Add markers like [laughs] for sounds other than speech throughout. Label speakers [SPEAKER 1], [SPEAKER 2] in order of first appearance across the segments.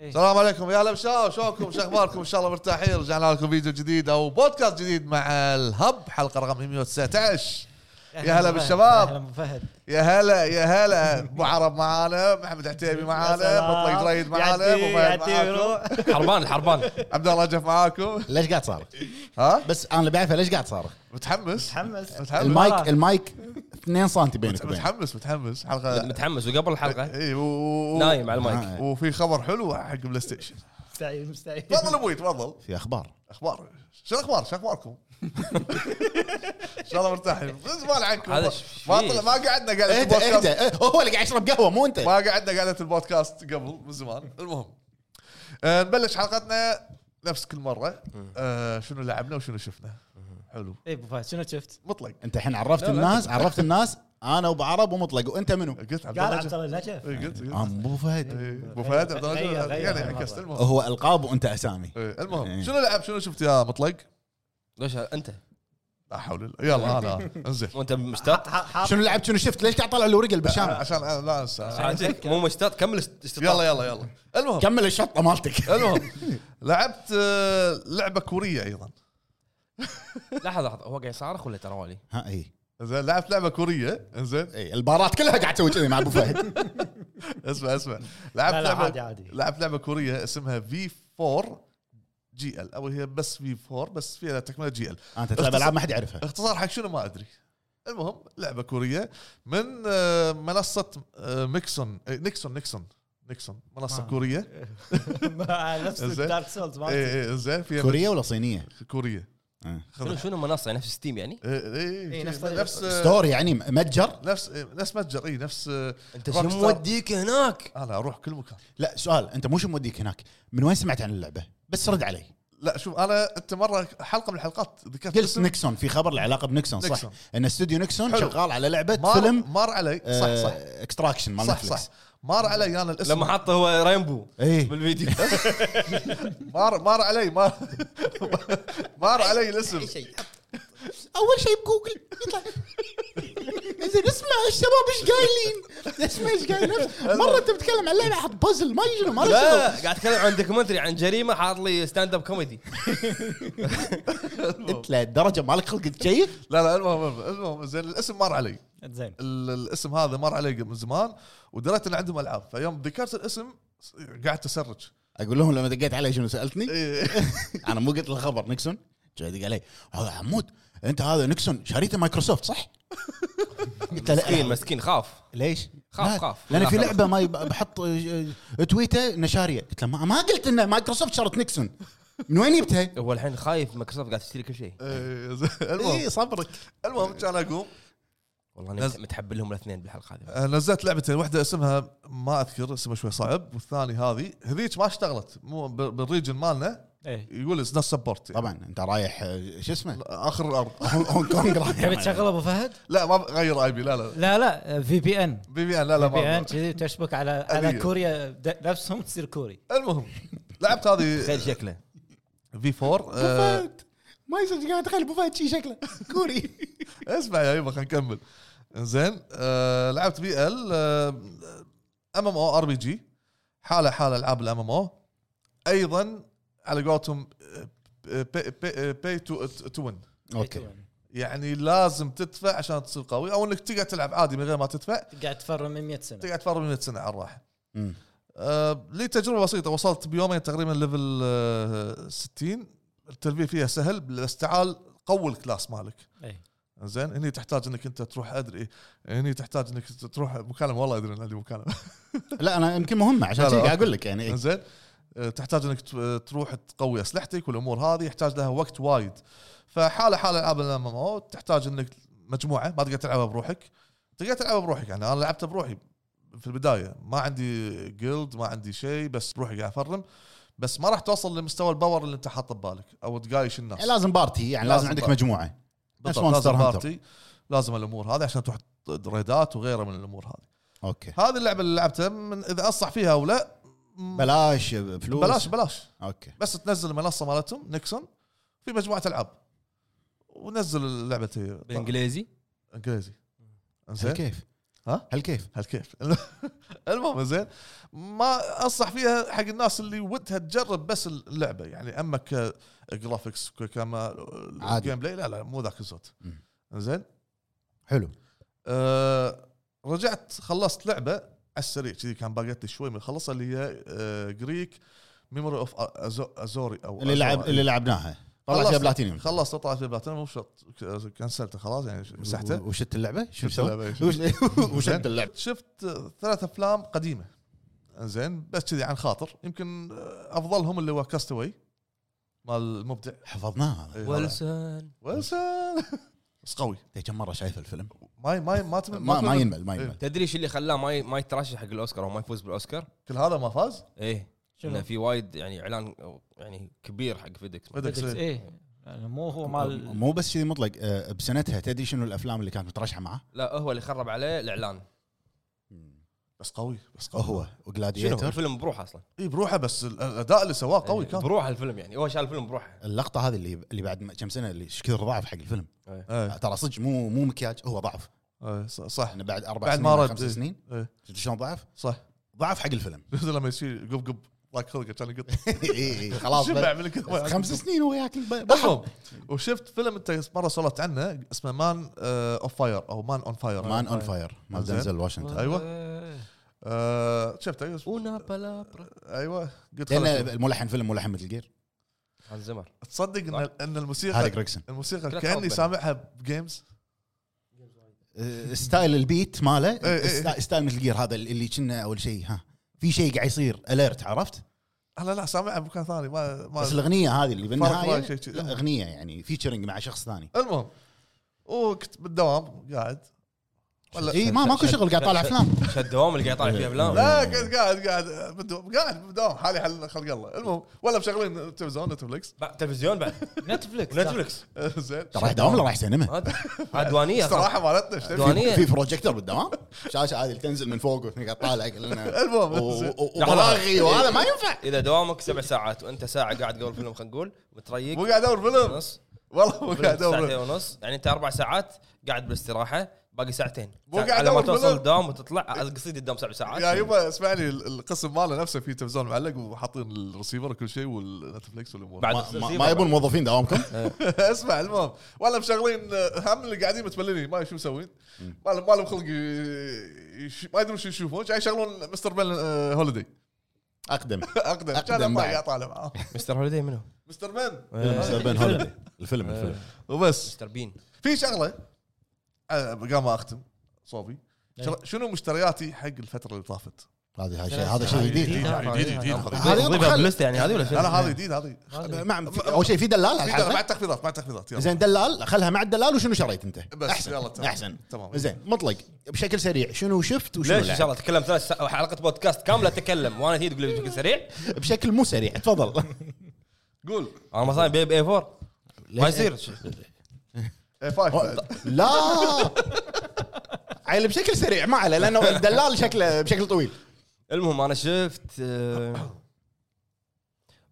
[SPEAKER 1] السلام عليكم يا هلا بشاو شلونكم شو اخباركم ان شاء الله مرتاحين رجعنا لكم فيديو جديد او بودكاست جديد مع الهب حلقه رقم 119 يا هلا
[SPEAKER 2] أبو فهد.
[SPEAKER 1] بالشباب.
[SPEAKER 2] اهلا أبو فهد
[SPEAKER 1] يا هلا يا هلا ابو عرب معانا محمد عتيبي معانا بطل جريد معانا ابو فهد معاكم
[SPEAKER 3] الحربان الحربان
[SPEAKER 1] عبد الله جف معاكم
[SPEAKER 4] ليش قاعد صار؟
[SPEAKER 1] ها
[SPEAKER 4] بس انا اللي بعرفه ليش قاعد صار؟
[SPEAKER 1] متحمس
[SPEAKER 2] متحمس
[SPEAKER 1] متحمس
[SPEAKER 2] آه.
[SPEAKER 4] المايك المايك 2 سم بينك وبينه
[SPEAKER 1] متحمس متحمس حلقه
[SPEAKER 3] متحمس وقبل الحلقه
[SPEAKER 1] اي و...
[SPEAKER 3] نايم على المايك
[SPEAKER 4] آه.
[SPEAKER 1] وفي خبر حلو حق بلاي ستيشن
[SPEAKER 2] مستعيد مستعيد
[SPEAKER 1] تفضل ابوي تفضل
[SPEAKER 4] في اخبار
[SPEAKER 1] اخبار شو الاخبار شو
[SPEAKER 3] [laughs]
[SPEAKER 1] اخباركم؟ ان شاء الله مرتاحين من زمان عنكم
[SPEAKER 3] هذا
[SPEAKER 1] ما
[SPEAKER 3] ش-
[SPEAKER 1] طلع ما قعدنا قعده
[SPEAKER 4] اهدى اهدى
[SPEAKER 1] البودكاست
[SPEAKER 4] اه، هو اللي قاعد يشرب قهوه مو انت
[SPEAKER 1] ما قعدنا قعده البودكاست قبل من زمان المهم آه، نبلش حلقتنا نفس كل مره آه، شنو لعبنا وشنو شفنا حلو
[SPEAKER 2] اي ابو طيب فهد شنو شفت؟
[SPEAKER 1] مطلق
[SPEAKER 4] انت الحين عرفت الناس عرفت الناس انا وابو عرب ومطلق وانت منو؟
[SPEAKER 1] [laughs] قلت عبد
[SPEAKER 2] قال عبد
[SPEAKER 1] الله
[SPEAKER 2] الله نجف
[SPEAKER 1] إيه، قلت قلت.
[SPEAKER 4] انا ابو فهد
[SPEAKER 1] إيه، ابو فهد عبد الله
[SPEAKER 2] غير- غير
[SPEAKER 1] يعني
[SPEAKER 2] المرة.
[SPEAKER 1] عكست المهم
[SPEAKER 4] هو القاب وانت اسامي
[SPEAKER 1] إيه، المهم
[SPEAKER 4] إيه.
[SPEAKER 1] شنو لعب شنو شفت يا مطلق؟
[SPEAKER 3] ليش انت
[SPEAKER 1] لا حول الله يلا
[SPEAKER 3] [laughs]
[SPEAKER 1] انا انزين
[SPEAKER 3] وانت مشتاط
[SPEAKER 2] ح- حاط
[SPEAKER 4] شنو لعبت شنو شفت ليش قاعد طالع له رجل بالشام
[SPEAKER 1] عشان أنا لا انسى
[SPEAKER 3] عاجبك؟ مو مشتاط كمل است- استطاع
[SPEAKER 1] يلا يلا يلا المهم
[SPEAKER 4] كمل الشطه
[SPEAKER 3] آه.
[SPEAKER 4] مالتك
[SPEAKER 1] المهم لعبت آه، لعبه كوريه ايضا
[SPEAKER 3] لحظه لحظه هو قاعد يصارخ ولا تروالي؟
[SPEAKER 4] ها اي
[SPEAKER 1] زين لعبت لعبه كوريه زين
[SPEAKER 4] اي البارات كلها قاعد تسوي كذي مع ابو فهد
[SPEAKER 1] اسمع اسمع لعبت
[SPEAKER 2] لا، لا، عادي،
[SPEAKER 1] لعبه
[SPEAKER 2] عادي.
[SPEAKER 1] [laughs] لعبت لعبه كوريه اسمها في 4 جي ال او هي بس في 4 بس فيها تكمله جي ال
[SPEAKER 4] انت تلعب العاب ما حد يعرفها
[SPEAKER 1] اختصار حق شنو ما ادري المهم لعبه كوريه من آه، منصه آه، ميكسون آه، نيكسون نيكسون نيكسون منصه
[SPEAKER 2] آه.
[SPEAKER 1] كوريه
[SPEAKER 2] مع نفس
[SPEAKER 1] زين.
[SPEAKER 2] الدارك سولز مالته
[SPEAKER 1] اي اي زين إيه، فيها
[SPEAKER 4] كوريه ولا صينيه؟
[SPEAKER 1] كوريه
[SPEAKER 4] آه.
[SPEAKER 3] شنو شنو منصه يعني نفس ستيم يعني؟
[SPEAKER 1] إيه، إيه،
[SPEAKER 2] إيه، نفس طريقة.
[SPEAKER 1] نفس آه،
[SPEAKER 4] ستور يعني متجر
[SPEAKER 1] نفس إيه، نفس متجر اي نفس آه،
[SPEAKER 3] انت
[SPEAKER 1] روك
[SPEAKER 3] شو
[SPEAKER 1] ستار.
[SPEAKER 3] موديك هناك؟
[SPEAKER 1] انا اروح كل مكان
[SPEAKER 4] لا سؤال انت مو شو موديك هناك من وين سمعت عن اللعبه؟ بس رد علي
[SPEAKER 1] لا شوف انا انت مره حلقه من الحلقات ذكرت
[SPEAKER 4] قلت نيكسون في خبر له علاقه بنيكسون صح
[SPEAKER 1] نيكسون.
[SPEAKER 4] ان استوديو نيكسون
[SPEAKER 1] حلو.
[SPEAKER 4] شغال على لعبه
[SPEAKER 1] مار
[SPEAKER 4] فيلم
[SPEAKER 1] مار علي صح صح
[SPEAKER 4] اكستراكشن مال
[SPEAKER 1] صح صح
[SPEAKER 4] نتفلكس
[SPEAKER 1] مار علي انا الاسم
[SPEAKER 3] لما حط هو رينبو
[SPEAKER 1] إيه.
[SPEAKER 4] اي
[SPEAKER 1] [laughs]
[SPEAKER 3] بالفيديو
[SPEAKER 1] مار مار علي مار [laughs] مار علي الاسم
[SPEAKER 4] اول شيء بجوجل يطلع [laughs] زين اسمع الشباب ايش قايلين اسمع ايش قايلين مره انت بتتكلم عن لعبه حط بازل ما أدري شنو ما أدري
[SPEAKER 3] [laughs] لا
[SPEAKER 4] شنو
[SPEAKER 3] قاعد اتكلم عن دوكيومنتري عن جريمه حاط لي ستاند اب كوميدي
[SPEAKER 4] انت لهالدرجه مالك خلق تشيك
[SPEAKER 1] لا لا المهم المهم- المهم زين الاسم مار علي
[SPEAKER 2] زين
[SPEAKER 1] ال- الاسم هذا مر علي من زمان ودريت ان عندهم العاب فيوم ذكرت الاسم قعدت اسرج
[SPEAKER 4] اقول لهم لما دقيت علي شنو سالتني [laughs]
[SPEAKER 1] إيه.
[SPEAKER 4] انا مو قلت له خبر نيكسون جاي يدق علي هذا عمود انت هذا نيكسون شريته مايكروسوفت [laughs] صح؟ قلت له
[SPEAKER 3] مسكين
[SPEAKER 4] لا
[SPEAKER 3] مسكين خاف
[SPEAKER 4] ليش؟
[SPEAKER 3] خاف-
[SPEAKER 4] لا،
[SPEAKER 3] خاف.
[SPEAKER 4] لان
[SPEAKER 3] لا،
[SPEAKER 4] في
[SPEAKER 3] خاف.
[SPEAKER 4] لعبه ما يب- بحط آه، آه، تويته نشاريه قلت له ما- ما قلت ان مايكروسوفت شرت نيكسون من وين جبتها؟
[SPEAKER 3] هو الحين خايف مايكروسوفت قاعد تشتري كل شيء
[SPEAKER 1] إيه، زين. [laughs] المهم
[SPEAKER 4] اي صبرك
[SPEAKER 1] المهم كان اقوم
[SPEAKER 3] والله انا
[SPEAKER 1] نز-
[SPEAKER 3] متحبل لهم الاثنين بالحلقه هذه
[SPEAKER 1] آه، نزلت لعبتين واحده اسمها ما اذكر اسمها شوي صعب والثاني هذه هذيك ما اشتغلت مو بال- بالريجن مالنا
[SPEAKER 2] ايه
[SPEAKER 1] يقول اتس نوت سبورت
[SPEAKER 4] طبعا انت رايح آه، شو اسمه
[SPEAKER 1] اخر الارض
[SPEAKER 4] هونغ- هونغ كونغ
[SPEAKER 2] تبي
[SPEAKER 4] رايح
[SPEAKER 2] تشغل ابو فهد؟
[SPEAKER 1] لا ما غير اي بي لا لا
[SPEAKER 2] لا لا في بي ان
[SPEAKER 1] بي بي ان لا لا
[SPEAKER 2] في
[SPEAKER 1] ما
[SPEAKER 2] ان كذي تشبك على على
[SPEAKER 1] أبي.
[SPEAKER 2] كوريا د- نفسهم تصير كوري
[SPEAKER 1] المهم لعبت هذه
[SPEAKER 3] تخيل شكله
[SPEAKER 1] في [laughs] 4 آه،
[SPEAKER 4] ما يصير قاعد اتخيل ابو فهد شي شكله
[SPEAKER 1] [laughs]
[SPEAKER 4] كوري
[SPEAKER 1] اسمع يا يبا خلينا نكمل زين آه لعبت بي ال ام ام او ار بي جي حاله حاله العاب الام ام او ايضا على قولتهم آه، باي تو وين
[SPEAKER 4] اوكي
[SPEAKER 1] يعني لازم تدفع عشان تصير قوي او انك تقعد تلعب عادي من غير ما تدفع
[SPEAKER 2] قاعد تفرم من 100 سنه
[SPEAKER 1] تقعد تفرم من سنه على الراحه
[SPEAKER 4] أمم.
[SPEAKER 1] آه، لي تجربه بسيطه وصلت بيومين تقريبا ليفل آه، 60 التلبيه فيها سهل بس تعال قوي الكلاس مالك
[SPEAKER 2] إيه.
[SPEAKER 1] زين هني تحتاج انك انت تروح ادري هني تحتاج انك تروح مكالمه والله ادري ان عندي مكالمه
[SPEAKER 4] لا انا يمكن مهمه عشان
[SPEAKER 1] لا، لا.
[SPEAKER 4] كذي قاعد اقول لك يعني
[SPEAKER 1] زين آه، تحتاج انك ت- تروح تقوي اسلحتك والامور هذه يحتاج لها وقت وايد فحاله حاله العاب الام ام او تحتاج انك مجموعه ما تقدر تلعبها بروحك تقدر تلعبها بروحك يعني انا لعبتها بروحي في البدايه ما عندي جلد ما عندي شيء بس بروحي قاعد افرم بس ما راح توصل لمستوى الباور اللي انت حاطه ببالك او تقايش الناس
[SPEAKER 4] لازم بارتي يعني
[SPEAKER 1] لازم
[SPEAKER 4] لازم عندك
[SPEAKER 1] بارتي.
[SPEAKER 4] مجموعه نفس
[SPEAKER 1] بالضبط، لازم
[SPEAKER 4] Monster Hunter.
[SPEAKER 1] بارتي لازم الامور هذه عشان تروح ريدات وغيره من الامور هذه
[SPEAKER 4] اوكي
[SPEAKER 1] هذه اللعبه اللي لعبتها من اذا انصح فيها او لا م-
[SPEAKER 4] بلاش فلوس
[SPEAKER 1] بلاش بلاش
[SPEAKER 4] اوكي
[SPEAKER 1] بس تنزل المنصه مالتهم نيكسون في مجموعه العاب ونزل اللعبه هي.
[SPEAKER 3] بالانجليزي
[SPEAKER 1] انجليزي زين
[SPEAKER 4] كيف
[SPEAKER 1] ها؟
[SPEAKER 4] هل كيف؟
[SPEAKER 1] هالكيف [laughs] المهم زين ما انصح فيها حق الناس اللي ودها تجرب بس اللعبه يعني اما كجرافكس كما
[SPEAKER 4] عادي.
[SPEAKER 1] جيم بلاي لا لا مو ذاك الزود
[SPEAKER 4] مم.
[SPEAKER 1] زين
[SPEAKER 4] حلو
[SPEAKER 1] آه رجعت خلصت لعبه على السريع كذي كان باقيت لي شوي من خلصها اللي هي آه جريك ميموري اوف ازوري او
[SPEAKER 4] اللي لعب
[SPEAKER 1] أزورا.
[SPEAKER 4] اللي لعبناها طلعت فيها
[SPEAKER 1] خلصت-
[SPEAKER 4] بلاتينيوم
[SPEAKER 1] خلصت طلعت فيها بلاتينيوم مو شرط كنسلته خلاص يعني مسحته
[SPEAKER 4] و- وشت اللعبه؟ شو
[SPEAKER 1] شفت
[SPEAKER 4] سوى؟
[SPEAKER 1] اللعبة، شفت.
[SPEAKER 4] [laughs] وش- وشت
[SPEAKER 1] زين.
[SPEAKER 4] اللعبه
[SPEAKER 1] شفت آه، ثلاث افلام قديمه زين بس كذي عن خاطر يمكن افضلهم اللي هو كاستوي مال المبدع
[SPEAKER 4] حفظناها هذا.
[SPEAKER 1] إيه،
[SPEAKER 3] ويلسون
[SPEAKER 1] ويلسون [laughs] بس قوي
[SPEAKER 4] انت كم مره شايف الفيلم؟
[SPEAKER 1] ما ما ما تم-
[SPEAKER 4] ما ما
[SPEAKER 1] تم-
[SPEAKER 4] ينمل ما
[SPEAKER 1] إيه.
[SPEAKER 4] ينمل
[SPEAKER 3] تدري ايش اللي خلاه ما ي- ما يترشح حق الاوسكار او ما يفوز بالاوسكار؟
[SPEAKER 1] كل هذا ما فاز
[SPEAKER 3] ايه
[SPEAKER 2] شنو؟
[SPEAKER 3] انه في وايد يعني اعلان يعني كبير حق فيديكس
[SPEAKER 1] بدك
[SPEAKER 2] فيديكس،
[SPEAKER 1] شيء.
[SPEAKER 2] ايه يعني مو هو مال
[SPEAKER 4] مو بس كذي مطلق آه، بسنتها تدري شنو الافلام اللي كانت مترشحه معاه؟
[SPEAKER 3] لا هو اللي خرب عليه الاعلان
[SPEAKER 1] بس قوي بس قوي
[SPEAKER 4] هو
[SPEAKER 3] شنو
[SPEAKER 4] وجلاديتر
[SPEAKER 3] الفيلم بروحه اصلا
[SPEAKER 1] اي بروحه بس ال- الاداء اللي سواه
[SPEAKER 4] إيه،
[SPEAKER 1] قوي كان
[SPEAKER 3] بروحه الفيلم يعني هو شال الفيلم بروحه
[SPEAKER 4] اللقطه هذه اللي اللي بعد ما- كم سنه اللي ايش كثر ضعف حق الفيلم
[SPEAKER 1] إيه،
[SPEAKER 4] ترى صدق مو مو مكياج هو ضعف
[SPEAKER 1] إيه، ص- صح
[SPEAKER 4] يعني بعد اربع
[SPEAKER 1] بعد
[SPEAKER 4] سنين
[SPEAKER 1] ما
[SPEAKER 4] ولا
[SPEAKER 1] رد،
[SPEAKER 4] خمس
[SPEAKER 1] إيه.
[SPEAKER 4] سنين
[SPEAKER 1] إيه.
[SPEAKER 4] شفت شلون ضعف؟
[SPEAKER 1] صح [laughs]
[SPEAKER 4] ضعف حق الفيلم [laughs]
[SPEAKER 1] شفت لما يصير قب قب ضاق خلقه كان يقط
[SPEAKER 4] اي اي إيه، خلاص
[SPEAKER 1] شبع
[SPEAKER 4] بل-
[SPEAKER 1] من الكذب. [laughs]
[SPEAKER 4] خمس سنين وهو ياكل ب- بحر.
[SPEAKER 1] المهم طيب. وشفت فيلم انت مره سولت عنه اسمه uh, مان اوف فاير او مان اون فاير
[SPEAKER 4] مان اون فاير مال
[SPEAKER 1] إيه. زين.
[SPEAKER 4] دنزل واشنطن
[SPEAKER 1] أيوة. آه، شفته أيوة.
[SPEAKER 3] اونا بالابرا
[SPEAKER 1] ايوه قلت
[SPEAKER 4] لان
[SPEAKER 1] خلاص.
[SPEAKER 4] الملحن فيلم ملحن مثل جير
[SPEAKER 3] هانز زمر
[SPEAKER 1] تصدق ان ان
[SPEAKER 4] هاري
[SPEAKER 1] الموسيقى
[SPEAKER 4] جريكسون
[SPEAKER 1] الموسيقى
[SPEAKER 3] طيب. كلها
[SPEAKER 1] كاني
[SPEAKER 3] تربل.
[SPEAKER 1] سامعها بجيمز
[SPEAKER 4] آه، ستايل البيت ماله
[SPEAKER 1] إيه، إيه.
[SPEAKER 4] ستا- ستايل مثل جير هذا اللي كنا اول شيء ها في شيء قاعد يصير اليرت عرفت
[SPEAKER 1] انا لا سامعها بمكان ثاني ما
[SPEAKER 4] بس
[SPEAKER 1] ما
[SPEAKER 4] الاغنيه هذه اللي
[SPEAKER 1] راي
[SPEAKER 4] بالنهايه
[SPEAKER 1] شيء كذي.
[SPEAKER 4] لا اغنيه يعني فيتشرنج مع شخص ثاني
[SPEAKER 1] المهم وكنت بالدوام قاعد ولا
[SPEAKER 4] اي إيه، ما ماكو شغل قاعد
[SPEAKER 3] [laughs]
[SPEAKER 4] طالع افلام
[SPEAKER 3] شو الدوام اللي قاعد يطالع فيه افلام
[SPEAKER 1] لا قاعد قاعد قاعد بالدوام قاعد بالدوام حالي حل خلق الله المهم ولا مشغلين التلفزيون نتفلكس
[SPEAKER 3] بعد تلفزيون بعد
[SPEAKER 2] نتفلكس
[SPEAKER 3] ونتفلكس
[SPEAKER 1] [laughs] زين
[SPEAKER 4] رايح دوام ولا رايح سينما؟
[SPEAKER 3] هذا هذا دوانيه
[SPEAKER 1] الصراحه مالتنا إيش تبي؟
[SPEAKER 3] دوانية.
[SPEAKER 4] في بروجيكتور بالدوام شاشه هذه اللي تنزل من فوق قاعد طالع
[SPEAKER 1] [laughs]
[SPEAKER 4] كلنا
[SPEAKER 1] المهم زين.
[SPEAKER 4] وبراغي وهذا ما ينفع
[SPEAKER 3] اذا دوامك سبع ساعات وانت ساعه قاعد قبل الفيلم خلينا نقول متريق
[SPEAKER 1] مو قاعد ادور فيلم
[SPEAKER 3] ونص
[SPEAKER 1] والله مو قاعد
[SPEAKER 3] فيلم
[SPEAKER 1] ادور
[SPEAKER 3] ساعتين
[SPEAKER 1] فيلم
[SPEAKER 3] ونص يعني انت اربع ساعات قاعد بالاستراحه باقي ساعتين
[SPEAKER 1] مو قاعد يعني-
[SPEAKER 3] على ما
[SPEAKER 1] أدور
[SPEAKER 3] توصل
[SPEAKER 1] فيلم.
[SPEAKER 3] الدوام وتطلع قصيد الدوام سبع ساعات
[SPEAKER 1] يا يبا اسمعني ال- القسم ماله نفسه فيه تلفزيون معلق وحاطين الرسيفر وكل شيء والنتفلكس والامور
[SPEAKER 3] بعد
[SPEAKER 4] ما- ما-
[SPEAKER 3] السيفر
[SPEAKER 4] ما
[SPEAKER 3] بعد.
[SPEAKER 4] يبون موظفين دوامكم
[SPEAKER 1] [laughs] اسمع المهم ولا مشغلين هم اللي قاعدين متمللين ما شو مسوين ما لهم ما لهم خلق ي- يش- ما يدرون شو يشوفون جاي يشغلون مستر بن آه، هوليدي [laughs]
[SPEAKER 4] اقدم
[SPEAKER 1] اقدم
[SPEAKER 4] أقدم
[SPEAKER 1] كان أبا
[SPEAKER 4] بعد.
[SPEAKER 1] قاعد طالع
[SPEAKER 4] [laughs]
[SPEAKER 1] معاه
[SPEAKER 3] مستر هوليدي منو؟
[SPEAKER 1] آه. مستر بن
[SPEAKER 4] مستر بن هوليدي الفيلم الفيلم
[SPEAKER 1] إيه. وبس
[SPEAKER 3] مستر بين
[SPEAKER 1] في شغله آه، قبل ما اختم صوبي شر- شنو مشترياتي حق الفتره اللي طافت؟ إيه،
[SPEAKER 4] هذه هاي شيء هذا شيء جديد
[SPEAKER 1] جديد جديد
[SPEAKER 4] هذه
[SPEAKER 3] نضيفها
[SPEAKER 4] أدخل.
[SPEAKER 3] باللسته يعني هذه ولا شنو؟
[SPEAKER 1] لا هذا جديد هذه
[SPEAKER 4] مع في- اول شيء في دلال
[SPEAKER 1] نعم. في دل- مع
[SPEAKER 4] الحلقة.
[SPEAKER 1] التخفيضات مع التخفيضات يلا
[SPEAKER 4] زين دلال خلها مع الدلال وشنو شريت انت؟
[SPEAKER 1] بس، يلا،
[SPEAKER 4] احسن
[SPEAKER 1] تمام.
[SPEAKER 4] احسن
[SPEAKER 1] تمام.
[SPEAKER 4] زين مطلق بشكل سريع شنو شفت وشنو
[SPEAKER 3] ليش ان
[SPEAKER 4] لعبت؟
[SPEAKER 3] شاء الله تكلم ثلاث ساعة- حلقه بودكاست كامله تكلم وانا تيجي تقول لي بشكل سريع
[SPEAKER 4] بشكل مو سريع
[SPEAKER 3] [laughs]
[SPEAKER 4] تفضل
[SPEAKER 1] قول
[SPEAKER 3] انا مثلا بيب اي 4 ما يصير
[SPEAKER 1] اي فايف
[SPEAKER 4] لا عيل بشكل سريع ما عليه لانه الدلال شكله بشكل طويل
[SPEAKER 3] المهم انا شفت آه،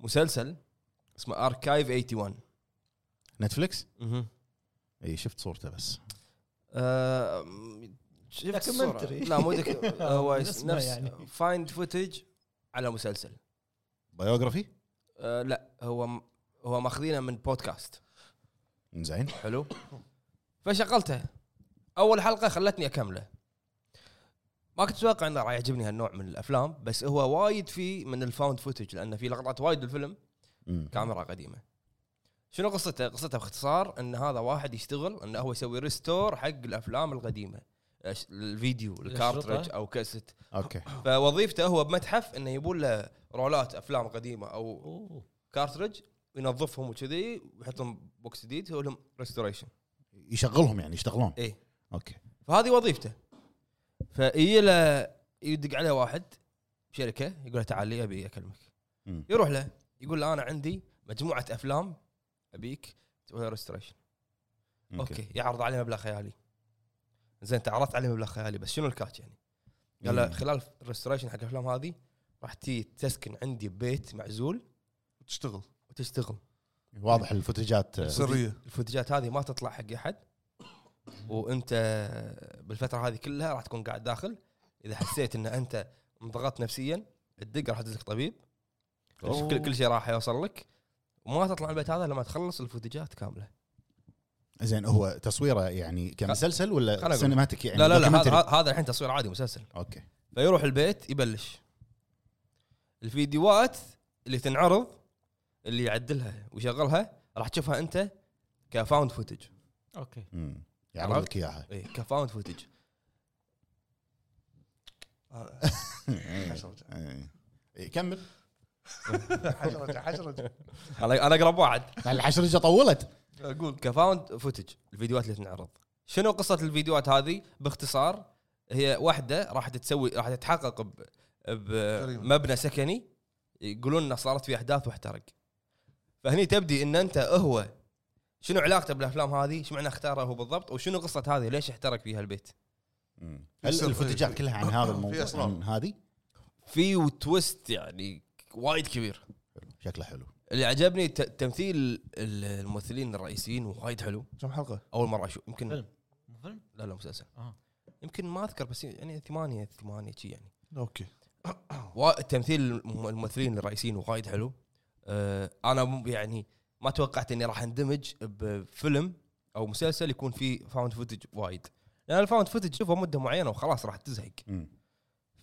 [SPEAKER 3] مسلسل اسمه اركايف 81
[SPEAKER 4] نتفلكس
[SPEAKER 3] مهم.
[SPEAKER 4] اي شفت صورته بس
[SPEAKER 3] آه، شفت الصورة.
[SPEAKER 2] Documentary.
[SPEAKER 3] لا مو دك- هو نفس
[SPEAKER 2] اسمه يعني.
[SPEAKER 3] فايند فوتج على مسلسل
[SPEAKER 4] بايوغرافي
[SPEAKER 3] آه، لا هو هو ماخذينه من بودكاست
[SPEAKER 4] زين
[SPEAKER 3] حلو فشغلتها اول حلقه خلتني اكمله ما كنت اتوقع انه راح يعجبني هالنوع من الافلام بس هو وايد فيه من الفاوند فوتج لانه في لقطات وايد بالفيلم
[SPEAKER 4] مم.
[SPEAKER 3] كاميرا قديمه شنو قصته؟ قصته باختصار ان هذا واحد يشتغل انه هو يسوي ريستور حق الافلام القديمه أش- الفيديو الكارترج
[SPEAKER 2] الأشرطة؟
[SPEAKER 3] او كاسيت
[SPEAKER 4] اوكي
[SPEAKER 3] فوظيفته هو بمتحف انه يبون له رولات افلام قديمه او
[SPEAKER 2] أوه.
[SPEAKER 3] كارترج ينظفهم وكذي ويحطهم بوكس جديد يسوي لهم ريستوريشن
[SPEAKER 4] يشغلهم يعني يشتغلون
[SPEAKER 3] اي
[SPEAKER 4] اوكي
[SPEAKER 3] فهذه وظيفته فيجي له يدق عليه واحد شركه يقول له تعال لي ابي اكلمك
[SPEAKER 4] مم.
[SPEAKER 3] يروح له يقول له انا عندي مجموعه افلام ابيك تسوي ريستوريشن اوكي يعرض عليه مبلغ خيالي زين انت عرضت عليه مبلغ خيالي بس شنو الكاتش يعني؟ قال له
[SPEAKER 4] مم.
[SPEAKER 3] خلال الريستوريشن حق الافلام هذه راح تي تسكن عندي ببيت معزول
[SPEAKER 1] تشتغل
[SPEAKER 3] وتشتغل
[SPEAKER 4] واضح الفوتجات
[SPEAKER 1] سريه
[SPEAKER 3] الفوتجات هذه ما تطلع حق احد وانت بالفتره هذه كلها راح تكون قاعد داخل اذا حسيت ان انت انضغطت نفسيا تدق راح يدز لك طبيب
[SPEAKER 4] أوه.
[SPEAKER 3] كل, كل شيء راح يوصل لك وما تطلع من البيت هذا لما تخلص الفوتجات كامله
[SPEAKER 4] زين هو تصويره يعني كمسلسل ولا
[SPEAKER 3] أقول.
[SPEAKER 4] سينماتيك يعني
[SPEAKER 3] لا لا لا
[SPEAKER 4] documentary؟
[SPEAKER 3] هذا- هذا هذا الحين تصوير عادي مسلسل
[SPEAKER 4] اوكي
[SPEAKER 3] فيروح البيت يبلش الفيديوهات اللي تنعرض اللي يعدلها ويشغلها راح تشوفها انت كفاوند فوتج
[SPEAKER 2] اوكي
[SPEAKER 4] مم. يعرض لك اياها
[SPEAKER 3] اي كفاوند فوتج
[SPEAKER 1] حشرجة
[SPEAKER 4] إيه. إيه، كمل [laughs]
[SPEAKER 1] حشرجة حشرجة
[SPEAKER 3] انا انا اقرب واحد
[SPEAKER 4] الحشرجه طولت
[SPEAKER 1] اقول
[SPEAKER 3] كفاوند فوتج الفيديوهات اللي تنعرض شنو قصه الفيديوهات هذه باختصار هي واحده راح تسوي راح تتحقق ب- بمبنى سكني يقولون انه صارت فيه احداث واحترق فهني تبدي ان انت هو شنو علاقته بالافلام هذه؟ ايش معنى اختاره هو بالضبط؟ وشنو قصه هذه؟ ليش احترق فيها البيت؟
[SPEAKER 4] مم. هل الفوتجات
[SPEAKER 1] في-
[SPEAKER 4] كلها عن هذا
[SPEAKER 1] في
[SPEAKER 4] الموضوع
[SPEAKER 1] أسرار.
[SPEAKER 4] عن هذه
[SPEAKER 3] في تويست يعني وايد كبير
[SPEAKER 4] شكله حلو
[SPEAKER 3] اللي عجبني ت- تمثيل ال- الممثلين الرئيسيين وايد حلو
[SPEAKER 1] كم حلقه؟
[SPEAKER 3] اول مره اشوف يمكن
[SPEAKER 2] فيلم مو فيلم
[SPEAKER 3] لا لا مسلسل
[SPEAKER 2] آه.
[SPEAKER 3] يمكن ما اذكر بس يعني ثمانيه ثمانيه شي يعني
[SPEAKER 1] اوكي
[SPEAKER 3] وا- تمثيل الم- الممثلين الرئيسيين وايد حلو آه، انا م- يعني ما توقعت اني راح اندمج بفيلم او مسلسل يكون فيه فاوند فوتج وايد لان الفاوند فوتج تشوفه مده معينه وخلاص راح تزهق
[SPEAKER 4] مم.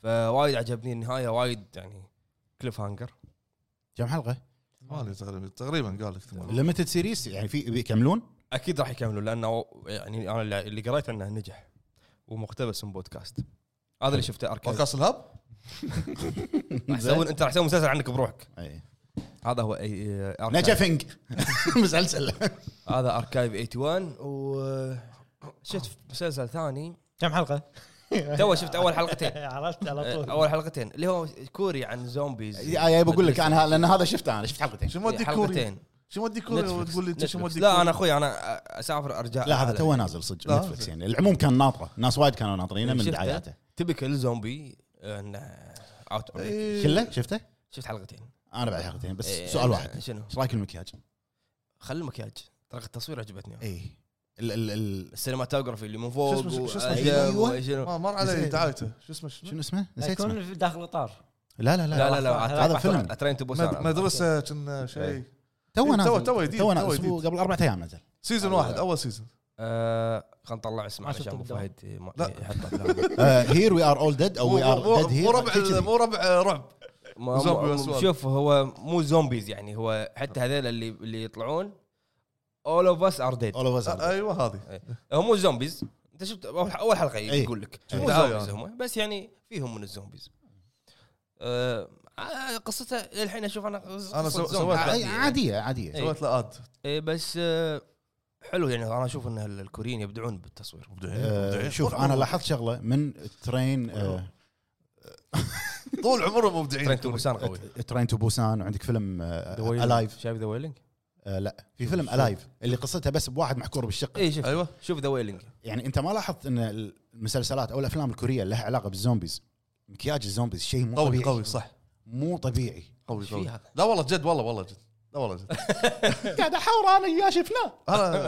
[SPEAKER 3] فوايد عجبني النهايه وايد يعني كليف هانجر
[SPEAKER 4] كم حلقه؟
[SPEAKER 1] ثمانيه تقريبا تقريبا قال لك ثمانيه
[SPEAKER 4] ليمتد سيريس يعني في بيكملون؟
[SPEAKER 3] اكيد راح يكملوا لانه يعني انا اللي- اللي قريت انه نجح ومقتبس من بودكاست هذا اللي شفته اركاد
[SPEAKER 1] بودكاست الهب
[SPEAKER 3] راح يسوون انت راح تسوي مسلسل عنك بروحك
[SPEAKER 4] إيه.
[SPEAKER 3] هذا هو اي أركايف.
[SPEAKER 4] نجفنج [laughs] مسلسل [laughs]
[SPEAKER 3] هذا اركايف 81 و آه، شفت مسلسل ثاني
[SPEAKER 2] كم حلقه؟
[SPEAKER 3] تو شفت اول حلقتين
[SPEAKER 2] إيه، عرفت [laughs] على طول
[SPEAKER 3] اول حلقتين اللي هو كوري عن زومبيز
[SPEAKER 4] يا بقول لك انا لان هذا شفته انا شفت حلقتين
[SPEAKER 1] شو موديك كوريا؟
[SPEAKER 3] إيه، حلقتين
[SPEAKER 1] شو موديك كوريا
[SPEAKER 3] نتفلكس.
[SPEAKER 1] وتقول لي انت شو
[SPEAKER 3] نتفلكس.
[SPEAKER 1] موديك
[SPEAKER 3] لا
[SPEAKER 1] كوريا؟
[SPEAKER 3] انا اخوي انا أ- اسافر ارجع
[SPEAKER 4] لا هذا توه نازل صدق
[SPEAKER 1] لا،
[SPEAKER 4] نتفلكس يعني العموم كان ناطره ناس وايد كانوا ناطرينه من
[SPEAKER 3] شفته؟
[SPEAKER 4] دعاياته
[SPEAKER 3] تبكل زومبي انه اوت
[SPEAKER 1] إيه.
[SPEAKER 4] كله شفته؟
[SPEAKER 3] شفت حلقتين
[SPEAKER 4] انا بعد حلقتين بس
[SPEAKER 3] إيه،
[SPEAKER 4] سؤال واحد
[SPEAKER 3] شنو؟
[SPEAKER 4] ايش رايك المكياج؟
[SPEAKER 3] خلي المكياج طريقه التصوير عجبتني
[SPEAKER 4] اي ال ال ال
[SPEAKER 3] السينماتوجرافي اللي من فوق
[SPEAKER 1] شو اسمه- شو اسمه؟ آه.
[SPEAKER 3] وأدب
[SPEAKER 4] أيوة.
[SPEAKER 3] وشنو.
[SPEAKER 1] ما مر علي
[SPEAKER 4] زين.
[SPEAKER 1] دعايته شو اسمه شنو؟
[SPEAKER 4] شنو اسمه؟ نسيت اسمه
[SPEAKER 2] يكون في داخل اطار
[SPEAKER 4] لا لا لا,
[SPEAKER 3] لا لا لا
[SPEAKER 2] هذا
[SPEAKER 3] أتوقع-
[SPEAKER 4] فيلم.
[SPEAKER 3] أتوقع- اترين تو بوسان.
[SPEAKER 1] مد- مدرسه كنا شيء
[SPEAKER 3] إيه.
[SPEAKER 4] تو
[SPEAKER 1] تو-
[SPEAKER 4] نازل
[SPEAKER 1] تو جديد، تو
[SPEAKER 4] تو نازل أسبوع
[SPEAKER 1] جديد.
[SPEAKER 4] قبل اربع ايام نزل
[SPEAKER 1] سيزون واحد اول سيزون
[SPEAKER 3] آه، خلنا نطلع اسمه
[SPEAKER 2] ما شفته
[SPEAKER 3] عشان ابو
[SPEAKER 2] بالدوام.
[SPEAKER 3] فهد ما- إيه،
[SPEAKER 1] لا. [laughs]
[SPEAKER 3] يحطه بالدوام.
[SPEAKER 4] هير وي ار اول ديد او
[SPEAKER 1] مو
[SPEAKER 4] وي ار ديد
[SPEAKER 1] مو- مو
[SPEAKER 4] هير
[SPEAKER 1] ربع مو ربع رعب
[SPEAKER 3] ما- ما-
[SPEAKER 1] زومبي وأسوار.
[SPEAKER 3] شوف هو مو زومبيز يعني هو حتى هذول اللي اللي يطلعون اول اوف اس ار ديد
[SPEAKER 4] اول اوف
[SPEAKER 1] آه، ايوه هذه
[SPEAKER 3] هم مو زومبيز انت شفت اول أول حلقه
[SPEAKER 4] إيه.
[SPEAKER 3] يقول لك
[SPEAKER 4] إيه.
[SPEAKER 3] مو
[SPEAKER 1] دعاية
[SPEAKER 3] زومبيز
[SPEAKER 1] يعني.
[SPEAKER 3] هم بس يعني فيهم من الزومبيز آه، آه، قصته الحين اشوف انا
[SPEAKER 1] أنا سو- سويت
[SPEAKER 3] عادي
[SPEAKER 4] عاديه عاديه
[SPEAKER 3] إيه.
[SPEAKER 1] سويت له اد
[SPEAKER 3] إيه، بس آه، حلو يعني انا اشوف ان ال- الكوريين يبدعون بالتصوير
[SPEAKER 4] آه، شوف انا لاحظت شغله من ترين آه،
[SPEAKER 1] طول عمره مبدعين
[SPEAKER 3] ترين تو بوسان قوي
[SPEAKER 4] ترين تو بوسان وعندك فيلم الايف
[SPEAKER 3] شايف ذا ويلينج؟
[SPEAKER 1] أيوة.
[SPEAKER 4] لا في فيلم الايف اللي قصتها بس بواحد محكور بالشقه
[SPEAKER 3] اي إيه، شوف
[SPEAKER 1] ايوه
[SPEAKER 3] شوف ذا ويلينج
[SPEAKER 4] يعني انت ما لاحظت ان المسلسلات او الافلام الكوريه اللي لها علاقه بالزومبيز مكياج الزومبيز شيء مو
[SPEAKER 1] قوي
[SPEAKER 4] طبيعي
[SPEAKER 1] قوي صح
[SPEAKER 4] مو طبيعي
[SPEAKER 1] قوي
[SPEAKER 3] إيش
[SPEAKER 1] قوي
[SPEAKER 3] في هذا؟
[SPEAKER 1] لا والله جد والله والله جد لا والله جد
[SPEAKER 5] قاعد احاور انا وياه شفناه
[SPEAKER 3] [laughs]
[SPEAKER 1] انا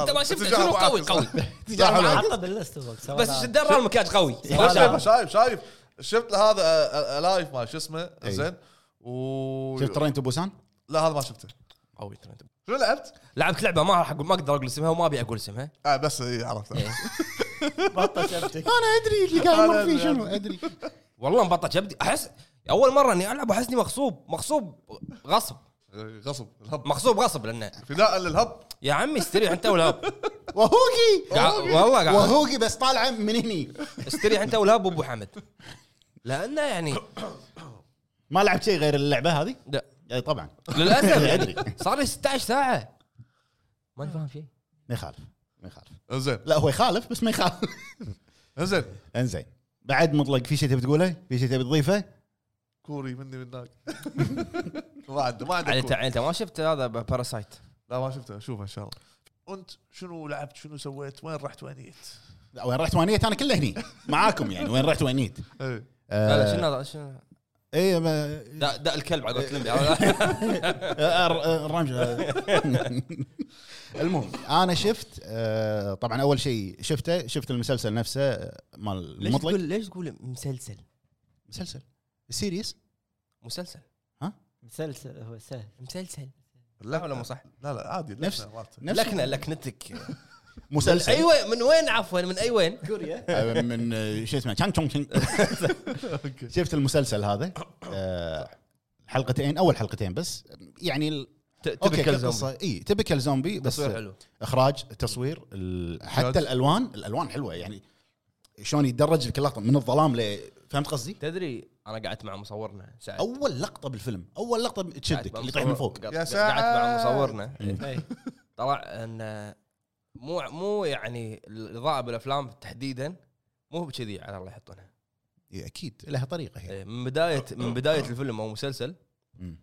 [SPEAKER 3] انت ما شفته شنو قوي قوي
[SPEAKER 1] لا، حلو.
[SPEAKER 2] حطه بالليست هو سواء
[SPEAKER 3] بس
[SPEAKER 2] أنا-
[SPEAKER 3] درى المكياج قوي
[SPEAKER 1] لا، شايف شايف شايف شفت هذا آه، آه، لايف ما شو اسمه
[SPEAKER 4] أي.
[SPEAKER 1] زين و
[SPEAKER 4] شفت ترين تو بوسان؟
[SPEAKER 1] لا هذا ما شفته
[SPEAKER 3] قوي
[SPEAKER 1] شنو لعبت؟
[SPEAKER 3] لعبت لعبه ما راح اقول ما اقدر اقول اسمها وما ابي اقول اسمها
[SPEAKER 1] آه بس إي، عرفت
[SPEAKER 3] إيه.
[SPEAKER 2] بطه شبتك
[SPEAKER 5] انا ادري اللي قاعد
[SPEAKER 1] أنا-
[SPEAKER 5] يمر فيه شنو ادري
[SPEAKER 3] والله مبطل جبدي احس اول مره اني العب احس اني مغصوب مغصوب غصب
[SPEAKER 1] [laughs] غصب الهب
[SPEAKER 3] مغصوب غصب لانه
[SPEAKER 1] فداء للهب
[SPEAKER 3] يا عمي استريح انت [laughs] والهب
[SPEAKER 4] وهوقي
[SPEAKER 3] قاع- والله قاعد
[SPEAKER 4] وهوقي بس طالعه من هني
[SPEAKER 3] استريح انت والهب وابو حمد لانه يعني
[SPEAKER 4] ما لعبت شيء غير اللعبه هذه؟
[SPEAKER 3] لا
[SPEAKER 4] اي طبعا
[SPEAKER 3] للاسف
[SPEAKER 4] أدري.
[SPEAKER 3] يعني صار لي 16 ساعه ماني فاهم شيء
[SPEAKER 4] ما يخالف ما يخالف
[SPEAKER 1] زين
[SPEAKER 4] لا هو يخالف بس ما يخالف
[SPEAKER 1] زين
[SPEAKER 4] انزين بعد مطلق في شيء تبي تقوله؟ في شيء تبي تضيفه؟
[SPEAKER 1] كوري مني من ذاك [laughs] ما عنده ما
[SPEAKER 3] يعني
[SPEAKER 1] عنده
[SPEAKER 3] انت
[SPEAKER 1] كوري.
[SPEAKER 3] يعني انت ما شفت هذا باراسايت
[SPEAKER 1] لا ما شفته اشوفه ان شاء الله انت شنو لعبت شنو سويت وين رحت وين جيت؟
[SPEAKER 4] لا، وين رحت وين جيت انا كله هني معاكم يعني وين رحت وين جيت؟
[SPEAKER 1] إي.
[SPEAKER 4] آه،
[SPEAKER 3] لا لا شنو هذا؟ شنو
[SPEAKER 4] اي ما- آه،
[SPEAKER 3] داء داء الكلب على قولة [laughs] اللمبي
[SPEAKER 4] الرمج المهم انا شفت آه، طبعا اول شيء شفته شفت المسلسل نفسه آه، مال
[SPEAKER 3] ليش
[SPEAKER 4] المطلق
[SPEAKER 3] تقول ليش تقول مسلسل
[SPEAKER 4] مسلسل سيريس
[SPEAKER 3] مسلسل
[SPEAKER 2] مسلسل هو
[SPEAKER 3] [laughs]
[SPEAKER 2] سهل
[SPEAKER 3] مسلسل
[SPEAKER 1] لا
[SPEAKER 3] ولا مو صح؟
[SPEAKER 1] لا لا عادي
[SPEAKER 4] نفس-
[SPEAKER 1] لكنة مالته.
[SPEAKER 4] نفس
[SPEAKER 3] لكنه
[SPEAKER 4] [laughs]
[SPEAKER 3] لكنتك
[SPEAKER 4] مسلسل
[SPEAKER 3] اي وين من وين عفوا من اي وين
[SPEAKER 2] كوريا
[SPEAKER 4] آه، من آه، شو اسمه تشانغ تشونغ تشينغ. شفت المسلسل هذا آه، حلقتين اول حلقتين بس يعني ال- اوكي كقصه اي تبكل زومبي بس
[SPEAKER 3] تصوير حلو
[SPEAKER 4] اخراج تصوير ال-
[SPEAKER 1] إخراج.
[SPEAKER 4] حتى الالوان الالوان حلوه يعني شلون يتدرج لك اللقطه من الظلام ل فهمت قصدي؟
[SPEAKER 3] تدري انا قعدت مع مصورنا سعد
[SPEAKER 4] اول لقطه بالفيلم اول لقطه
[SPEAKER 3] قعدت
[SPEAKER 4] تشدك
[SPEAKER 3] مع
[SPEAKER 4] اللي يطيح من
[SPEAKER 3] مصور-
[SPEAKER 4] فوق
[SPEAKER 3] قعدت-
[SPEAKER 1] يا
[SPEAKER 3] قعدت مع
[SPEAKER 1] سعد.
[SPEAKER 3] مصورنا
[SPEAKER 2] إيه.
[SPEAKER 3] طلع ان مو مو يعني الاضاءه بالافلام تحديدا مو بكذي على الله يحطونها
[SPEAKER 4] إي، اكيد لها طريقه هي
[SPEAKER 3] إيه، من بدايه من بدايه الفيلم او مسلسل
[SPEAKER 4] مم.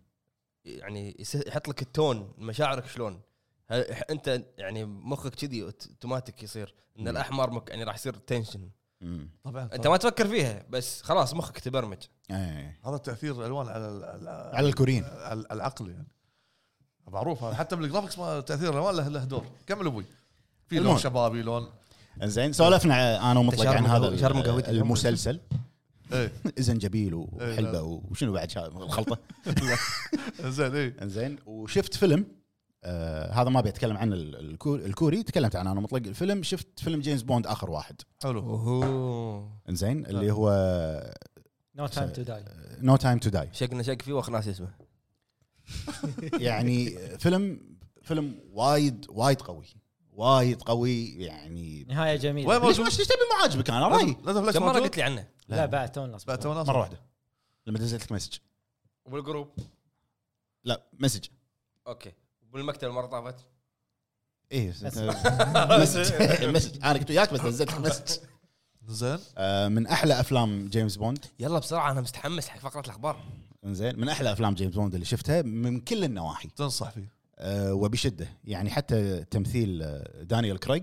[SPEAKER 3] يعني يس- يحط لك التون مشاعرك شلون هل- ح- انت يعني مخك كذي أوت- اوتوماتيك يصير ان
[SPEAKER 4] مم.
[SPEAKER 3] الاحمر مك يعني راح يصير تنشن
[SPEAKER 4] مم.
[SPEAKER 1] طبعا
[SPEAKER 3] انت ما تفكر فيها بس خلاص مخك تبرمج
[SPEAKER 4] إيه.
[SPEAKER 1] هذا تاثير الالوان على ال- على
[SPEAKER 4] على الكوريين
[SPEAKER 1] على العقل يعني معروف هذا حتى بالجرافكس ما تاثير الالوان له له دور كمل ابوي في لون
[SPEAKER 4] المهم.
[SPEAKER 1] شبابي لون
[SPEAKER 3] إيه.
[SPEAKER 4] زين سولفنا انا ومطلق
[SPEAKER 3] شارب
[SPEAKER 4] عن هذا
[SPEAKER 3] مقهوة- شارب مقهوتي.
[SPEAKER 4] المسلسل
[SPEAKER 1] ايه
[SPEAKER 4] زنجبيل
[SPEAKER 1] إيه، لا.
[SPEAKER 4] وحلبه وشنو بعد شا- الخلطه
[SPEAKER 1] [laughs]
[SPEAKER 4] [laughs]
[SPEAKER 1] زين ايه
[SPEAKER 4] انزين وشفت فيلم آه هذا ما بيتكلم عن ال- الكو- الكوري تكلمت عنه انا مطلق الفيلم شفت فيلم جيمس بوند اخر واحد
[SPEAKER 1] حلو
[SPEAKER 3] اوه
[SPEAKER 4] انزين اللي هو
[SPEAKER 2] نو تايم تو داي
[SPEAKER 4] نو تايم تو [laughs] داي
[SPEAKER 3] شقنا شق فيه واخ ناس اسمه
[SPEAKER 4] يعني فيلم فيلم وايد وايد قوي وايد قوي يعني
[SPEAKER 2] نهايه جميله
[SPEAKER 1] وين
[SPEAKER 4] ليش
[SPEAKER 1] موجود؟
[SPEAKER 4] ما ليش تبي ما عاجبك انا رايي
[SPEAKER 1] لا تفلكس
[SPEAKER 3] كم مره
[SPEAKER 1] موجود
[SPEAKER 3] قلت لي عنه
[SPEAKER 2] لا بعد تونا
[SPEAKER 1] بعد تو ناس
[SPEAKER 4] مره واحده لما نزلت لك مسج
[SPEAKER 3] وبالجروب
[SPEAKER 4] لا مسج
[SPEAKER 3] اوكي بالمكتب المره طافت
[SPEAKER 4] ايه [laughs]
[SPEAKER 2] بس.
[SPEAKER 4] مسج مسج انا كنت وياك بس نزلت لك مسج
[SPEAKER 1] زين
[SPEAKER 4] آه، من احلى افلام جيمس بوند
[SPEAKER 3] يلا بسرعه انا مستحمس حق فقره الاخبار
[SPEAKER 4] انزين من احلى افلام جيمس بوند اللي شفتها من كل النواحي
[SPEAKER 1] تنصح فيه
[SPEAKER 4] آه، وبشده يعني حتى تمثيل آه، دانيال كريج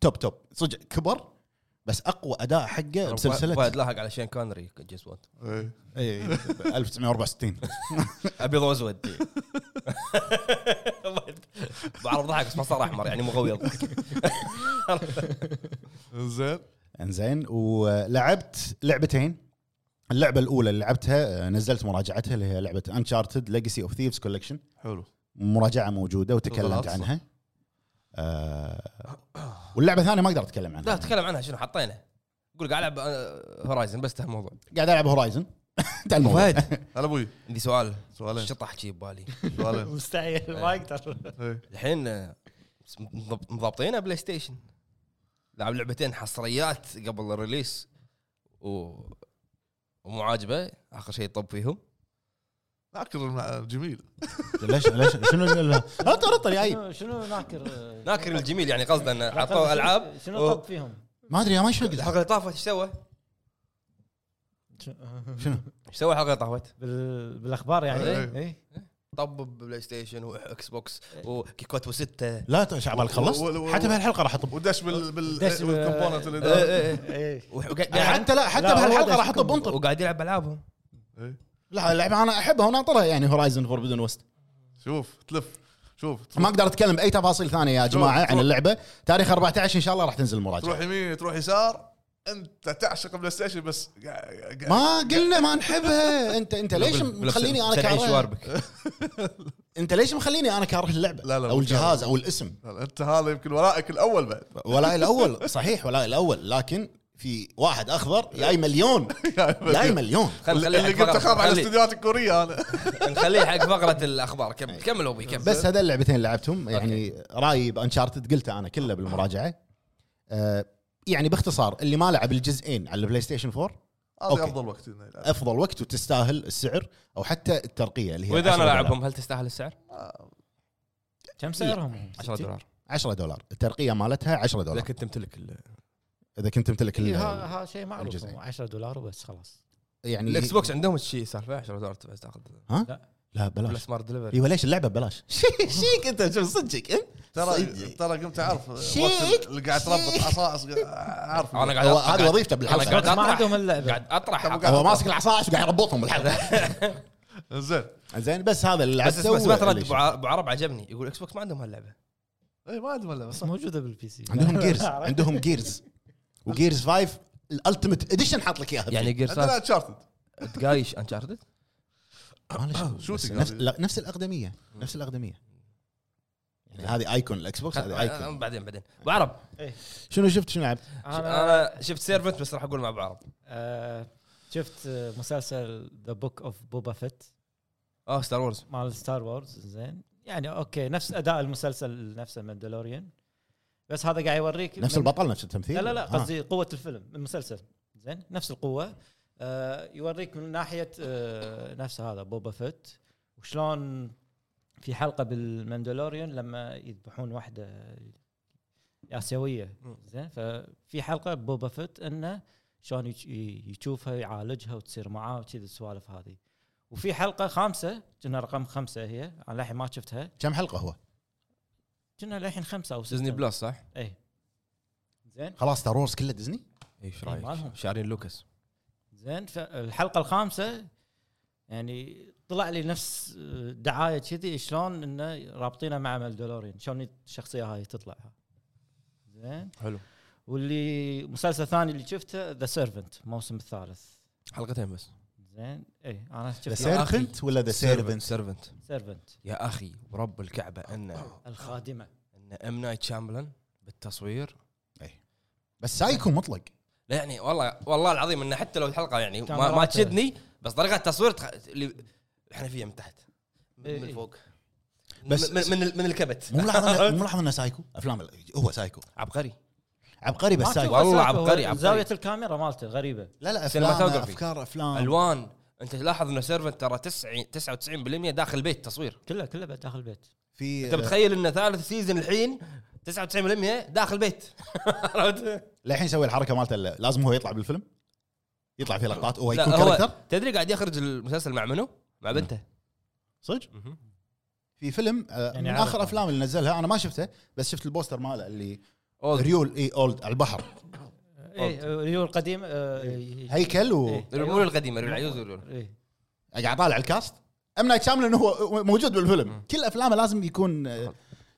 [SPEAKER 4] توب توب صدق كبر بس اقوى اداء حقه بسلسله
[SPEAKER 3] وايد لاحق على شين كونري جيس وات
[SPEAKER 1] ايه
[SPEAKER 4] [laughs] إيه، 1964
[SPEAKER 3] ابيض واسود
[SPEAKER 1] [laughs]
[SPEAKER 3] [laughs] بعرض ضحك بس ما صار احمر يعني مغويض
[SPEAKER 1] زين
[SPEAKER 4] انزين ولعبت لعبتين اللعبه الاولى اللي لعبتها آه، نزلت مراجعتها اللي هي لعبه انشارتد ليجسي اوف ثيفز كولكشن
[SPEAKER 1] حلو
[SPEAKER 4] مراجعه موجوده وتكلمت
[SPEAKER 1] بالغلط، صح.
[SPEAKER 4] عنها آه، واللعبه الثانيه ما اقدر اتكلم عنها
[SPEAKER 3] [laughs] لا تكلم عنها شنو حطينا قول قاعد العب آه، هورايزن بس ته الموضوع
[SPEAKER 4] قاعد العب هورايزن [laughs] تعال الموضوع.
[SPEAKER 3] فهد
[SPEAKER 1] هلا ابوي
[SPEAKER 3] عندي سؤال
[SPEAKER 1] سؤالين
[SPEAKER 3] شطح شي ببالي
[SPEAKER 1] سؤالين [laughs]
[SPEAKER 2] مستحيل ما اقدر
[SPEAKER 1] إيه.
[SPEAKER 3] الحين آه، مضب- مضبطينها بلاي ستيشن لعب لعبتين حصريات قبل الريليس و... ومو عاجبه اخر شيء طب فيهم
[SPEAKER 1] ناكر المع- جميل
[SPEAKER 4] ليش ليش شنو ها ترى جاي
[SPEAKER 2] شنو- شنو ناكر آه،
[SPEAKER 3] ناكر الجميل يعني قصده انه
[SPEAKER 2] ناكر
[SPEAKER 3] حطوا
[SPEAKER 2] شنو-
[SPEAKER 3] العاب
[SPEAKER 2] شنو طب فيهم؟
[SPEAKER 4] ما ادري ما شنو
[SPEAKER 3] الحلقه اللي طافت ايش سوى؟
[SPEAKER 4] شنو
[SPEAKER 3] ايش سوى الحلقه اللي طافت؟
[SPEAKER 2] بال- بالاخبار يعني
[SPEAKER 1] إيه.
[SPEAKER 2] اي
[SPEAKER 3] طب بلاي ستيشن واكس بوكس وكيكوت وستة
[SPEAKER 4] لا ت- شعبان خلصت
[SPEAKER 1] و- و- و-
[SPEAKER 4] حتى بهالحلقه راح اطب
[SPEAKER 1] ودش بال بال
[SPEAKER 2] دش بال-
[SPEAKER 4] آه،
[SPEAKER 1] بالكومبوننت اللي
[SPEAKER 3] إيه،
[SPEAKER 1] داخل.
[SPEAKER 3] إيه، إيه.
[SPEAKER 2] اي
[SPEAKER 3] وح- وقاعد-
[SPEAKER 4] حتى لا حتى
[SPEAKER 2] لا، هو
[SPEAKER 4] بهالحلقه
[SPEAKER 2] داش
[SPEAKER 4] راح اطب
[SPEAKER 2] كومبو.
[SPEAKER 4] انطر
[SPEAKER 3] وقاعد يلعب العابهم
[SPEAKER 1] إيه.
[SPEAKER 4] لا اللعبه انا احبها وناطرها يعني هورايزن فوربدن وست
[SPEAKER 1] شوف تلف شوف تروح-
[SPEAKER 4] ما اقدر اتكلم باي تفاصيل ثانيه يا جماعه عن اللعبه تاريخ 14 ان شاء الله راح تنزل
[SPEAKER 1] تروح
[SPEAKER 4] المراجعه
[SPEAKER 1] يمين تروح يسار انت تعشق بلاي ستيشن بس قا- قا-
[SPEAKER 4] ما قلنا ما نحبها انت انت ليش مخليني انا كاره
[SPEAKER 3] شواربك
[SPEAKER 4] انت ليش مخليني انا كاره اللعبه
[SPEAKER 1] لا، لا،
[SPEAKER 4] او
[SPEAKER 1] مو
[SPEAKER 4] الجهاز او الاسم
[SPEAKER 1] انت هذا يمكن ورائك الاول بعد [laughs]
[SPEAKER 4] ولا الاول صحيح ولا الاول لكن في واحد اخضر جاي مليون
[SPEAKER 1] يعني
[SPEAKER 4] جاي مليون
[SPEAKER 1] اللي قلت اخاف على الاستديوهات الكوريه انا
[SPEAKER 3] نخليه حق فقره الاخبار كمل كمل ابوي كمل
[SPEAKER 4] بس هذول اللعبتين اللي لعبتهم يعني رايي بانشارتد قلته انا كله بالمراجعه آه، يعني باختصار اللي ما لعب الجزئين على البلاي ستيشن 4
[SPEAKER 1] هذا
[SPEAKER 4] أوكي.
[SPEAKER 1] افضل وقت انه يلعب
[SPEAKER 4] افضل وقت وتستاهل السعر او حتى الترقيه اللي هي
[SPEAKER 3] واذا
[SPEAKER 4] 10
[SPEAKER 3] انا
[SPEAKER 4] دولار.
[SPEAKER 3] لاعبهم هل تستاهل السعر؟
[SPEAKER 2] كم سعرهم؟
[SPEAKER 3] 10 إيه. دولار
[SPEAKER 4] 10 دولار الترقيه مالتها 10
[SPEAKER 3] اذا
[SPEAKER 4] دولار
[SPEAKER 3] كنت تمتلك ال-
[SPEAKER 4] اذا كنت تمتلك
[SPEAKER 2] إيه،
[SPEAKER 4] ال-
[SPEAKER 2] ها ها شيء معروف
[SPEAKER 4] الجزئين.
[SPEAKER 2] 10 دولار وبس خلاص
[SPEAKER 4] يعني
[SPEAKER 3] الاكس بوكس عندهم شيء سالفه 10 دولار بس تاخذ
[SPEAKER 4] ها لا بلاش [laughs] إيوه،
[SPEAKER 3] سمارت دليفري
[SPEAKER 4] ايوه ليش اللعبه ببلاش شيك انت شو صدقك
[SPEAKER 1] ترى
[SPEAKER 4] صدق.
[SPEAKER 1] ترى قمت اعرف
[SPEAKER 5] شيك،
[SPEAKER 1] وقت اللي قاعد تربط عصائص اعرف
[SPEAKER 3] انا قاعد
[SPEAKER 4] هو
[SPEAKER 3] أطرح.
[SPEAKER 4] هذه وظيفته
[SPEAKER 3] انا
[SPEAKER 4] بالحلقه
[SPEAKER 3] قاعد
[SPEAKER 2] ما
[SPEAKER 3] اطرح
[SPEAKER 2] عندهم الا لعبة.
[SPEAKER 3] قاعد اطرح
[SPEAKER 1] طب
[SPEAKER 4] هو ماسك العصايش وقاعد يربطهم بالحلقه
[SPEAKER 3] [laughs]
[SPEAKER 1] زين
[SPEAKER 4] زين بس هذا اللي
[SPEAKER 3] بس
[SPEAKER 4] عدته
[SPEAKER 3] بس ما
[SPEAKER 4] واللي
[SPEAKER 3] ترد
[SPEAKER 4] شفته.
[SPEAKER 3] أبو ع- ابو عرب عجبني يقول اكس بوكس ما عندهم هاللعبه
[SPEAKER 1] اي إيه، ما ادري ولا بس
[SPEAKER 2] [laughs] بس موجوده بالبي سي
[SPEAKER 3] [laughs]
[SPEAKER 4] [laughs]
[SPEAKER 2] [laughs]
[SPEAKER 4] عندهم جيرز عندهم جيرز وجيرز 5 الالتيميت اديشن حاط لك اياها
[SPEAKER 3] يعني
[SPEAKER 1] عندنا
[SPEAKER 3] جيرسات
[SPEAKER 1] انشارتد
[SPEAKER 3] تقايش انشارتد
[SPEAKER 4] [laughs] معلش
[SPEAKER 1] شو
[SPEAKER 4] بس
[SPEAKER 1] تقدر؟
[SPEAKER 4] نفس لا، نفس الاقدميه نفس الاقدميه يعني هذه ايكون الاكس بوكس هذه ايكون
[SPEAKER 3] آه، بعدين بعدين ابو عرب
[SPEAKER 4] شنو شفت شنو لعبت؟
[SPEAKER 2] انا
[SPEAKER 3] انا شفت سيرفنت بس راح اقول مع ابو عرب
[SPEAKER 2] آه، شفت آه، مسلسل ذا بوك اوف بوبا فيت
[SPEAKER 3] اه ستار وورز
[SPEAKER 2] مال ستار وورز زين يعني اوكي نفس اداء المسلسل نفسه ماندلوريان بس هذا قاعد يوريك
[SPEAKER 4] نفس
[SPEAKER 2] من-
[SPEAKER 4] البطل نفس التمثيل
[SPEAKER 2] لا لا لا
[SPEAKER 4] آه.
[SPEAKER 2] قصدي قوه الفيلم المسلسل زين نفس القوه آه يوريك من ناحيه آه نفس هذا بوبا فيت وشلون في حلقه بالمندلوريان لما يذبحون واحده اسيويه زين ففي حلقه بوبا فيت انه شلون يج- ي- يشوفها يعالجها وتصير معاه وكذي السوالف هذه وفي حلقه خامسه كنا رقم خمسه هي انا للحين ما شفتها
[SPEAKER 4] كم حلقه هو؟
[SPEAKER 2] كنا للحين خمسه او سته
[SPEAKER 3] ديزني بلس صح؟
[SPEAKER 2] اي إيه. زين
[SPEAKER 4] خلاص ستار وورز كله ديزني؟
[SPEAKER 3] ايش
[SPEAKER 2] إيه، مالهم.
[SPEAKER 3] رايك؟ شارين لوكاس
[SPEAKER 2] زين فالحلقه الخامسه يعني طلع لي نفس دعايه كذي شلون انه رابطينه مع مالدولورين شلون الشخصيه هاي تطلع زين
[SPEAKER 3] حلو
[SPEAKER 2] واللي مسلسل ثاني اللي شفته ذا سيرفنت الموسم الثالث
[SPEAKER 3] حلقتين بس
[SPEAKER 2] زين اي انا
[SPEAKER 4] ذا
[SPEAKER 2] شفت
[SPEAKER 3] يا أخي.
[SPEAKER 4] سيرفنت ولا ذا سيرفنت؟
[SPEAKER 3] سيرفنت
[SPEAKER 2] سيرفنت
[SPEAKER 3] يا اخي ورب الكعبه ان
[SPEAKER 2] الخادمه
[SPEAKER 3] ان ام نايت شامبلن بالتصوير
[SPEAKER 4] بس سايكو مطلق
[SPEAKER 3] لا يعني والله والله العظيم انه حتى لو الحلقه يعني ما, ما
[SPEAKER 2] كاميرات-
[SPEAKER 3] تشدني بس طريقه التصوير تخ... اللي احنا فيها من تحت من,
[SPEAKER 2] إيه،
[SPEAKER 3] من
[SPEAKER 2] إيه.
[SPEAKER 3] فوق
[SPEAKER 4] بس-
[SPEAKER 3] بس من من, من الكبت
[SPEAKER 4] مو ملاحظ إنه- مو ملاحظ انه سايكو افلام ال- هو سايكو
[SPEAKER 3] عبقري
[SPEAKER 4] عبقري بس
[SPEAKER 2] ما تشوف
[SPEAKER 4] سايكو
[SPEAKER 3] والله
[SPEAKER 2] أسلوبه، هو
[SPEAKER 3] عبقري، عبقري.
[SPEAKER 2] زاويه الكاميرا مالته غريبه
[SPEAKER 4] لا لا افلام
[SPEAKER 3] cinematography.
[SPEAKER 4] افكار افلام
[SPEAKER 3] الوان انت تلاحظ ان سيرفنت ترى 90 99% داخل بيت تصوير
[SPEAKER 2] كلها كلها بعد داخل البيت
[SPEAKER 4] في
[SPEAKER 2] إيه.
[SPEAKER 3] انت بتخيل ان ثالث سيزون الحين 99% داخل بيت [laughs] عرفت؟
[SPEAKER 4] للحين يسوي الحركه مالته اللي- لازم هو يطلع بالفيلم يطلع في لقطات هو
[SPEAKER 3] لا،
[SPEAKER 4] يكون
[SPEAKER 3] هو-
[SPEAKER 4] كاركتر
[SPEAKER 3] تدري قاعد يخرج المسلسل مع منو؟ مع بنته
[SPEAKER 4] صدق في فيلم آه،
[SPEAKER 2] يعني
[SPEAKER 4] من
[SPEAKER 2] عرض.
[SPEAKER 4] اخر افلام اللي نزلها انا ما شفته بس شفت البوستر ماله اللي
[SPEAKER 3] أولد.
[SPEAKER 4] ريول اي اولد على البحر
[SPEAKER 2] اي ريو إيه، القديم آه، إيه.
[SPEAKER 4] هيكل و
[SPEAKER 2] إيه.
[SPEAKER 3] الامور القديمه العيوز والرول.
[SPEAKER 2] إيه.
[SPEAKER 4] قاعد طالع الكاست ام نايت شامل انه هو موجود بالفيلم كل افلامه لازم يكون آه،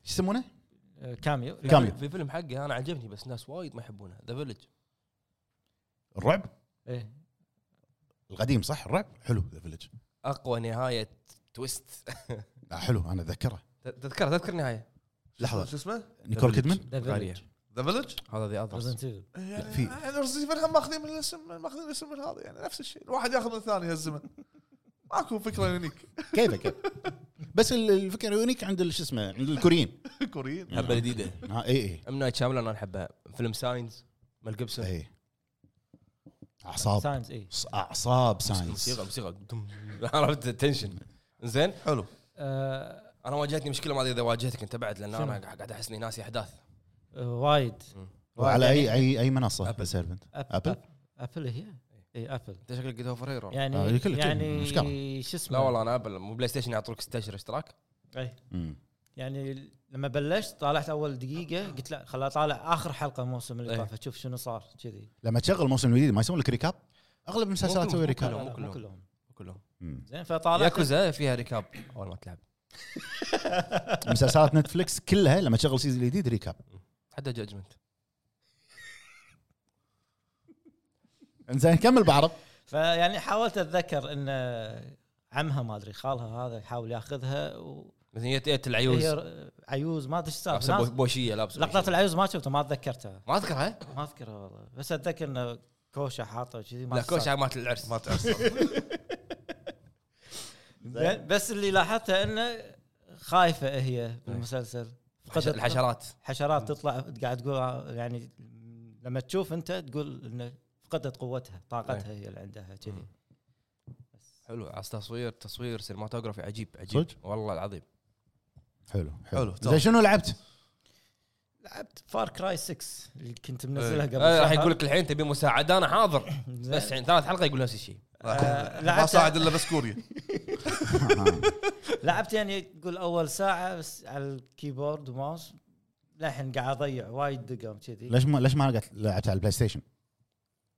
[SPEAKER 4] شو يسمونه؟
[SPEAKER 2] آه، كاميو
[SPEAKER 4] كاميو.
[SPEAKER 3] في فيلم حقه انا عجبني بس ناس وايد ما يحبونه ذا فيلج
[SPEAKER 4] الرعب
[SPEAKER 2] إيه.
[SPEAKER 4] القديم صح الرعب حلو ذا فيلج
[SPEAKER 3] اقوى نهايه [laughs] تويست
[SPEAKER 4] آه، حلو انا اتذكره
[SPEAKER 3] تذكر تذكر النهايه
[SPEAKER 4] لحظه
[SPEAKER 1] شو اسمه؟
[SPEAKER 4] نيكول كيدمان
[SPEAKER 3] [laughs]
[SPEAKER 2] The
[SPEAKER 3] غالية.
[SPEAKER 2] Village.
[SPEAKER 1] ذا فيلج؟
[SPEAKER 3] هذا ذا
[SPEAKER 2] Resident Evil.
[SPEAKER 1] يعني
[SPEAKER 4] في-
[SPEAKER 1] يعني الرصيفين هم ماخذين من الاسم ماخذين الاسم من هذا يعني نفس الشيء الواحد ياخذ من الثاني هالزمن ماكو فكره يونيك [laughs]
[SPEAKER 4] كيفك بس ال- الفكره يونيك عند ال- شو اسمه عند الكوريين
[SPEAKER 1] كوريين
[SPEAKER 3] حبه جديده
[SPEAKER 4] ها اي اي
[SPEAKER 3] ام نايت شامل انا احبها فيلم ساينز مال جيبسون
[SPEAKER 4] اي اعصاب
[SPEAKER 2] ساينز اي
[SPEAKER 4] ص- اعصاب ساينس
[SPEAKER 3] موسيقى موسيقى دم. [laughs] عرفت التنشن زين
[SPEAKER 1] حلو
[SPEAKER 2] آه،
[SPEAKER 3] انا واجهتني مشكله ما ادري اذا واجهتك انت بعد لان انا
[SPEAKER 2] شنو؟
[SPEAKER 3] قاعد احس اني ناسي احداث
[SPEAKER 2] آه، وايد
[SPEAKER 4] وعلى
[SPEAKER 3] يعني
[SPEAKER 4] اي اي اي منصه
[SPEAKER 3] أبل.
[SPEAKER 4] سيرفنت
[SPEAKER 2] أب-
[SPEAKER 4] أبل؟
[SPEAKER 2] أب- ابل هي
[SPEAKER 3] إيه.
[SPEAKER 2] اي ابل
[SPEAKER 3] انت شكلك جيت اوفر هيرو
[SPEAKER 2] يعني
[SPEAKER 4] آه، هي كلها كذي، إيش
[SPEAKER 2] يعني
[SPEAKER 4] قال؟
[SPEAKER 2] شو اسمه
[SPEAKER 3] لا والله انا ابل مو بلاي ستيشن يعطوك 16 اشتراك
[SPEAKER 2] إيه. يعني لما بلشت طالعت اول دقيقه قلت لا خلها طالع اخر حلقه الموسم اللي
[SPEAKER 3] إيه.
[SPEAKER 2] طاف اشوف شنو صار كذي
[SPEAKER 4] لما تشغل الموسم الجديد ما يسوون لك ريكاب اغلب
[SPEAKER 3] مو
[SPEAKER 4] المسلسلات
[SPEAKER 3] كلهم،
[SPEAKER 4] تسوي
[SPEAKER 3] مو
[SPEAKER 2] لا،
[SPEAKER 4] ريكاب
[SPEAKER 2] لا،
[SPEAKER 3] مو
[SPEAKER 2] مو
[SPEAKER 3] كلهم.
[SPEAKER 2] كلهم
[SPEAKER 3] كلهم
[SPEAKER 4] مم.
[SPEAKER 2] زين فطالعت
[SPEAKER 3] ياكوزا فيها ركاب اول ما تلعب
[SPEAKER 4] مسلسلات نتفلكس كلها لما تشغل سيزون جديد ريكاب
[SPEAKER 3] حتى جادجمنت
[SPEAKER 4] زين كمل بعرض
[SPEAKER 2] فيعني يعني حاولت اتذكر ان عمها ما ادري خالها هذا يحاول ياخذها و...
[SPEAKER 3] مثلا جت جت العيوز
[SPEAKER 2] هي عيوز ما ادري ايش
[SPEAKER 3] لابسه بو-
[SPEAKER 2] صار
[SPEAKER 3] بوشيه لابسه
[SPEAKER 2] لقطات
[SPEAKER 3] بوشية.
[SPEAKER 2] العيوز ما شفتها ما تذكرتها
[SPEAKER 3] ما اذكرها
[SPEAKER 2] ما اذكرها والله بس اتذكر انه كوشه حاطه كذي ما
[SPEAKER 3] لا
[SPEAKER 2] تستاهل.
[SPEAKER 3] كوشة مات العرس
[SPEAKER 1] ما
[SPEAKER 3] [laughs]
[SPEAKER 1] تعرف
[SPEAKER 2] زين بس اللي لاحظته انه خايفه هي بالمسلسل
[SPEAKER 3] الحش-
[SPEAKER 2] فقدت-
[SPEAKER 3] الحشرات
[SPEAKER 2] حشرات تطلع قاعد تقول آه، يعني لما تشوف انت تقول انه فقدت قوتها طاقتها هي اللي عندها كذي
[SPEAKER 3] حلو على التصوير تصوير سينماتوجرافي عجيب عجيب
[SPEAKER 4] صدق؟
[SPEAKER 3] والله
[SPEAKER 4] [laughs]
[SPEAKER 3] العظيم
[SPEAKER 4] حلو
[SPEAKER 1] حلو،
[SPEAKER 4] حلو
[SPEAKER 1] تمام.
[SPEAKER 4] زين شنو لعبت؟
[SPEAKER 2] لعبت فار كراي 6 اللي كنت منزلها قبل
[SPEAKER 3] آه، راح
[SPEAKER 2] شهر.
[SPEAKER 3] يقول لك الحين تبي مساعده انا
[SPEAKER 4] [laughs]
[SPEAKER 3] حاضر
[SPEAKER 2] زين.
[SPEAKER 3] بس الحين ثالث حلقه يقول نفس الشيء
[SPEAKER 2] آه،
[SPEAKER 1] ما صاعد
[SPEAKER 2] لعبت
[SPEAKER 1] الا بس كوريا
[SPEAKER 2] لعبت يعني تقول اول ساعه بس على الكيبورد وماوس للحين قاعد اضيع وايد دقم كذي
[SPEAKER 4] ليش ما ليش ما قعدت- لعبت على البلاي ستيشن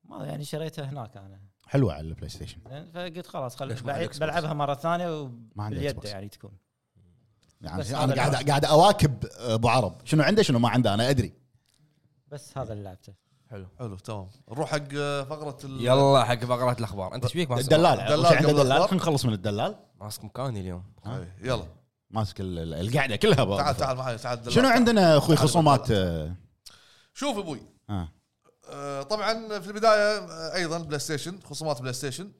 [SPEAKER 2] ما يعني شريتها هناك انا
[SPEAKER 4] حلوه على البلاي ستيشن
[SPEAKER 2] زين فقلت خلاص خل
[SPEAKER 3] ليش ما عندك
[SPEAKER 2] بعيد-
[SPEAKER 3] Xbox؟
[SPEAKER 2] بلعبها مره ثانيه
[SPEAKER 4] ما عندي
[SPEAKER 2] وباليد
[SPEAKER 4] Xbox.
[SPEAKER 2] يعني تكون
[SPEAKER 4] يعني
[SPEAKER 2] بس
[SPEAKER 4] انا
[SPEAKER 2] هذا
[SPEAKER 4] قاعد
[SPEAKER 2] العب.
[SPEAKER 4] قاعد اواكب ابو عرب شنو عنده شنو ما عنده انا ادري
[SPEAKER 2] بس هذا اللي لعبته
[SPEAKER 3] حلو
[SPEAKER 1] حلو تمام نروح حق آه، فقره ال-
[SPEAKER 3] يلا حق فقرات الاخبار انت ايش فيك ماسك
[SPEAKER 4] الدلال
[SPEAKER 1] الدلال
[SPEAKER 4] وش عنده
[SPEAKER 1] قبل
[SPEAKER 4] دلال
[SPEAKER 1] الأخبار.
[SPEAKER 4] خلينا نخلص من الدلال
[SPEAKER 3] ماسك مكاني اليوم
[SPEAKER 1] إيه، يلا
[SPEAKER 4] ماسك ال- ال- القعده كلها بقى.
[SPEAKER 1] تعال تعال معي تعال دلال.
[SPEAKER 4] شنو عندنا اخوي
[SPEAKER 1] تعال
[SPEAKER 4] خصومات آه،
[SPEAKER 1] شوف ابوي
[SPEAKER 4] آه.
[SPEAKER 1] آه، طبعا في البدايه آه، ايضا بلاي ستيشن خصومات بلاي ستيشن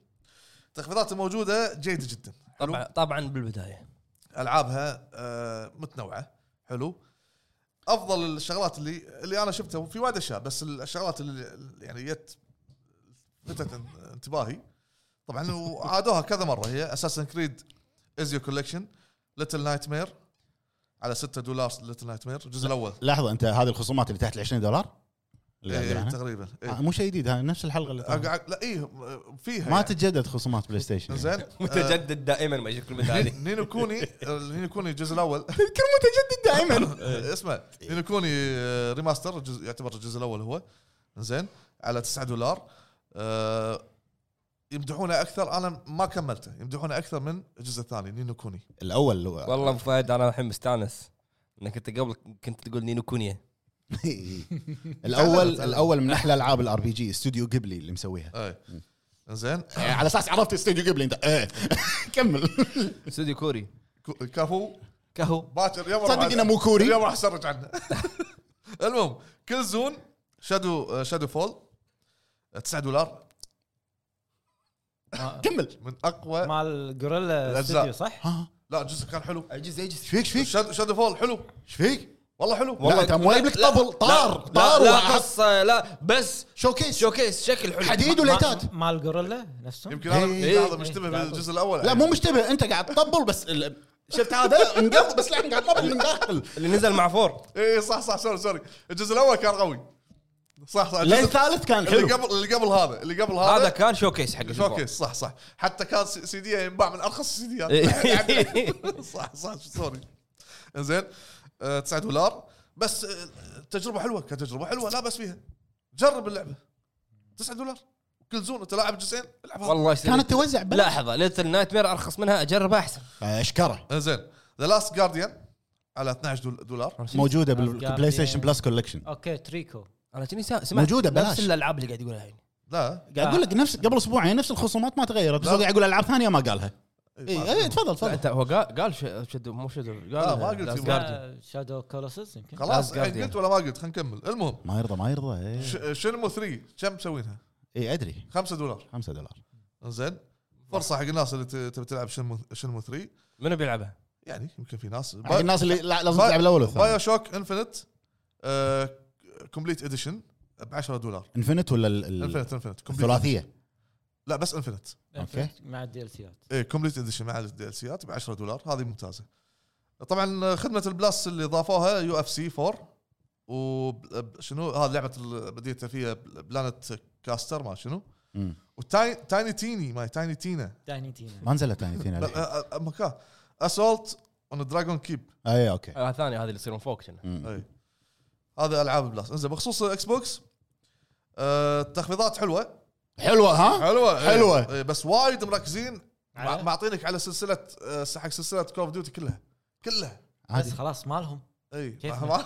[SPEAKER 1] التخفيضات الموجوده جيده جدا حلو
[SPEAKER 3] طبعا طبعا بالبدايه
[SPEAKER 1] العابها آه، متنوعه حلو افضل الشغلات اللي اللي انا شفتها في وايد اشياء بس الشغلات اللي يعني جت لفتت ان- انتباهي طبعا وعادوها كذا مره هي اساسن كريد ازيو كولكشن ليتل نايت مير على 6 دولار ليتل نايت مير الجزء الاول
[SPEAKER 4] لحظه انت هذه الخصومات اللي تحت ال 20 دولار اللي قاعد
[SPEAKER 1] إيه
[SPEAKER 4] عنها؟
[SPEAKER 1] تقريبا إيه.
[SPEAKER 4] آه، مو شيء جديد هاي نفس الحلقه اللي طافت.
[SPEAKER 1] أقعد- لا اي فيها
[SPEAKER 4] ما
[SPEAKER 1] يعني.
[SPEAKER 4] تتجدد خصومات بلاي ستيشن [laughs] يعني.
[SPEAKER 1] زين آه،
[SPEAKER 3] [laughs] متجدد دائما ما يجيك
[SPEAKER 4] [laughs]
[SPEAKER 3] البدايه
[SPEAKER 1] نينو كوني نينو كوني الجزء الاول
[SPEAKER 4] تذكر متجدد دائما
[SPEAKER 1] [laughs] اسمه نينو كوني آه، ريماستر الجزء- يعتبر الجزء الاول هو زين على 9 دولار آه، يمدحونه اكثر انا ما كملته يمدحونه اكثر من الجزء الثاني نينو كوني
[SPEAKER 4] الاول اللي [laughs] هو-
[SPEAKER 3] والله ابو فهد انا الحين مستانس انك انت قبل كنت تقول نينو كونيا
[SPEAKER 4] الاول الاول من احلى العاب الار بي جي استوديو جيبلي اللي مسويها
[SPEAKER 1] اي إيه. زين
[SPEAKER 4] آه، على اساس عرفت استوديو جيبلي انت آه. [laughs] كمل
[SPEAKER 3] استوديو كوري
[SPEAKER 1] كو- كفو
[SPEAKER 3] كهو
[SPEAKER 1] باكر يوم راح-
[SPEAKER 4] صدق انه مو كوري
[SPEAKER 1] اليوم راح اسرج عنه [laughs] المهم كل زون آه، شادو شادو فول 9 آه، دولار
[SPEAKER 2] ما-
[SPEAKER 4] كمل
[SPEAKER 1] من اقوى
[SPEAKER 2] مال جوريلا
[SPEAKER 1] أه، الأجزاء.
[SPEAKER 2] ستوديو صح؟
[SPEAKER 4] ها
[SPEAKER 1] لا الجزء كان حلو
[SPEAKER 3] اجز اجز
[SPEAKER 4] ايش فيك ايش فيك
[SPEAKER 1] شاد- شادو فول حلو
[SPEAKER 4] ايش فيك
[SPEAKER 1] والله حلو
[SPEAKER 4] والله انت مو جايب لك طبل طار طار
[SPEAKER 3] لا
[SPEAKER 4] وحط
[SPEAKER 3] قص لا بس
[SPEAKER 4] شوكيس
[SPEAKER 3] شوكيس شكل حلو
[SPEAKER 4] حديد وليتات
[SPEAKER 2] ما- مال جوريلا نفسه؟
[SPEAKER 1] يمكن هذا
[SPEAKER 4] إيه.
[SPEAKER 1] هذا مشتبه
[SPEAKER 2] إيه.
[SPEAKER 1] بالجزء الاول
[SPEAKER 4] لا مو مشتبه انت قاعد تطبل بس ال- شفت هذا مقض بس لا قاعد تطبل من داخل
[SPEAKER 3] اللي نزل مع فور
[SPEAKER 1] اي إيه، صح صح سوري سوري الجزء الاول كان قوي صح صح
[SPEAKER 4] لين
[SPEAKER 1] الجزء
[SPEAKER 4] ثالث كان
[SPEAKER 1] اللي
[SPEAKER 4] حلو
[SPEAKER 1] قبل اللي قبل هذا اللي قبل
[SPEAKER 3] هذا
[SPEAKER 1] هذا
[SPEAKER 3] كان شوكيس حق
[SPEAKER 1] شوكيس صح صح حتى كان سي سي دي إيه، ينباع من ارخص السي [laughs] ديات يعني.
[SPEAKER 3] إيه.
[SPEAKER 1] صح صح سوري زين 9 دولار بس آه، تجربه حلوه كتجربه حلوه لا بس فيها جرب اللعبه 9 دولار كل زون انت لاعب جزئين العب هذا.
[SPEAKER 3] والله
[SPEAKER 4] كانت توزع بلا
[SPEAKER 3] لحظه ليتل نايت مير ارخص منها اجربها احسن
[SPEAKER 4] اشكره
[SPEAKER 1] زين ذا لاست جارديان على 12 دول- دولار
[SPEAKER 4] موجوده بالبلاي ستيشن بلس كولكشن
[SPEAKER 2] اوكي تريكو
[SPEAKER 3] انا كني سمعت
[SPEAKER 4] موجودة بلاش.
[SPEAKER 3] نفس الالعاب اللي قاعد يقولها الحين
[SPEAKER 1] لا
[SPEAKER 4] قاعد اقول لك نفس قبل اسبوعين نفس الخصومات ما تغيرت بس
[SPEAKER 1] لا.
[SPEAKER 4] هو قاعد يقول العاب ثانيه ما قالها
[SPEAKER 1] ما-
[SPEAKER 4] اي إيه، تفضل
[SPEAKER 3] لا،
[SPEAKER 4] تفضل
[SPEAKER 3] انت هو قال قال ش- شدو مو شدو قال
[SPEAKER 1] لا، ما قلت
[SPEAKER 3] Last
[SPEAKER 2] آه،
[SPEAKER 1] يبغى.
[SPEAKER 3] Guardian.
[SPEAKER 2] شادو كولوسس يمكن
[SPEAKER 1] خلاص
[SPEAKER 3] Last
[SPEAKER 1] الحين
[SPEAKER 3] Guardian.
[SPEAKER 1] قلت ولا ما قلت خلينا نكمل المهم
[SPEAKER 4] ما يرضى ما يرضى إيه.
[SPEAKER 1] ش- شنمو 3 كم مسوينها؟
[SPEAKER 4] اي ادري
[SPEAKER 1] 5 دولار
[SPEAKER 4] 5 دولار
[SPEAKER 1] زين فرصه حق الناس اللي ت- تبي تلعب شنمو شنمو 3
[SPEAKER 3] منو بيلعبها؟
[SPEAKER 1] يعني يمكن في ناس
[SPEAKER 4] حق
[SPEAKER 1] باي-
[SPEAKER 4] الناس اللي لا- لازم
[SPEAKER 1] باي-
[SPEAKER 4] تلعب الاول
[SPEAKER 1] بايو
[SPEAKER 4] والثاني
[SPEAKER 1] شوك انفنت آه، كومبليت اديشن ب 10 دولار
[SPEAKER 4] انفنت ولا ال- ال-
[SPEAKER 1] انفنت انفنت
[SPEAKER 4] الثلاثيه
[SPEAKER 1] لا بس انفنت
[SPEAKER 4] أوكي.
[SPEAKER 2] مع الدي ال سيات
[SPEAKER 1] ايه كومبليت اديشن مع الدي ال سيات ب 10 دولار هذه ممتازه طبعا خدمه البلس اللي ضافوها يو اف سي 4 وشنو هذه لعبه ال- بديتها فيها بلانت كاستر ما شنو
[SPEAKER 4] مم.
[SPEAKER 1] وتايني تيني ماي تايني تينا
[SPEAKER 2] دايني تينا
[SPEAKER 4] ما نزلت يعني ثاني ثاني الحين.
[SPEAKER 1] لا مكان اسولت اون دراجون كيب
[SPEAKER 4] اي اوكي
[SPEAKER 3] آه، ثانيه هذه اللي تصير من فوق كنا
[SPEAKER 4] مم.
[SPEAKER 1] اي هذا العاب البلاس انزين بخصوص الاكس بوكس آه، التخفيضات حلوه
[SPEAKER 4] حلوه ها
[SPEAKER 1] حلوه إي.
[SPEAKER 4] حلوة.
[SPEAKER 1] إي، إيه، بس وايد مركزين مع-
[SPEAKER 2] على؟
[SPEAKER 1] معطينك على سلسله آه، حق سلسله كول اوف ديوتي كلها كلها
[SPEAKER 4] عادي
[SPEAKER 2] بس خلاص مالهم
[SPEAKER 1] اي
[SPEAKER 2] كيف
[SPEAKER 1] ما- ما-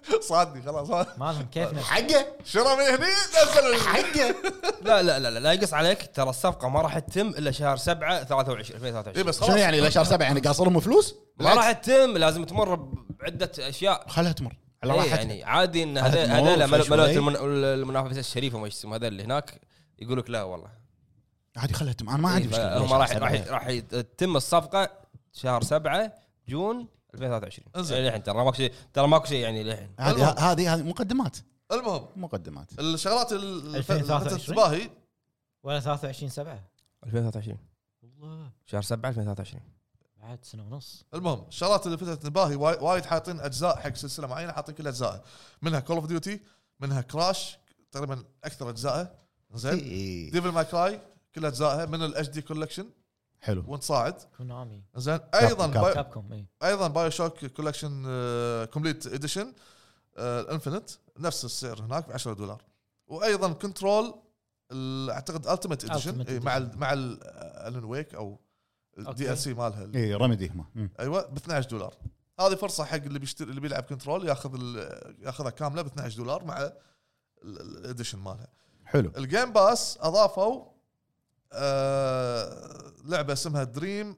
[SPEAKER 1] [laughs] صادني خلاص
[SPEAKER 2] مالهم كيفنا
[SPEAKER 4] حقه
[SPEAKER 1] شرى من هني نزل ال-
[SPEAKER 4] حقه
[SPEAKER 3] لا لا لا لا, لا يقص عليك ترى الصفقه ما راح تتم الا شهر 7 23
[SPEAKER 1] اي
[SPEAKER 3] 2023
[SPEAKER 1] إيه، بس
[SPEAKER 4] شنو
[SPEAKER 1] خلاص
[SPEAKER 4] يعني لشهر سبعه يعني قاصرهم فلوس؟
[SPEAKER 3] ما راح تتم لازم تمر بعده اشياء
[SPEAKER 4] خلها تمر على
[SPEAKER 3] إيه
[SPEAKER 4] راحتك
[SPEAKER 3] يعني عادي ان
[SPEAKER 4] راحت
[SPEAKER 3] هذا-
[SPEAKER 4] مول
[SPEAKER 3] هذول
[SPEAKER 4] شوي
[SPEAKER 3] ملوت
[SPEAKER 4] شوي.
[SPEAKER 3] المن- المنافسه الشريفه ما اسمه هذا اللي هناك يقول لك لا والله
[SPEAKER 4] عادي خلها تمر انا ما عندي
[SPEAKER 3] إيه،
[SPEAKER 4] مشكله
[SPEAKER 3] هم
[SPEAKER 4] لشهر
[SPEAKER 3] راح
[SPEAKER 4] سبعة.
[SPEAKER 3] راح راح يتم الصفقه شهر 7 جون 2023
[SPEAKER 1] انزين.
[SPEAKER 3] يعني للحين ترى ماكو شيء ترى ماكو شيء يعني للحين
[SPEAKER 4] هذه
[SPEAKER 1] المهم.
[SPEAKER 4] هذه هذه مقدمات
[SPEAKER 1] المهم
[SPEAKER 4] مقدمات
[SPEAKER 1] الشغلات اللي فتت
[SPEAKER 2] 2023.
[SPEAKER 1] انتباهي
[SPEAKER 2] ولا 23 7
[SPEAKER 3] 2023
[SPEAKER 2] والله
[SPEAKER 3] شهر 7 2023
[SPEAKER 2] بعد سنه ونص
[SPEAKER 1] المهم الشغلات اللي فتت انتباهي واي- وايد حاطين اجزاء حق سلسله معينه حاطين كل اجزائها منها كول اوف ديوتي منها كراش تقريبا اكثر اجزائها زين
[SPEAKER 4] إيه.
[SPEAKER 1] ديفل ماي كراي كل اجزائها من الاتش دي كولكشن
[SPEAKER 4] حلو
[SPEAKER 1] وانت صاعد
[SPEAKER 2] كونامي
[SPEAKER 1] زين ايضا
[SPEAKER 4] كاب-
[SPEAKER 1] باي
[SPEAKER 2] إيه. كابكم اي
[SPEAKER 1] ايضا بايو شوك كولكشن كومبليت اديشن آه، الانفنت نفس السعر هناك ب 10 دولار وايضا كنترول ال- اعتقد التيمت اديشن
[SPEAKER 2] Ultimate
[SPEAKER 1] إيه، مع
[SPEAKER 2] Edition.
[SPEAKER 1] ال مع الن ويك او الدي
[SPEAKER 2] أوكي. إيه.
[SPEAKER 1] ال سي مالها ال-
[SPEAKER 4] اي رمدي هم
[SPEAKER 1] ايوه ب 12 دولار هذه فرصه حق اللي بيشتري اللي بيلعب كنترول ياخذ ال- ياخذها كامله ب 12 دولار مع الاديشن مالها
[SPEAKER 4] حلو
[SPEAKER 1] الجيم باس اضافوا آه لعبه اسمها دريم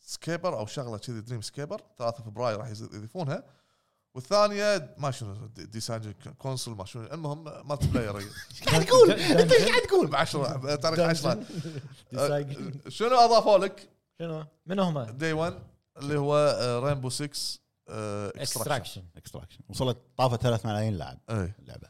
[SPEAKER 1] سكيبر او شغله كذي دريم سكيبر 3 فبراير راح يز- يضيفونها والثانيه ما شنو ديساين كونسول ما شنو المهم يعني مالتي بلاير
[SPEAKER 5] ايش قاعد تقول؟ انت ايش قاعد تقول؟
[SPEAKER 1] ب 10 تاريخ 10
[SPEAKER 2] [laughs] ديسايد.
[SPEAKER 1] شنو اضافوا لك
[SPEAKER 2] شنو من هم؟
[SPEAKER 1] دي 1 اللي هو آه، رينبو 6 آه، اكستراكشن
[SPEAKER 2] اكستراكشن
[SPEAKER 4] اكستراكشن وصلت طافت 3 ملايين لاعب
[SPEAKER 1] اي
[SPEAKER 4] اللعبه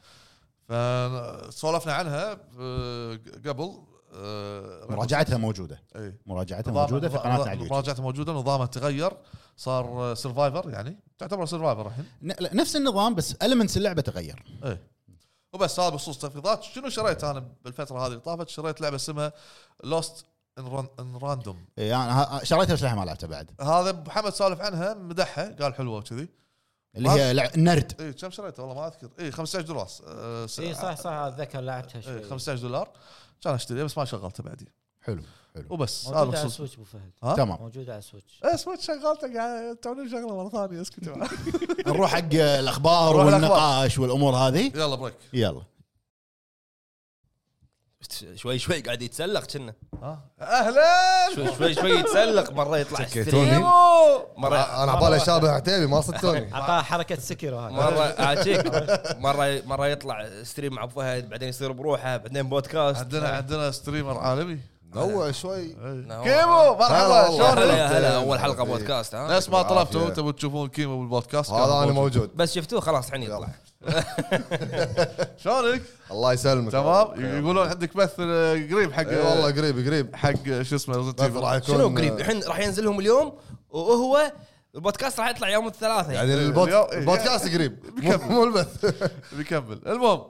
[SPEAKER 1] فسولفنا إيه. عنها آه، قبل آه، إيه.
[SPEAKER 4] مراجعتها موجوده
[SPEAKER 1] اي
[SPEAKER 4] مراجعتها موجوده في
[SPEAKER 1] نظام-
[SPEAKER 4] قناتنا
[SPEAKER 1] نظام-
[SPEAKER 4] على اليوتيوب
[SPEAKER 1] مراجعته موجوده نظامه تغير صار سرفايفر يعني تعتبر سرفايفر الحين
[SPEAKER 4] ن- لا، نفس النظام بس المنتس اللعبه تغير
[SPEAKER 1] ايه وبس هذا بخصوص تخفيضات شنو شريت انا بالفتره هذه اللي طافت شريت لعبه اسمها لوست ان راندوم
[SPEAKER 4] إيه، انا ها- شريتها بس لها ما لعبتها بعد
[SPEAKER 1] هذا أبو محمد سالف عنها مدحها قال حلوه وكذي
[SPEAKER 4] اللي هي لع- نرد
[SPEAKER 1] اي كم شريتها والله ما اذكر اي 15 دولار آه، س-
[SPEAKER 2] اي إيه، صح صح اتذكر لعبتها
[SPEAKER 1] إيه،
[SPEAKER 2] شوي
[SPEAKER 1] 15 دولار كان اشتريها بس ما شغلتها بعدين
[SPEAKER 4] حلو حلو
[SPEAKER 1] وبس هذا
[SPEAKER 2] موجوده على
[SPEAKER 1] بخصوص
[SPEAKER 2] سويتش ابو فهد
[SPEAKER 1] ها؟
[SPEAKER 4] تمام
[SPEAKER 2] موجوده على سويتش
[SPEAKER 1] إيه، سويت شغلتك قاعد تعملون شغله مره ثانيه
[SPEAKER 2] [laughs]
[SPEAKER 1] اسكتوا
[SPEAKER 4] نروح حق الاخبار
[SPEAKER 1] نروح الأخبار.
[SPEAKER 4] والنقاش والامور هذه
[SPEAKER 1] يلا بريك
[SPEAKER 4] يلا
[SPEAKER 3] شوي شوي قاعد يتسلق كنا
[SPEAKER 1] ها اهلا
[SPEAKER 3] شوي شوي شوي يتسلق مره يطلع
[SPEAKER 6] سكتوني.
[SPEAKER 3] ستريمو مره
[SPEAKER 6] انا عبالي شارع عتيبي ما
[SPEAKER 2] [laughs]
[SPEAKER 6] صدتوني
[SPEAKER 2] اعطاها حركه سكر هاي
[SPEAKER 3] مره عاجيك مره مره يطلع ستريم مع ابو فهد بعدين يصير بروحه بعدين بودكاست
[SPEAKER 1] عندنا عندنا ستريمر عالمي
[SPEAKER 6] نوع شوي
[SPEAKER 3] نعم.
[SPEAKER 1] كيمو مرحبا
[SPEAKER 6] هلا والله.
[SPEAKER 1] شلونك؟
[SPEAKER 3] هلا هلا اول حلقه بودكاست ها
[SPEAKER 1] ناس ما طلبتوا
[SPEAKER 6] بالعافية.
[SPEAKER 1] تبوا تشوفون كيمو بالبودكاست
[SPEAKER 6] هذا انا
[SPEAKER 1] كان
[SPEAKER 6] موجود
[SPEAKER 3] بس شفتوه خلاص الحين يطلع
[SPEAKER 1] موجود. شلونك؟
[SPEAKER 6] الله يسلمك
[SPEAKER 1] تمام يقولون عندك بث آه، قريب حق
[SPEAKER 6] إي والله قريب قريب
[SPEAKER 1] حق آه، شو اسمه رزق
[SPEAKER 6] إيه. بث راح
[SPEAKER 1] تيفر.
[SPEAKER 6] يكون
[SPEAKER 3] شنو قريب الحين راح ينزل لهم اليوم وهو البودكاست راح يطلع يوم الثلاثاء يعني
[SPEAKER 6] يعني البود-
[SPEAKER 1] اليوم- إي.
[SPEAKER 6] البودكاست قريب مو-
[SPEAKER 1] بيكمل.
[SPEAKER 6] مو البث
[SPEAKER 1] بيكمل المهم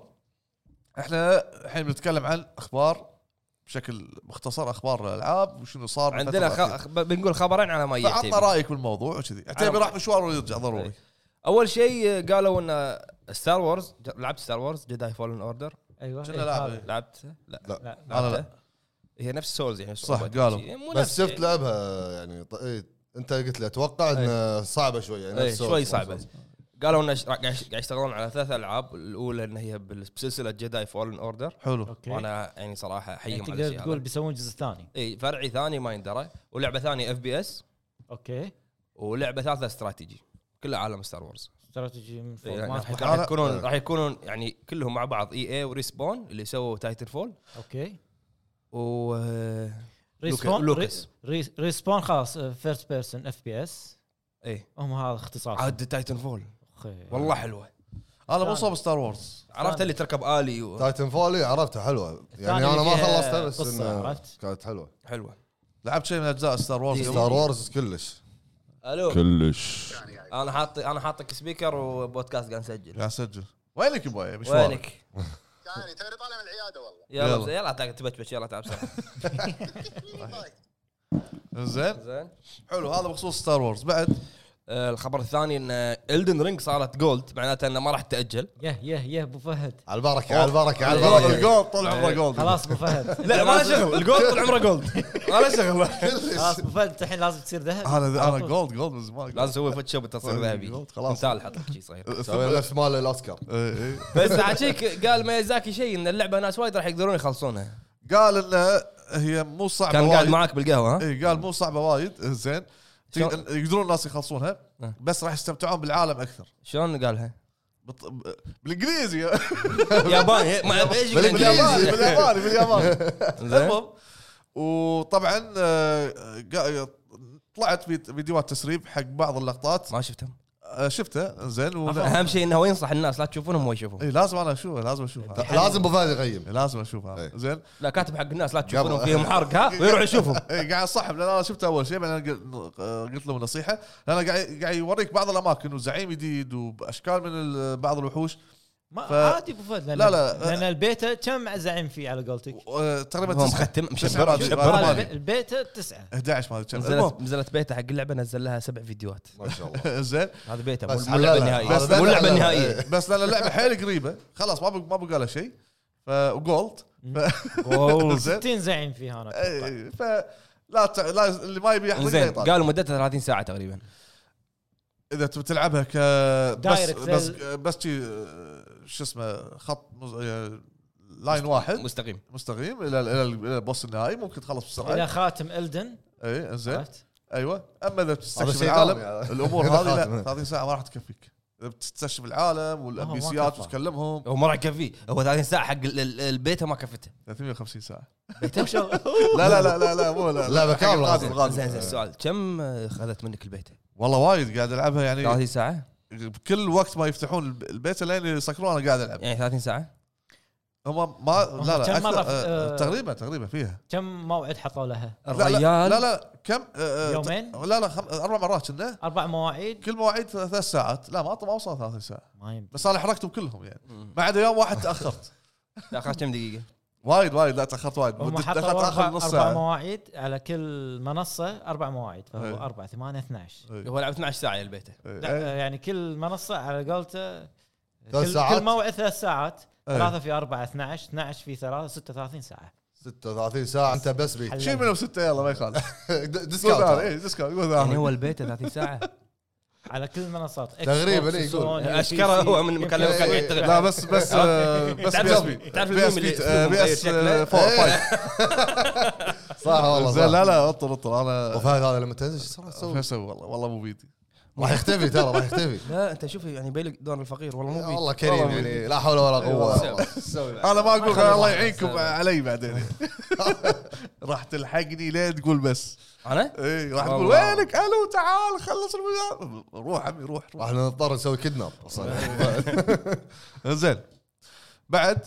[SPEAKER 1] احنا الحين بنتكلم عن اخبار بشكل مختصر اخبار الالعاب وشنو صار
[SPEAKER 3] عندنا
[SPEAKER 1] بالفترة
[SPEAKER 3] خ... ب- بنقول خبرين على ما
[SPEAKER 1] الأخيرة. فعطنا
[SPEAKER 3] يعطي
[SPEAKER 1] رايك بالموضوع وكذي عتيبي راح مشوار ويرجع ضروري
[SPEAKER 3] اول شيء قالوا ان ستار وورز لعبت ستار وورز جداي فولن اوردر
[SPEAKER 2] ايوه
[SPEAKER 1] شنو
[SPEAKER 2] إيه،
[SPEAKER 1] لاعب؟
[SPEAKER 2] هذا.
[SPEAKER 3] لعبت لا
[SPEAKER 2] لا
[SPEAKER 1] انا لا
[SPEAKER 3] هي نفس سولز يعني
[SPEAKER 1] صح،
[SPEAKER 3] صعوبة.
[SPEAKER 1] قالوا.
[SPEAKER 3] شيء مو
[SPEAKER 6] بس
[SPEAKER 3] نفس-
[SPEAKER 6] شفت لعبها يعني ط- إي، انت قلت لي اتوقع انها صعبه شويه
[SPEAKER 3] إيه، شوي صعبه قالوا ان ش- قاعد قاعد يشتغلون على ثلاث العاب الاولى ان هي بال- بسلسله جداي فولن اوردر
[SPEAKER 1] حلو
[SPEAKER 2] اوكي
[SPEAKER 3] وانا يعني صراحه
[SPEAKER 2] يعني
[SPEAKER 3] احييهم على
[SPEAKER 2] تقدر
[SPEAKER 3] الشيء
[SPEAKER 2] تقول
[SPEAKER 3] هذا
[SPEAKER 2] بيسوون جزء ثاني
[SPEAKER 3] اي إيه، فرعي ثاني ما يندرى ولعبه ثانيه اف بي اس
[SPEAKER 2] اوكي
[SPEAKER 3] ولعبه ثالثه استراتيجي كلها عالم ستار وورز
[SPEAKER 2] استراتيجي من فوق
[SPEAKER 3] يعني
[SPEAKER 2] إيه، ما
[SPEAKER 3] راح
[SPEAKER 2] أصبح.
[SPEAKER 3] راح يكونون
[SPEAKER 6] أنا-
[SPEAKER 3] راح يكونون يعني كلهم مع بعض اي اي وريسبون اللي سووا تايتن فول
[SPEAKER 2] اوكي
[SPEAKER 3] و
[SPEAKER 2] ريسبون
[SPEAKER 3] لوكاس.
[SPEAKER 2] ري- ريسبون خلاص uh, فيرست بيرسون اف بي اس
[SPEAKER 3] ايه
[SPEAKER 2] هم هذا اختصاص
[SPEAKER 3] عاد تايتن فول والله حلوه
[SPEAKER 1] انا مو صوب ستار وورز
[SPEAKER 3] عرفت اللي تركب الي و...
[SPEAKER 6] تايتن فول إي، عرفتها حلوه يعني
[SPEAKER 2] الثانية
[SPEAKER 6] انا ما
[SPEAKER 2] فيها
[SPEAKER 6] خلصتها بس
[SPEAKER 2] قصة،
[SPEAKER 6] إنه
[SPEAKER 2] عرفت؟
[SPEAKER 6] كانت حلوه
[SPEAKER 3] حلوه
[SPEAKER 1] لعبت شيء من اجزاء ستار وورز
[SPEAKER 3] دي-
[SPEAKER 1] قبل؟
[SPEAKER 6] ستار وورز كلش
[SPEAKER 3] الو
[SPEAKER 6] كلش
[SPEAKER 3] انا حاط انا حاطك سبيكر وبودكاست قاعد نسجل
[SPEAKER 1] قاعد اسجل وينك يا مشوارك
[SPEAKER 3] وينك؟
[SPEAKER 7] ثاني توني طالع من العياده والله
[SPEAKER 3] يلا
[SPEAKER 1] يلا.
[SPEAKER 3] يلا يلا تعال تبتبت يلا تعال بسرعه
[SPEAKER 1] زين
[SPEAKER 3] [laughs] زين
[SPEAKER 1] حلو هذا بخصوص ستار وورز بعد
[SPEAKER 3] آه، الخبر الثاني ان الدن رينج صارت جولد معناته انه ما راح تاجل
[SPEAKER 2] يه يه يه ابو فهد
[SPEAKER 6] على البركه على البركه على
[SPEAKER 1] الجولد
[SPEAKER 6] البركه
[SPEAKER 1] الجولد طول عمره جولد
[SPEAKER 2] خلاص ابو
[SPEAKER 3] [laughs]
[SPEAKER 2] فهد
[SPEAKER 3] لا ما له شغل الجولد طول عمره جولد [laughs] ما له [laughs] شغل
[SPEAKER 2] خلاص ابو فهد الحين لازم تصير ذهب
[SPEAKER 1] انا
[SPEAKER 2] على
[SPEAKER 1] انا
[SPEAKER 2] طول.
[SPEAKER 1] جولد جولد من زمان
[SPEAKER 3] لازم اسوي فوتشوب تصوير ذهبي
[SPEAKER 1] جولد، خلاص.
[SPEAKER 3] مثال حط لك شيء صغير
[SPEAKER 6] سوي نفس مال الاوسكار
[SPEAKER 1] إيه، إيه.
[SPEAKER 3] بس عشيك قال ميازاكي شيء ان اللعبه ناس وايد راح يقدرون يخلصونها
[SPEAKER 1] قال انه هي مو صعبه
[SPEAKER 3] كان
[SPEAKER 1] وايد
[SPEAKER 3] قاعد معاك بالقهوه ها
[SPEAKER 1] إيه، قال مو صعبه وايد زين تقدر- يقدرون الناس يخلصونها
[SPEAKER 3] أه.
[SPEAKER 1] بس راح يستمتعون بالعالم اكثر
[SPEAKER 3] شلون قالها؟
[SPEAKER 1] بط- ب- بالانجليزي [laughs]
[SPEAKER 3] ياباني إيه، ما ايش
[SPEAKER 1] بالياباني بالياباني بالياباني
[SPEAKER 3] زين
[SPEAKER 1] المهم وطبعا آه، قا- طلعت في- فيديوهات تسريب حق بعض اللقطات
[SPEAKER 3] ما شفتهم
[SPEAKER 1] آه، شفته زين و...
[SPEAKER 3] اهم شيء انه ينصح الناس لا تشوفونهم ما يشوفون
[SPEAKER 1] إيه، لازم انا اشوفه لازم اشوفه
[SPEAKER 6] لازم ابو فهد يقيم
[SPEAKER 1] لازم اشوفها
[SPEAKER 6] إيه.
[SPEAKER 1] زين
[SPEAKER 3] لا كاتب حق الناس لا تشوفونهم
[SPEAKER 6] قبل.
[SPEAKER 3] فيهم حرق ها ويروح يشوفهم
[SPEAKER 1] إيه، قاعد صاحب لان انا شفته اول شيء بعدين قل- قلت له نصيحه لان قاعد قاعد يوريك بعض الاماكن وزعيم جديد وباشكال من ال- بعض الوحوش
[SPEAKER 2] ما
[SPEAKER 1] ف-
[SPEAKER 2] عادي ابو فهد لأن-
[SPEAKER 1] لا، لا.
[SPEAKER 2] لان البيتا كم زعيم فيه على قولتك؟
[SPEAKER 1] و- تقريبا
[SPEAKER 3] هو
[SPEAKER 1] تسعه
[SPEAKER 3] مختم
[SPEAKER 1] إيه، تسعة ما
[SPEAKER 3] مشبر
[SPEAKER 1] أدري،
[SPEAKER 3] مشبر.
[SPEAKER 1] أربعة.
[SPEAKER 2] الب- البيتا تسعه
[SPEAKER 1] 11 ما ادري كم
[SPEAKER 3] نزلت
[SPEAKER 1] المهم، [laughs]
[SPEAKER 3] نزلت بيته حق اللعبه نزل لها سبع فيديوهات
[SPEAKER 6] ما شاء الله
[SPEAKER 1] زين
[SPEAKER 3] هذا بيته
[SPEAKER 6] بس
[SPEAKER 3] مو
[SPEAKER 6] على-
[SPEAKER 3] اللعبه
[SPEAKER 6] لا،
[SPEAKER 3] النهائيه
[SPEAKER 6] بس لا،
[SPEAKER 3] مو اللعبه
[SPEAKER 6] لا، لا،
[SPEAKER 1] [laughs]
[SPEAKER 6] لا.
[SPEAKER 3] النهائيه
[SPEAKER 1] إيه، بس لان اللعبه حيل قريبه خلاص ما بق- ما بقى لها شيء فجولد
[SPEAKER 2] أوه،
[SPEAKER 1] زين.
[SPEAKER 2] 60 زعيم فيها انا
[SPEAKER 3] إيه،
[SPEAKER 2] أتوقع.
[SPEAKER 1] إيه، ف لا ت... لا اللي ما يبي يحضر لا
[SPEAKER 3] زين
[SPEAKER 1] يطالع.
[SPEAKER 3] قالوا مدتها 30 ساعه تقريبا
[SPEAKER 1] اذا تبي تلعبها ك بس
[SPEAKER 2] دايركت
[SPEAKER 1] بس
[SPEAKER 2] زي-
[SPEAKER 1] بس شي إيه، شو اسمه خط مز... آه، لاين واحد
[SPEAKER 3] مستقيم
[SPEAKER 1] مستقيم الى الى الى البوس النهائي ممكن تخلص إيه،
[SPEAKER 2] الى
[SPEAKER 1] بسرعه
[SPEAKER 2] خاتم الدن
[SPEAKER 3] إيه.
[SPEAKER 1] اي زين
[SPEAKER 2] عرفت؟
[SPEAKER 1] ايوه اما اذا
[SPEAKER 6] هذا
[SPEAKER 1] بتستكشف
[SPEAKER 6] شيء
[SPEAKER 1] العالم
[SPEAKER 6] ثاني
[SPEAKER 1] [laughs]
[SPEAKER 6] هذا.
[SPEAKER 1] الامور
[SPEAKER 6] إذا
[SPEAKER 1] هذه لا
[SPEAKER 6] خاتم.
[SPEAKER 1] 30 ساعه ما راح تكفيك اذا بتستكشف العالم والام
[SPEAKER 2] آه،
[SPEAKER 1] بي
[SPEAKER 2] ما
[SPEAKER 1] سيات
[SPEAKER 2] كفى.
[SPEAKER 1] وتكلمهم
[SPEAKER 3] هو ما راح يكفيه هو 30 ساعه حق ال- ال- البيته ما كفته
[SPEAKER 1] 350 ساعه
[SPEAKER 3] بيته
[SPEAKER 1] لا لا لا لا لا مو لا
[SPEAKER 6] لعبة كاملة
[SPEAKER 1] غادي
[SPEAKER 6] قصدك.
[SPEAKER 1] غادي
[SPEAKER 3] زين زين السؤال كم اخذت منك البيته؟
[SPEAKER 1] والله وايد قاعد العبها يعني
[SPEAKER 3] 30 ساعه؟
[SPEAKER 1] بكل وقت ما يفتحون الب- البيت لين يسكرون انا قاعد العب
[SPEAKER 3] يعني 30 ساعه؟
[SPEAKER 1] هم ما لا
[SPEAKER 2] كم
[SPEAKER 1] لا
[SPEAKER 2] مرة
[SPEAKER 1] أكثر
[SPEAKER 2] في-
[SPEAKER 1] آه،
[SPEAKER 2] آه،
[SPEAKER 1] تقريبا تقريبا فيها
[SPEAKER 2] كم موعد حطوا لها؟
[SPEAKER 1] لا لا-
[SPEAKER 3] الريال
[SPEAKER 1] لا لا كم آه، آه،
[SPEAKER 2] يومين؟
[SPEAKER 1] ت- لا لا خم- اربع مرات كنا
[SPEAKER 2] اربع مواعيد
[SPEAKER 1] كل مواعيد ثلاث ساعات لا ما ما وصل 30 ساعه
[SPEAKER 2] ما يمدي
[SPEAKER 1] بس انا حركتهم كلهم يعني
[SPEAKER 3] مم.
[SPEAKER 1] ما عدا يوم واحد تاخرت
[SPEAKER 3] لا اخذت كم دقيقه؟
[SPEAKER 1] وايد وايد لا تاخرت وايد
[SPEAKER 2] هم
[SPEAKER 1] دخلت
[SPEAKER 2] حطوا
[SPEAKER 1] اخر
[SPEAKER 2] اربع
[SPEAKER 1] نص
[SPEAKER 2] أربع
[SPEAKER 1] ساعه
[SPEAKER 2] مواعيد على كل منصه اربع مواعيد فهو
[SPEAKER 1] إيه.
[SPEAKER 2] اربع ثمانيه 12
[SPEAKER 1] إيه.
[SPEAKER 3] هو لعب 12 ساعه البيته
[SPEAKER 1] إيه.
[SPEAKER 2] لا يعني كل منصه على قولته
[SPEAKER 6] ثلاث
[SPEAKER 2] كل,
[SPEAKER 6] ساعات؟
[SPEAKER 2] كل موعد ثلاث ساعات
[SPEAKER 1] إيه.
[SPEAKER 2] ثلاثة في أربعة 12 12 في ثلاثة 36 ساعة
[SPEAKER 6] 36 ساعة انت بس بي
[SPEAKER 1] شيل منهم سته يلا ما يخالف إيه، قول
[SPEAKER 6] [laughs] ديسكاونت
[SPEAKER 1] اي ديسكاونت قول
[SPEAKER 3] يعني
[SPEAKER 1] ثاني.
[SPEAKER 3] هو البيته 30 [laughs] ساعه
[SPEAKER 2] على كل المنصات Xbox،
[SPEAKER 6] تقريباً، إيه، يقول.
[SPEAKER 2] سوني،
[SPEAKER 3] اشكره
[SPEAKER 2] PC.
[SPEAKER 3] هو من مكان
[SPEAKER 2] يمكن-
[SPEAKER 3] لمكان
[SPEAKER 6] إيه.
[SPEAKER 3] يتغير.
[SPEAKER 1] لا بس بس
[SPEAKER 6] [laughs]
[SPEAKER 1] آه، بس
[SPEAKER 3] تعرف
[SPEAKER 1] بي اس
[SPEAKER 3] اليوم-
[SPEAKER 1] بي
[SPEAKER 3] تعرف
[SPEAKER 1] بي
[SPEAKER 3] اليوم
[SPEAKER 1] اس
[SPEAKER 3] اللي
[SPEAKER 1] بي إيه،
[SPEAKER 3] اسلوبهم
[SPEAKER 1] بي
[SPEAKER 3] غير
[SPEAKER 1] اس
[SPEAKER 3] شكله.
[SPEAKER 1] 4 5
[SPEAKER 6] إيه. [laughs] صح والله
[SPEAKER 1] زين
[SPEAKER 6] صح.
[SPEAKER 1] لا لا اطر اطر انا
[SPEAKER 6] وفهد هذا لما تنزل شو راح
[SPEAKER 1] شو
[SPEAKER 6] تسوي؟
[SPEAKER 1] اسوي والله والله مو بيدي
[SPEAKER 6] راح يختفي ترى راح [laughs] يختفي
[SPEAKER 3] لا انت شوف يعني بيلك دور الفقير والله مو بي
[SPEAKER 6] والله كريم يعني لا حول ولا قوه سوي
[SPEAKER 1] انا ما اقول
[SPEAKER 3] خلي
[SPEAKER 1] الله
[SPEAKER 3] راحة.
[SPEAKER 1] يعينكم
[SPEAKER 3] سلام.
[SPEAKER 1] علي بعدين [laughs] راح تلحقني لين تقول بس
[SPEAKER 3] انا؟
[SPEAKER 1] اي راح تقول
[SPEAKER 3] والله.
[SPEAKER 1] وينك الو تعال خلص المجال روح عمي روح روح
[SPEAKER 6] راح نضطر نسوي كدناب اصلا [laughs]
[SPEAKER 1] [laughs] زين بعد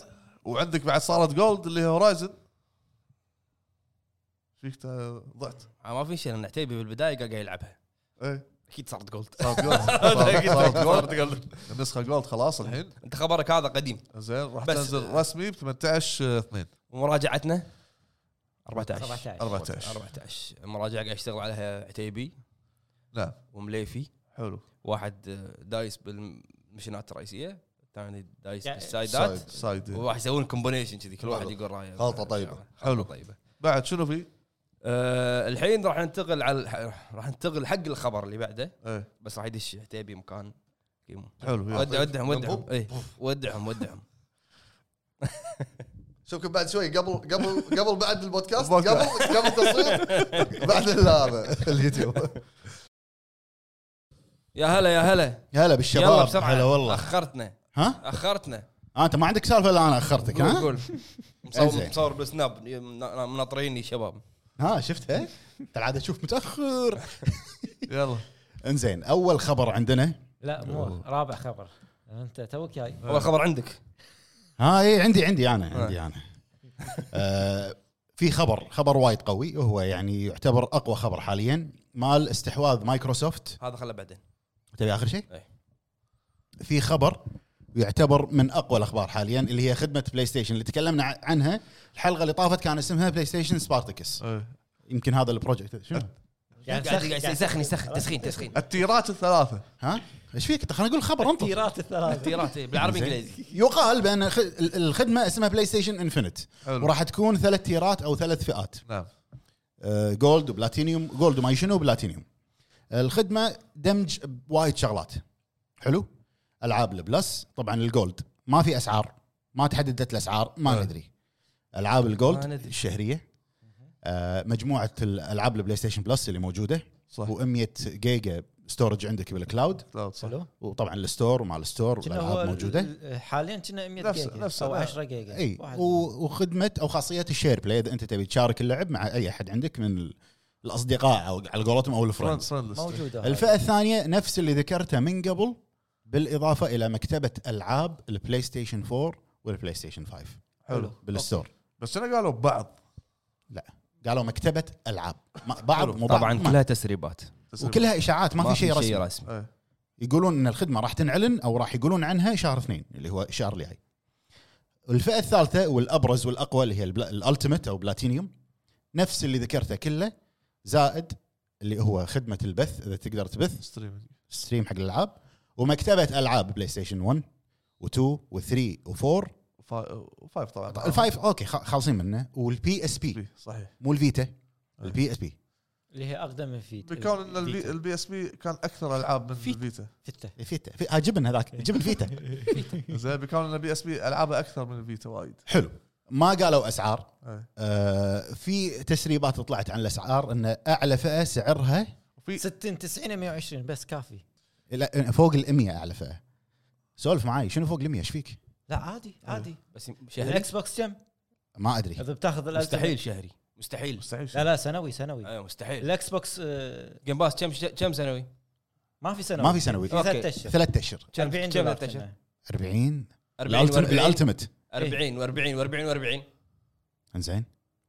[SPEAKER 1] وعندك بعد صارت جولد اللي هي هورايزن فيك تا- ضعت
[SPEAKER 3] ما في شيء لان عتيبي بالبدايه قال قاعد يلعبها
[SPEAKER 1] اي
[SPEAKER 3] اكيد صارت جولد
[SPEAKER 1] صارت جولد صارت جولد النسخه جولد خلاص الحين
[SPEAKER 3] انت خبرك هذا قديم
[SPEAKER 1] زين راح
[SPEAKER 3] بس-
[SPEAKER 1] تنزل رسمي ب 18 2
[SPEAKER 3] ومراجعتنا 14
[SPEAKER 2] 17
[SPEAKER 1] 14
[SPEAKER 3] 14 المراجعه قاعد يشتغل عليها عتيبي
[SPEAKER 1] نعم
[SPEAKER 3] ومليفي
[SPEAKER 1] حلو
[SPEAKER 3] واحد آه، دايس بالمشينات الرئيسيه الثاني دايس
[SPEAKER 2] يعني-
[SPEAKER 3] بالسايدات
[SPEAKER 6] سايد.
[SPEAKER 1] سايد
[SPEAKER 3] وراح يسوون كومبونيشن كذي كل واحد
[SPEAKER 6] حلو.
[SPEAKER 3] يقول رايه
[SPEAKER 6] خلطة طيبة.
[SPEAKER 1] حلو.
[SPEAKER 3] حلو طيبه
[SPEAKER 1] بعد شنو في؟
[SPEAKER 3] آه، الحين راح ننتقل على الح- راح ننتقل حق الخبر اللي بعده
[SPEAKER 1] ايه
[SPEAKER 3] بس راح يدش عتيبي مكان يقيمون.
[SPEAKER 1] حلو
[SPEAKER 3] [laughs]
[SPEAKER 1] يلا.
[SPEAKER 3] ودع ودعهم ودعهم
[SPEAKER 6] نبوب.
[SPEAKER 3] اي ودعهم ودعهم
[SPEAKER 6] شوفكم بعد شوي قبل قبل قبل بعد البودكاست قبل
[SPEAKER 1] البودكاست.
[SPEAKER 6] قبل تصوير [laughs] بعد هذا اليوتيوب
[SPEAKER 3] يا هلا يا هلا
[SPEAKER 4] هلا بالشباب
[SPEAKER 3] يلا بسرعه
[SPEAKER 4] هلا والله
[SPEAKER 3] اخرتنا
[SPEAKER 4] ها
[SPEAKER 3] اخرتنا
[SPEAKER 4] آه، انت ما عندك سالفه الا انا اخرتك
[SPEAKER 3] قول
[SPEAKER 6] [laughs]
[SPEAKER 4] ها
[SPEAKER 3] قول مصور
[SPEAKER 4] زين.
[SPEAKER 3] مصور بالسناب مناطريني شباب
[SPEAKER 4] ها شفتها انت العاده تشوف متاخر
[SPEAKER 1] يلا
[SPEAKER 4] انزين اول خبر عندنا
[SPEAKER 2] لا مو رابع خبر انت توك جاي
[SPEAKER 3] اول خبر عندك
[SPEAKER 4] ها اي عندي عندي انا عندي انا آه في خبر خبر وايد قوي وهو يعني يعتبر اقوى خبر حاليا مال استحواذ مايكروسوفت
[SPEAKER 3] هذا خله بعدين
[SPEAKER 4] تبي اخر شيء؟
[SPEAKER 3] إيه.
[SPEAKER 4] في خبر يعتبر من اقوى الاخبار حاليا اللي هي خدمه بلاي ستيشن اللي تكلمنا ع- عنها الحلقه اللي طافت كان اسمها بلاي ستيشن سبارتكس
[SPEAKER 1] إيه.
[SPEAKER 4] يمكن هذا البروجكت شنو؟
[SPEAKER 2] يعني
[SPEAKER 3] قاعد قاعد
[SPEAKER 2] سخ-
[SPEAKER 3] يسخن يسخن
[SPEAKER 1] [laughs]
[SPEAKER 3] تسخين تسخين
[SPEAKER 1] التيرات الثلاثه
[SPEAKER 4] ها؟ ايش فيك؟ أنت خليني اقول خبر انطر
[SPEAKER 2] تيرات الثلاثة
[SPEAKER 3] تيرات إيه، بالعربي
[SPEAKER 4] زين.
[SPEAKER 3] انجليزي
[SPEAKER 4] يقال بان خ- ال- الخدمه اسمها بلاي ستيشن انفنت
[SPEAKER 1] حلو.
[SPEAKER 4] وراح تكون ثلاث تيرات او ثلاث فئات
[SPEAKER 1] نعم
[SPEAKER 4] آه، جولد وبلاتينيوم جولد وما شنو بلاتينيوم الخدمه دمج بوايد شغلات حلو العاب البلس طبعا الجولد ما في اسعار ما تحددت الاسعار ما
[SPEAKER 1] أه.
[SPEAKER 4] ندري العاب الجولد
[SPEAKER 3] ما ندري.
[SPEAKER 4] الشهريه آه، مجموعه الالعاب البلاي ستيشن بلس اللي موجوده
[SPEAKER 1] صح
[SPEAKER 4] و100 جيجا ستورج عندك بالكلاود
[SPEAKER 1] لا، صح.
[SPEAKER 2] حلو
[SPEAKER 4] وطبعا الستور ومع الستور
[SPEAKER 2] كنا هو
[SPEAKER 4] والالعاب موجوده
[SPEAKER 2] ال- حاليا كنا 100
[SPEAKER 1] نفسه-
[SPEAKER 2] جيجا
[SPEAKER 1] نفسه،
[SPEAKER 2] او
[SPEAKER 1] لا.
[SPEAKER 2] 10 جيجا
[SPEAKER 4] اي
[SPEAKER 2] واحد.
[SPEAKER 4] إيه، و- وخدمه او خاصيه الشير بلاي اذا انت تبي تشارك اللعب مع اي احد عندك من ال- الاصدقاء او على قولتهم او
[SPEAKER 1] فرند
[SPEAKER 4] الفرندز
[SPEAKER 1] فرند ليست.
[SPEAKER 2] موجوده هاي.
[SPEAKER 4] الفئه الثانيه نفس اللي ذكرته من قبل بالاضافه الى مكتبه العاب البلاي ستيشن 4 والبلاي ستيشن 5
[SPEAKER 1] حلو
[SPEAKER 4] بالستور
[SPEAKER 1] بس انا قالوا بعض
[SPEAKER 4] قالوا مكتبه العاب ما- بعض مو بعض
[SPEAKER 3] طبعا
[SPEAKER 4] ما-
[SPEAKER 3] كلها تسريبات
[SPEAKER 1] بس-
[SPEAKER 4] وكلها اشاعات ما, في شيء رسمي
[SPEAKER 3] رسمي
[SPEAKER 1] إيه.
[SPEAKER 4] يقولون ان الخدمه راح تنعلن او راح يقولون عنها شهر اثنين اللي هو الشهر الجاي. الفئه الثالثه والابرز والاقوى اللي هي الالتيميت او بلاتينيوم نفس اللي ذكرته كله زائد اللي هو خدمه البث اذا تقدر تبث
[SPEAKER 1] ستريمينج
[SPEAKER 4] ستريم حق الالعاب ومكتبه العاب بلاي ستيشن 1 و2 و3 و4
[SPEAKER 1] وفايف طبعا
[SPEAKER 4] الفايف اوكي خ- خالصين منه والبي اس بي
[SPEAKER 1] بي، صحيح
[SPEAKER 4] مو الفيتا البي اس بي
[SPEAKER 2] اللي هي اقدم من فيت
[SPEAKER 1] بكون ان البي, البي اس بي كان اكثر العاب من
[SPEAKER 2] في-
[SPEAKER 1] الفيتا
[SPEAKER 2] فيتا
[SPEAKER 4] الفيتا في- ها جبن هذاك جبن فيتا
[SPEAKER 1] زين بكون ان البي اس بي العابها اكثر من الفيتا وايد
[SPEAKER 4] حلو ما قالوا اسعار
[SPEAKER 1] إيه.
[SPEAKER 4] آه في تسريبات طلعت عن الاسعار ان اعلى فئه سعرها
[SPEAKER 1] وفي
[SPEAKER 2] 60 90 120 بس كافي
[SPEAKER 4] لا، فوق ال 100 اعلى فئه سولف معاي شنو فوق ال 100 ايش فيك؟
[SPEAKER 2] لا عادي
[SPEAKER 4] آه.
[SPEAKER 2] عادي
[SPEAKER 3] بس شهري
[SPEAKER 2] الاكس بوكس كم؟
[SPEAKER 4] ما ادري
[SPEAKER 2] اذا بتاخذ الألتيميت.
[SPEAKER 3] مستحيل شهري مستحيل
[SPEAKER 1] مستحيل
[SPEAKER 2] لا لا سنوي
[SPEAKER 4] آه.
[SPEAKER 2] سنوي
[SPEAKER 3] ايوه مستحيل
[SPEAKER 2] الاكس بوكس آه،
[SPEAKER 3] جيم باس كم كم سنوي؟
[SPEAKER 2] ما في سنوي
[SPEAKER 4] ما في سنوي
[SPEAKER 2] في ثلاث
[SPEAKER 3] أوكي.
[SPEAKER 2] اشهر
[SPEAKER 4] ثلاثة اشهر
[SPEAKER 3] كم
[SPEAKER 2] 40
[SPEAKER 3] كم
[SPEAKER 2] دولار
[SPEAKER 3] ثلاث اشهر؟
[SPEAKER 2] كنا.
[SPEAKER 4] 40
[SPEAKER 3] 40 و40
[SPEAKER 4] الالتيميت
[SPEAKER 3] 40 و40 و40
[SPEAKER 4] انزين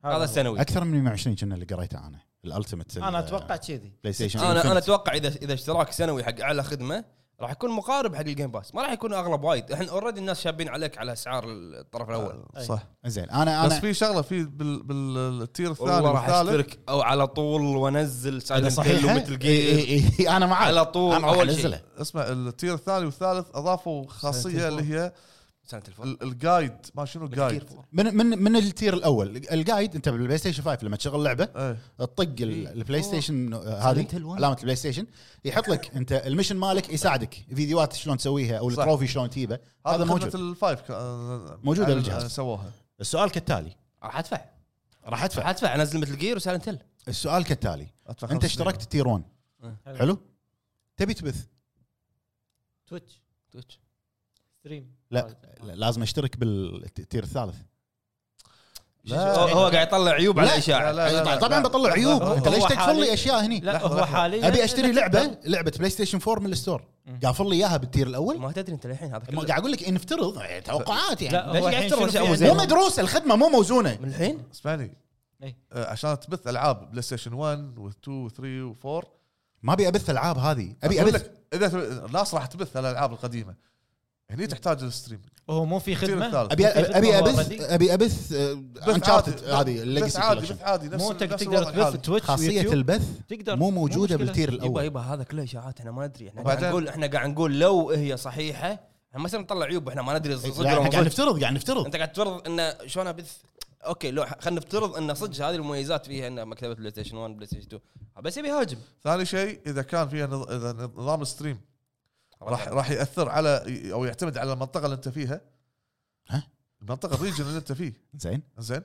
[SPEAKER 3] هذا السنوي
[SPEAKER 4] اكثر من 120 كنا اللي قريته انا الالتيميت
[SPEAKER 2] انا اتوقع كذي
[SPEAKER 4] بلاي ستيشن
[SPEAKER 3] انا انا
[SPEAKER 4] Infinite.
[SPEAKER 3] اتوقع اذا اذا اشتراك سنوي حق اعلى خدمه راح يكون مقارب حق الجيم باس ما راح يكون اغلب وايد احنا اوريدي الناس شابين عليك على اسعار الطرف الاول
[SPEAKER 1] آه، صح
[SPEAKER 4] انزين انا
[SPEAKER 1] بس
[SPEAKER 4] انا
[SPEAKER 1] في شغله في بال- بالتير الثاني
[SPEAKER 3] والله راح
[SPEAKER 1] والثالث
[SPEAKER 3] اشترك او على طول وانزل
[SPEAKER 4] إذا إيه،
[SPEAKER 3] سايلنت هيل
[SPEAKER 4] صحيحة،
[SPEAKER 3] ومثل
[SPEAKER 4] إي-
[SPEAKER 3] جير
[SPEAKER 4] إي- إي، انا معاك
[SPEAKER 3] على طول
[SPEAKER 4] انا راح
[SPEAKER 3] أول شيء.
[SPEAKER 4] انزله
[SPEAKER 1] اسمع التير الثاني والثالث اضافوا خاصيه اللي هي
[SPEAKER 3] سنه الفور
[SPEAKER 1] ال- الجايد ما شنو جايد
[SPEAKER 4] من من من التير الاول الجايد انت بالبلاي ستيشن 5 لما تشغل لعبه
[SPEAKER 1] ايه
[SPEAKER 4] تطق ال- البلاي ستيشن آه، هذه
[SPEAKER 3] Silent Hill one.
[SPEAKER 4] علامه البلاي ستيشن يحط لك انت المشن مالك يساعدك فيديوهات شلون تسويها او
[SPEAKER 1] صح.
[SPEAKER 4] التروفي شلون تجيبه هذا موجود
[SPEAKER 1] الفايف كا-
[SPEAKER 4] موجودة
[SPEAKER 1] على-
[SPEAKER 4] بالجهاز.
[SPEAKER 1] سووها
[SPEAKER 4] السؤال كالتالي
[SPEAKER 3] راح ادفع
[SPEAKER 4] راح ادفع
[SPEAKER 3] راح ادفع انزل مثل جير وسايلنت هيل
[SPEAKER 4] السؤال كالتالي
[SPEAKER 1] أدفع
[SPEAKER 4] انت
[SPEAKER 1] خمس
[SPEAKER 4] اشتركت تير 1 حلو تبي تبث
[SPEAKER 2] تويتش
[SPEAKER 3] تويتش
[SPEAKER 2] ستريم
[SPEAKER 4] لا لا، لازم اشترك بالتير الثالث
[SPEAKER 1] لا.
[SPEAKER 3] هو هو قاعد يطلع عيوب على طيب،
[SPEAKER 1] لا،
[SPEAKER 3] الاشاعه
[SPEAKER 4] لا.
[SPEAKER 1] لا، لا، لا.
[SPEAKER 4] طبعا بطلع عيوب
[SPEAKER 2] هو-
[SPEAKER 4] انت ليش
[SPEAKER 2] هو
[SPEAKER 4] تقفل
[SPEAKER 2] حالياً-
[SPEAKER 4] لي اشياء هني
[SPEAKER 2] لا
[SPEAKER 1] لحظة،
[SPEAKER 2] هو
[SPEAKER 1] لحظة.
[SPEAKER 2] حاليا
[SPEAKER 4] ابي اشتري لعبه لعبه بلاي ستيشن 4 من الستور قافل لي اياها بالتير الاول
[SPEAKER 3] ما تدري انت للحين هذا
[SPEAKER 4] ما
[SPEAKER 3] كله.
[SPEAKER 4] قاعد اقول لك إن نفترض يعني توقعات يعني
[SPEAKER 2] لا
[SPEAKER 3] ليش
[SPEAKER 2] هو
[SPEAKER 3] قاعد
[SPEAKER 2] الحين
[SPEAKER 3] تروح
[SPEAKER 2] شنو
[SPEAKER 3] شيء
[SPEAKER 2] في
[SPEAKER 3] أبو
[SPEAKER 4] مو
[SPEAKER 3] زين؟
[SPEAKER 2] أجزاء؟
[SPEAKER 4] مدروسه الخدمه مو موزونه
[SPEAKER 3] من الحين
[SPEAKER 1] اسمعني
[SPEAKER 2] إيه.
[SPEAKER 1] آه، عشان تبث العاب بلاي ستيشن 1 و2 و3 و4
[SPEAKER 4] ما ابي ابث العاب هذه ابي
[SPEAKER 1] أقول
[SPEAKER 4] ابث
[SPEAKER 1] لك اذا تب- الناس راح تبث الالعاب القديمه هني تحتاج الستريم
[SPEAKER 2] هو مو في
[SPEAKER 1] التير
[SPEAKER 2] خدمه
[SPEAKER 1] الثالث
[SPEAKER 4] ابي
[SPEAKER 2] في
[SPEAKER 4] ابي
[SPEAKER 2] خدمة
[SPEAKER 4] ابث
[SPEAKER 2] already.
[SPEAKER 4] ابي ابث
[SPEAKER 1] بث
[SPEAKER 4] انشارتد
[SPEAKER 1] عادي،
[SPEAKER 4] آه، هذه
[SPEAKER 1] بث
[SPEAKER 4] الليجسي
[SPEAKER 1] عادي بث
[SPEAKER 4] كولكشن
[SPEAKER 1] عادي نفس
[SPEAKER 2] مو انت
[SPEAKER 1] نفس
[SPEAKER 2] تقدر
[SPEAKER 1] الوضع الحالي.
[SPEAKER 2] تبث تويتش
[SPEAKER 4] خاصيه
[SPEAKER 2] ويوتيوب
[SPEAKER 4] البث
[SPEAKER 2] تقدر
[SPEAKER 4] مو موجوده
[SPEAKER 2] مشكلة.
[SPEAKER 4] بالتير
[SPEAKER 3] يبا
[SPEAKER 4] الاول
[SPEAKER 3] يبا هذا كله اشاعات احنا ما ندري احنا قاعد
[SPEAKER 1] وبعدين-
[SPEAKER 3] نقول احنا قاعد نقول لو هي صحيحه احنا ما نطلع عيوب احنا ما ندري صدق
[SPEAKER 4] لا،
[SPEAKER 3] ولا
[SPEAKER 4] إحنا
[SPEAKER 3] مو
[SPEAKER 4] قاعد
[SPEAKER 3] صدق
[SPEAKER 4] نفترض قاعد نفترض
[SPEAKER 3] انت قاعد تفرض انه شلون ابث اوكي لو خلينا نفترض ان صدق هذه المميزات فيها ان مكتبه بلاي ستيشن 1 بلاي ستيشن 2 بس يبي يهاجم
[SPEAKER 1] ثاني شيء اذا كان فيها نظ... اذا نظام الستريم راح راح ياثر على او يعتمد على المنطقه اللي انت فيها
[SPEAKER 4] ها؟
[SPEAKER 1] المنطقه الريجن اللي انت فيه
[SPEAKER 4] زين
[SPEAKER 1] زين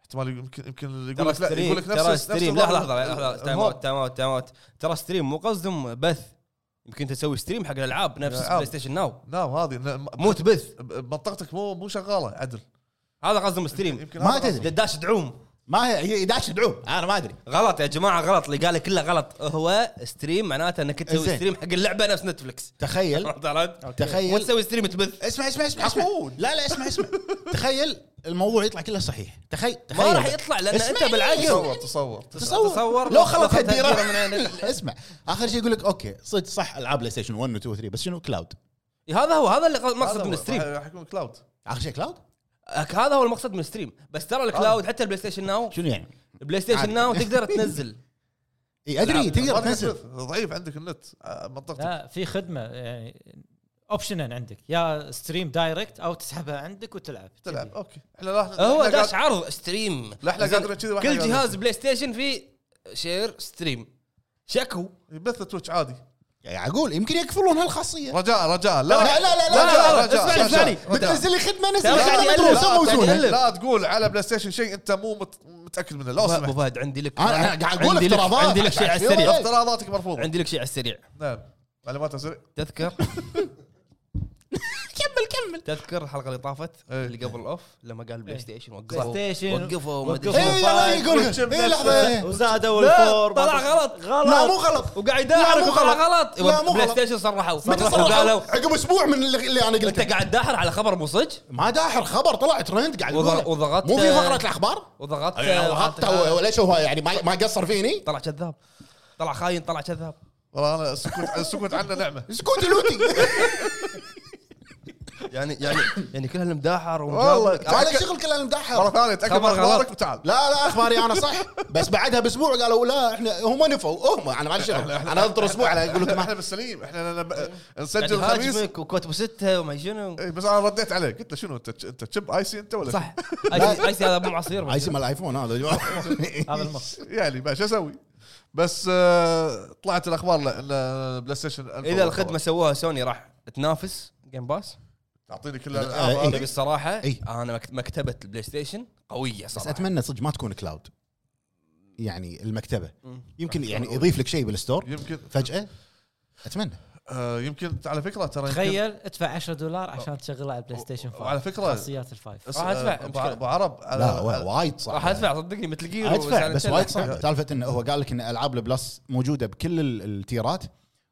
[SPEAKER 1] احتمال يمكن يمكن يقول
[SPEAKER 3] ترى
[SPEAKER 1] لك لا يقول
[SPEAKER 3] ستريم
[SPEAKER 1] لك نفس
[SPEAKER 3] ترى
[SPEAKER 1] نفس
[SPEAKER 3] ستريم
[SPEAKER 1] الوضع
[SPEAKER 3] لحظه لحظه لحظه تايم
[SPEAKER 1] الهوب.
[SPEAKER 3] اوت تايم اوت تايم اوت ترى ستريم مو قصدهم بث يمكن تسوي ستريم حق الالعاب نفس
[SPEAKER 1] الألعاب.
[SPEAKER 3] بلاي ستيشن ناو
[SPEAKER 1] نعم هذه ن-
[SPEAKER 3] مو تبث
[SPEAKER 1] ب- منطقتك مو مو شغاله عدل
[SPEAKER 3] هذا
[SPEAKER 1] [laughs]
[SPEAKER 3] قصدهم ستريم
[SPEAKER 1] يمكن
[SPEAKER 4] ما
[SPEAKER 1] هذا
[SPEAKER 4] تدري.
[SPEAKER 1] قصدي.
[SPEAKER 3] داش دعوم
[SPEAKER 4] ما هي هي داش دعوم انا ما ادري
[SPEAKER 3] غلط يا جماعه غلط اللي قاله كله غلط هو ستريم معناته انك تسوي
[SPEAKER 4] زين.
[SPEAKER 3] ستريم حق اللعبه نفس نتفلكس [laughs]
[SPEAKER 4] تخيل
[SPEAKER 3] عرفت علي؟ مو
[SPEAKER 4] تخيل
[SPEAKER 3] تسوي ستريم تبث
[SPEAKER 4] اسمع اسمع اسمع اسمع لا لا اسمع اسمع تخيل الموضوع يطلع كله صحيح تخيل تخيل
[SPEAKER 3] ما راح يطلع لان
[SPEAKER 4] اسمع
[SPEAKER 3] انت
[SPEAKER 4] لي.
[SPEAKER 3] بالعقل
[SPEAKER 1] تصور تصور
[SPEAKER 4] تصور
[SPEAKER 3] تصور
[SPEAKER 4] لو خلط
[SPEAKER 3] هالديرة
[SPEAKER 4] هالديره
[SPEAKER 3] من عينك.
[SPEAKER 4] [laughs] اسمع اخر شيء يقول لك اوكي صدق صح العاب بلاي ستيشن 1 و 2 و 3 بس شنو كلاود
[SPEAKER 3] إيه، هذا هو هذا اللي قصد-
[SPEAKER 1] هذا
[SPEAKER 3] مقصد
[SPEAKER 1] هو.
[SPEAKER 3] من الستريم
[SPEAKER 1] راح- راح يكون كلاود
[SPEAKER 4] اخر شيء كلاود
[SPEAKER 3] أك- هذا هو المقصد من الستريم بس ترى
[SPEAKER 1] آه.
[SPEAKER 3] الكلاود حتى البلاي ستيشن ناو
[SPEAKER 4] شنو يعني؟
[SPEAKER 3] البلاي ستيشن
[SPEAKER 4] عادي.
[SPEAKER 3] ناو تقدر
[SPEAKER 1] [laughs]
[SPEAKER 3] تنزل
[SPEAKER 4] اي ادري إيه، تقدر
[SPEAKER 1] ما تقدر
[SPEAKER 4] تنزل
[SPEAKER 1] تبث. ضعيف عندك النت آه، منطقتك
[SPEAKER 2] لا في خدمه يعني اوبشنين عندك يا ستريم دايركت او تسحبها عندك وتلعب
[SPEAKER 1] تلعب
[SPEAKER 2] كذي.
[SPEAKER 1] اوكي احنا لا
[SPEAKER 3] هو
[SPEAKER 1] إحنا
[SPEAKER 3] داش
[SPEAKER 1] قاعد-
[SPEAKER 3] عرض ستريم
[SPEAKER 1] لا احنا
[SPEAKER 3] زين،
[SPEAKER 1] قادرين كذي وإحنا
[SPEAKER 3] كل
[SPEAKER 1] قادرين.
[SPEAKER 3] جهاز بلاي ستيشن فيه شير ستريم شكو
[SPEAKER 1] يبث تويتش عادي
[SPEAKER 4] يعني اقول يمكن يقفلون هالخاصيه
[SPEAKER 1] رجاء رجاء لا
[SPEAKER 4] لا، لا، لا، لا،
[SPEAKER 1] رجاء،
[SPEAKER 3] لا،
[SPEAKER 1] رجاء،
[SPEAKER 3] اسمعني،
[SPEAKER 1] رجاء.
[SPEAKER 3] اسمعني.
[SPEAKER 4] بتنزل لي خدمه نزل
[SPEAKER 3] ترى
[SPEAKER 4] لي
[SPEAKER 3] قاعد
[SPEAKER 4] خدمة
[SPEAKER 3] يألف،
[SPEAKER 4] مدروسة
[SPEAKER 3] قاعد
[SPEAKER 4] موزونة.
[SPEAKER 3] يألف.
[SPEAKER 1] لا تقول على بلاي ستيشن شيء انت مو مت- متاكد منه لو
[SPEAKER 3] ابو
[SPEAKER 1] سمحت
[SPEAKER 3] فهد عندي لك
[SPEAKER 4] أنا- أنا قاعد أقول
[SPEAKER 3] عندي لك-
[SPEAKER 4] افتراضات.
[SPEAKER 3] عندي لك شيء على السريع
[SPEAKER 4] افتراض.
[SPEAKER 1] افتراضاتك مرفوضه
[SPEAKER 3] عندي لك شيء على السريع
[SPEAKER 1] نعم معلومات سريع
[SPEAKER 3] تذكر
[SPEAKER 4] [laughs]
[SPEAKER 3] كمل كمل تذكر الحلقه اللي طافت
[SPEAKER 1] إيه.
[SPEAKER 3] اللي قبل الاوف لما قال بلاي
[SPEAKER 2] إيه.
[SPEAKER 3] ستيشن
[SPEAKER 2] بلاي
[SPEAKER 3] وقفوا
[SPEAKER 2] ستيشن
[SPEAKER 3] وقفوا ما أدري
[SPEAKER 2] وقفوا.
[SPEAKER 3] شنو.
[SPEAKER 4] اي لا يقول اي لحظه
[SPEAKER 2] وزادوا
[SPEAKER 3] لا،
[SPEAKER 2] الفور
[SPEAKER 3] طلع غلط
[SPEAKER 4] لا مو غلط
[SPEAKER 3] وقاعد
[SPEAKER 4] لا،
[SPEAKER 3] يداحر
[SPEAKER 4] مو
[SPEAKER 3] وطلع غلط
[SPEAKER 4] غلط. لا، مو
[SPEAKER 3] بلاي
[SPEAKER 4] غلط.
[SPEAKER 3] ستيشن صرحوا
[SPEAKER 4] متى
[SPEAKER 3] صرحوا قالوا
[SPEAKER 4] صرحوا؟ عقب اسبوع من اللي اللي انا
[SPEAKER 3] انت
[SPEAKER 4] قلته
[SPEAKER 3] قاعد داحر على خبر مو صدق
[SPEAKER 4] ما داحر خبر طلع ترند قاعد يقوله.
[SPEAKER 3] وضغ- وضغطت-
[SPEAKER 4] مو في فقره الاخبار
[SPEAKER 3] وضغطت
[SPEAKER 4] أيوة، ضغطته ليش هو يعني ما ما قصر فيني
[SPEAKER 3] طلع كذاب طلع خاين طلع كذاب
[SPEAKER 1] والله انا السكوت السكوت عنه نعمه
[SPEAKER 4] سكوت [laughs] لوتي
[SPEAKER 3] يعني يعني يعني كلها المداحر
[SPEAKER 1] والله.
[SPEAKER 3] ومجابلك.
[SPEAKER 4] هذا شغل كله
[SPEAKER 1] مره
[SPEAKER 4] المدحر
[SPEAKER 1] ثانيه تاكد من
[SPEAKER 3] خبر
[SPEAKER 1] اخبارك
[SPEAKER 3] غلط.
[SPEAKER 1] وتعال
[SPEAKER 4] لا لا اخباري انا صح بس بعدها باسبوع قالوا لا احنا هم نفوا هم انا ما
[SPEAKER 3] [laughs]
[SPEAKER 4] لي شغل انا انطر اسبوع على اقول لكم
[SPEAKER 1] احنا
[SPEAKER 4] احنا
[SPEAKER 1] احنا بالسليم احنا لنا ب-
[SPEAKER 3] يعني
[SPEAKER 1] نسجل الخميس
[SPEAKER 3] هاجمك وكتب سته وما شنو
[SPEAKER 1] إي، بس انا رديت عليه قلت له شنو انت انت تشب ايسي انت
[SPEAKER 3] [laughs]
[SPEAKER 1] ولا
[SPEAKER 3] صح ايسي آيسي هذا مو معصير
[SPEAKER 4] عايز مال الايفون هذا
[SPEAKER 3] [laughs]
[SPEAKER 2] هذا المخ
[SPEAKER 1] يعني ما شو اسوي بس آه، طلعت الاخبار لا لا، بلاي ستيشن
[SPEAKER 3] اذا الخدمه سووها سوني راح تنافس جيم باس
[SPEAKER 1] تعطيني كل
[SPEAKER 4] آه،
[SPEAKER 1] الالعاب
[SPEAKER 4] إي.
[SPEAKER 3] تبي
[SPEAKER 1] هذه.
[SPEAKER 3] الصراحه
[SPEAKER 4] إي.
[SPEAKER 3] انا مكت- مكتبه البلاي ستيشن قويه
[SPEAKER 4] بس
[SPEAKER 3] صراحه
[SPEAKER 4] اتمنى صدق ما تكون كلاود يعني المكتبه
[SPEAKER 3] مم.
[SPEAKER 4] يمكن يعني يضيف لك شيء بالستور
[SPEAKER 1] يمكن
[SPEAKER 4] فجاه اتمنى
[SPEAKER 1] آه، يمكن على فكره ترى يمكن-
[SPEAKER 2] تخيل ادفع 10 دولار عشان تشغله على البلاي ستيشن 5
[SPEAKER 1] وعلى فكرة-
[SPEAKER 2] خاصيات الفايف
[SPEAKER 1] اس-
[SPEAKER 3] راح أدفع،
[SPEAKER 1] آه، أبو-
[SPEAKER 3] مشكلة.
[SPEAKER 1] ابو عرب على-
[SPEAKER 4] لا و- وايد صعب
[SPEAKER 3] راح ادفع صدقني مثل جير
[SPEAKER 4] ادفع
[SPEAKER 3] وسايلنت
[SPEAKER 4] بس
[SPEAKER 3] هيل.
[SPEAKER 4] وايد
[SPEAKER 3] [laughs]
[SPEAKER 4] صعب سالفه انه هو قال لك ان العاب البلس موجوده بكل ال- التيرات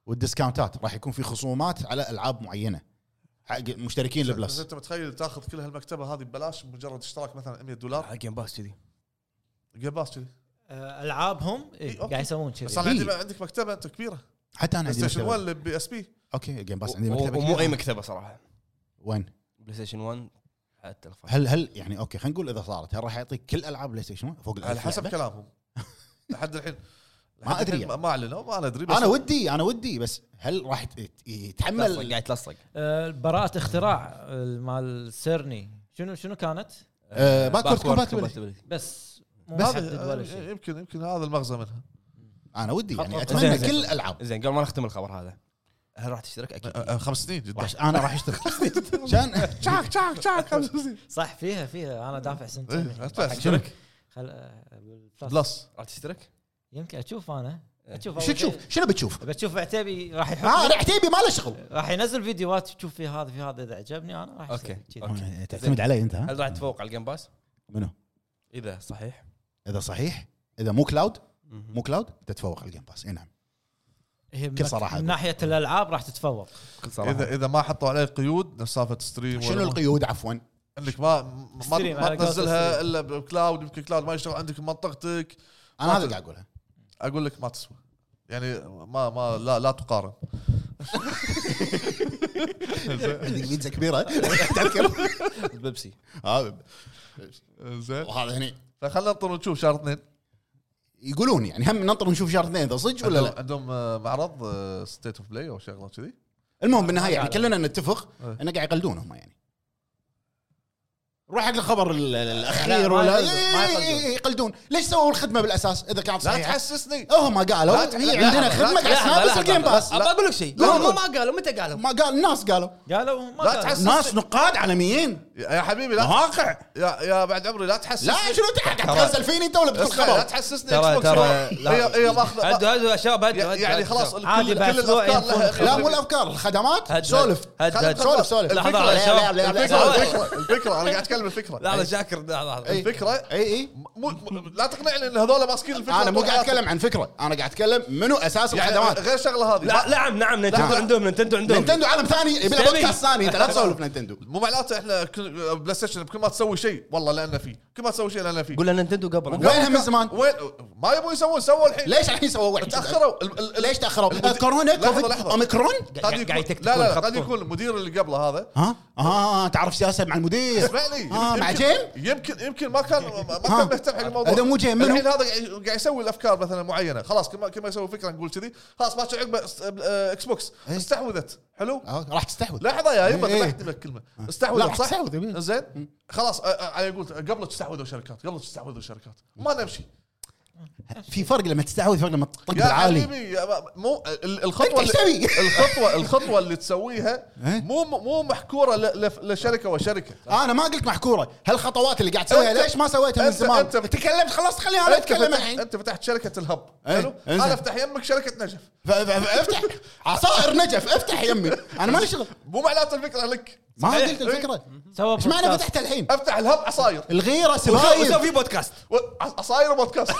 [SPEAKER 4] والديسكاونتات راح يكون في خصومات على العاب معينه حق مشتركين
[SPEAKER 1] بس
[SPEAKER 4] البلس
[SPEAKER 1] انت متخيل تاخذ كل هالمكتبه هذه ببلاش مجرد اشتراك مثلا 100 دولار
[SPEAKER 3] [laughs] على جيم باس آه، كذي
[SPEAKER 1] جيم باس كذي
[SPEAKER 2] آه، العابهم إيه،
[SPEAKER 1] إي، أوكي.
[SPEAKER 2] قاعد يسوون
[SPEAKER 1] بس
[SPEAKER 2] كذي
[SPEAKER 1] انا
[SPEAKER 4] إي.
[SPEAKER 1] عندي عندك مكتبه انت كبيره
[SPEAKER 4] إيه، حتى انا
[SPEAKER 1] بلاي
[SPEAKER 4] عندي
[SPEAKER 1] ستيشن 1
[SPEAKER 4] مكتبه
[SPEAKER 1] بي اس بي
[SPEAKER 4] اوكي جيم باس عندي
[SPEAKER 3] و-
[SPEAKER 4] مكتبه
[SPEAKER 3] ومو
[SPEAKER 4] كبيرة.
[SPEAKER 3] اي مكتبه صراحه
[SPEAKER 4] وين
[SPEAKER 3] بلاي ستيشن 1 على التلفون
[SPEAKER 4] هل هل يعني اوكي خلينا نقول اذا صارت هل راح يعطيك كل العاب بلاي ستيشن 1 فوق يعني.
[SPEAKER 1] على
[SPEAKER 4] الألف
[SPEAKER 1] حسب
[SPEAKER 4] لعبة؟ [laughs]
[SPEAKER 1] كلامهم لحد الحين
[SPEAKER 4] ما
[SPEAKER 1] لحد
[SPEAKER 4] أدري
[SPEAKER 1] الحين
[SPEAKER 4] يعني.
[SPEAKER 1] ما اعلنوا ما أنا ادري بس
[SPEAKER 4] انا ودي انا ودي بس هل راح يت- يت-
[SPEAKER 3] تلصق،
[SPEAKER 4] يتحمل
[SPEAKER 3] قاعد يتلصق
[SPEAKER 2] آه، براءة اختراع آه، مال سيرني شنو شنو كانت؟
[SPEAKER 4] آه، backward
[SPEAKER 3] backward
[SPEAKER 4] compatibility.
[SPEAKER 3] compatibility.
[SPEAKER 2] بس مو
[SPEAKER 1] بس
[SPEAKER 2] محدد ولا
[SPEAKER 1] آه،
[SPEAKER 2] شيء
[SPEAKER 1] يمكن يمكن هذا المغزى منها
[SPEAKER 4] انا ودي يعني
[SPEAKER 3] زين،
[SPEAKER 4] اتمنى
[SPEAKER 3] زين.
[SPEAKER 4] كل الالعاب
[SPEAKER 3] زين قبل ما نختم الخبر هذا هل راح تشترك اكيد
[SPEAKER 1] آه، آه، خمس سنين جدا
[SPEAKER 4] راح- انا
[SPEAKER 3] [laughs]
[SPEAKER 4] راح اشتري عشان
[SPEAKER 1] شاك شاك شاك خمس سنين
[SPEAKER 2] صح فيها فيها انا دافع سنتين
[SPEAKER 1] إيه،
[SPEAKER 2] الحين.
[SPEAKER 1] أتفهم.
[SPEAKER 4] شنك؟
[SPEAKER 2] خل آه، بالبلس.
[SPEAKER 1] بلس
[SPEAKER 3] راح تشترك
[SPEAKER 2] يمكن اشوف انا اشوف
[SPEAKER 4] شو تشوف شنو بتشوف؟
[SPEAKER 2] بتشوف عتيبي راح
[SPEAKER 4] آه،
[SPEAKER 2] يحط
[SPEAKER 4] انا
[SPEAKER 2] لي-
[SPEAKER 4] عتيبي ما له شغل
[SPEAKER 2] راح ينزل فيديوهات تشوف في هذا في هذا اذا عجبني انا راح
[SPEAKER 3] أوكي.
[SPEAKER 2] أسوي كذي.
[SPEAKER 3] أوكي.
[SPEAKER 4] تعتمد علي انت ها؟
[SPEAKER 3] هل راح تتفوق على الجيم باس
[SPEAKER 4] منو؟
[SPEAKER 3] اذا صحيح
[SPEAKER 4] اذا صحيح اذا مو كلاود
[SPEAKER 3] مهم.
[SPEAKER 4] مو كلاود تتفوق على الجيم باس اي نعم
[SPEAKER 2] هي
[SPEAKER 4] بكل صراحة
[SPEAKER 2] من ناحيه الالعاب راح تتفوق
[SPEAKER 3] إذا-
[SPEAKER 1] اذا اذا ما حطوا عليه قيود نفس سالفه ستريم ولا
[SPEAKER 4] شنو
[SPEAKER 1] ما-
[SPEAKER 4] القيود عفوا؟
[SPEAKER 1] انك ما ما,
[SPEAKER 2] ستريم
[SPEAKER 1] ما
[SPEAKER 2] على
[SPEAKER 1] تنزلها
[SPEAKER 2] قولة
[SPEAKER 1] الا بكلاود يمكن كلاود ما يشتغل عندك بمنطقتك
[SPEAKER 4] انا هذا قاعد اقولها
[SPEAKER 1] اقول لك ما تسوى يعني ما ما لا لا تقارن
[SPEAKER 4] عندك بيتزا
[SPEAKER 3] [laughs]
[SPEAKER 4] كبيره تذكر
[SPEAKER 3] بيبسي
[SPEAKER 4] آه،
[SPEAKER 1] زين
[SPEAKER 4] وهذا هني
[SPEAKER 1] فخلنا ننطر نشوف شهر اثنين
[SPEAKER 4] يقولون يعني هم ننطر نشوف شهر اثنين اذا صدق ولا
[SPEAKER 1] عندهم-
[SPEAKER 4] لا
[SPEAKER 1] عندهم آه، معرض ستيت اوف بلاي او شغله كذي
[SPEAKER 4] المهم بالنهايه يعني كلنا نتفق
[SPEAKER 1] إيه.
[SPEAKER 4] انه قاعد يقلدون هم يعني روح حق الخبر ال- ال-
[SPEAKER 2] لا،
[SPEAKER 4] الاخير
[SPEAKER 2] ما
[SPEAKER 4] ولا
[SPEAKER 2] يقلدون، ما
[SPEAKER 4] إيه، إيه، إيه،
[SPEAKER 2] يقلدون.
[SPEAKER 4] يقلدون ليش سووا الخدمه بالاساس اذا كانت
[SPEAKER 1] لا
[SPEAKER 4] صحيحه
[SPEAKER 1] تحسسني
[SPEAKER 4] هم قالوا
[SPEAKER 1] لا تح-
[SPEAKER 4] هي
[SPEAKER 1] لا،
[SPEAKER 4] عندنا
[SPEAKER 1] لا،
[SPEAKER 4] خدمه قاعد
[SPEAKER 3] لحظة،
[SPEAKER 4] تنافس
[SPEAKER 3] لحظة،
[SPEAKER 4] الجيم باس
[SPEAKER 3] ابى اقول لك شيء
[SPEAKER 4] لا،
[SPEAKER 3] هم
[SPEAKER 4] لا.
[SPEAKER 3] ما قالوا متى قالوا
[SPEAKER 4] ما قال الناس قالوا
[SPEAKER 2] قالوا ما
[SPEAKER 1] لا
[SPEAKER 2] قالوا.
[SPEAKER 1] تحس-
[SPEAKER 4] ناس نقاد عالميين
[SPEAKER 1] يا حبيبي لا
[SPEAKER 4] مواقع
[SPEAKER 1] يا يا بعد عمري لا تحسسني
[SPEAKER 4] لا شنو تحت
[SPEAKER 3] ترى-
[SPEAKER 4] تغزل فيني انت ولا بتقول
[SPEAKER 1] اسمع، لا
[SPEAKER 4] خبر
[SPEAKER 1] تحسسني
[SPEAKER 3] ترى
[SPEAKER 1] Xbox
[SPEAKER 3] ترى
[SPEAKER 1] One. هي هي ماخذه
[SPEAKER 3] هدوا هدوا يا شباب هدوا
[SPEAKER 1] يع-
[SPEAKER 3] هدوا،
[SPEAKER 1] يعني
[SPEAKER 3] هدوا.
[SPEAKER 1] خلاص
[SPEAKER 2] عادي
[SPEAKER 1] كل كل
[SPEAKER 2] بعد أسبوع
[SPEAKER 1] الافكار لها
[SPEAKER 2] ينفون.
[SPEAKER 4] لا مو الافكار الخدمات
[SPEAKER 3] هد-
[SPEAKER 4] سولف
[SPEAKER 3] هد- هد-
[SPEAKER 4] سولف سولف
[SPEAKER 3] لحظة،
[SPEAKER 4] الفكرة-
[SPEAKER 3] لحظة،
[SPEAKER 4] لا-
[SPEAKER 3] شباب.
[SPEAKER 4] لا- لا- لا-
[SPEAKER 1] الفكره
[SPEAKER 3] لحظة.
[SPEAKER 1] الفكره الفكره انا قاعد اتكلم الفكره
[SPEAKER 3] لحظه شاكر لحظه لحظه
[SPEAKER 1] الفكره
[SPEAKER 4] اي اي
[SPEAKER 1] م- مو م- لا تقنعني ان هذول ماسكين الفكره
[SPEAKER 4] انا مو
[SPEAKER 1] طول
[SPEAKER 4] قاعد
[SPEAKER 1] حياتهم.
[SPEAKER 4] اتكلم عن فكره انا قاعد اتكلم منو اساس
[SPEAKER 1] يعني
[SPEAKER 4] الخدمات
[SPEAKER 1] غير الشغله هذه
[SPEAKER 3] لا نعم نعم نينتندو
[SPEAKER 4] نعم.
[SPEAKER 3] عندهم نينتندو عندهم
[SPEAKER 4] نينتندو عالم ثاني يبي له
[SPEAKER 3] سامي.
[SPEAKER 4] بودكاست ثاني انت لا تسولف نينتندو
[SPEAKER 1] مو معناته احنا كل- بلاي ستيشن كل ما تسوي شيء والله لانه فيه كل ما تسوي شيء لانه فيه
[SPEAKER 3] قول له نينتندو قبل
[SPEAKER 4] وينها من زمان؟
[SPEAKER 1] وين ما يبون يسوون سووا الحين
[SPEAKER 4] ليش الحين سووا واحد
[SPEAKER 1] تاخروا ال- ال- ال-
[SPEAKER 4] ليش تاخروا؟ آه، كورونا
[SPEAKER 1] لحظة،
[SPEAKER 4] كوفيد
[SPEAKER 1] لحظة.
[SPEAKER 4] اوميكرون
[SPEAKER 1] قاعد
[SPEAKER 3] قاعد
[SPEAKER 1] يكون-
[SPEAKER 3] يتكتكون،
[SPEAKER 1] لا لا قد
[SPEAKER 3] يخططون.
[SPEAKER 1] يكون المدير اللي قبله هذا
[SPEAKER 4] ها؟ اه تعرف سياسه مع المدير
[SPEAKER 1] اسمعني
[SPEAKER 4] اه
[SPEAKER 1] يعني
[SPEAKER 4] مع
[SPEAKER 1] يمكن-
[SPEAKER 4] جيم؟
[SPEAKER 1] يمكن يمكن ما كان ما
[SPEAKER 4] ها.
[SPEAKER 1] كان مهتم حق الموضوع
[SPEAKER 4] هذا مو جيم، منو؟
[SPEAKER 1] الحين هذا قاعد- قاعد يسوي الافكار مثلا معينه خلاص كل ما كل ما يسوي فكره نقول كذي خلاص ما عقبه اكس بوكس
[SPEAKER 4] إيه.
[SPEAKER 1] آه، استحوذت حلو
[SPEAKER 4] آه، راح تستحوذ
[SPEAKER 1] لحظه يا يما
[SPEAKER 4] إيه.
[SPEAKER 1] ذبحت لك كلمه
[SPEAKER 4] لا،
[SPEAKER 1] استحوذت
[SPEAKER 4] راح
[SPEAKER 1] صح؟
[SPEAKER 4] تستحوذ، يبي.
[SPEAKER 1] زين خلاص أ- أ- على قلت قبلك استحوذوا شركات قبلك استحوذوا شركات ما نمشي
[SPEAKER 4] في فرق لما تستحوذ فرق لما تطق
[SPEAKER 1] يا
[SPEAKER 4] بالعالي
[SPEAKER 1] حبيبي يا ما- مو ال-
[SPEAKER 4] انت
[SPEAKER 1] الخطوه
[SPEAKER 4] ايش
[SPEAKER 1] اللي
[SPEAKER 4] تبي؟
[SPEAKER 1] الخطوه الخطوه اللي تسويها
[SPEAKER 4] إيه.
[SPEAKER 1] مو مو محكوره ل- ل- لشركه وشركه
[SPEAKER 4] انا آه، ما قلت محكوره هالخطوات اللي قاعد تسويها
[SPEAKER 1] أنت-
[SPEAKER 4] ليش ما سويتها من
[SPEAKER 1] أنت-
[SPEAKER 4] زمان
[SPEAKER 1] أنت-
[SPEAKER 4] تكلمت خلاص خليني انا
[SPEAKER 1] انت
[SPEAKER 4] اتكلم
[SPEAKER 1] فتحت
[SPEAKER 4] الحين
[SPEAKER 1] انت فتحت شركه الهب
[SPEAKER 4] ايه،
[SPEAKER 1] حلو
[SPEAKER 4] انزين.
[SPEAKER 1] انا افتح يمك شركه نجف
[SPEAKER 4] ف- ف- افتح عصائر نجف افتح يمي انا ما لي شغل
[SPEAKER 1] مو معناته الفكره لك
[SPEAKER 4] ما قلت الفكره
[SPEAKER 2] سوى
[SPEAKER 4] ايش معنى
[SPEAKER 2] بودكاست.
[SPEAKER 4] فتحت الحين
[SPEAKER 1] افتح الهب عصاير
[SPEAKER 4] الغيره
[SPEAKER 3] وسوي
[SPEAKER 4] سبايب
[SPEAKER 3] في بودكاست
[SPEAKER 1] و- ع- عصاير وبودكاست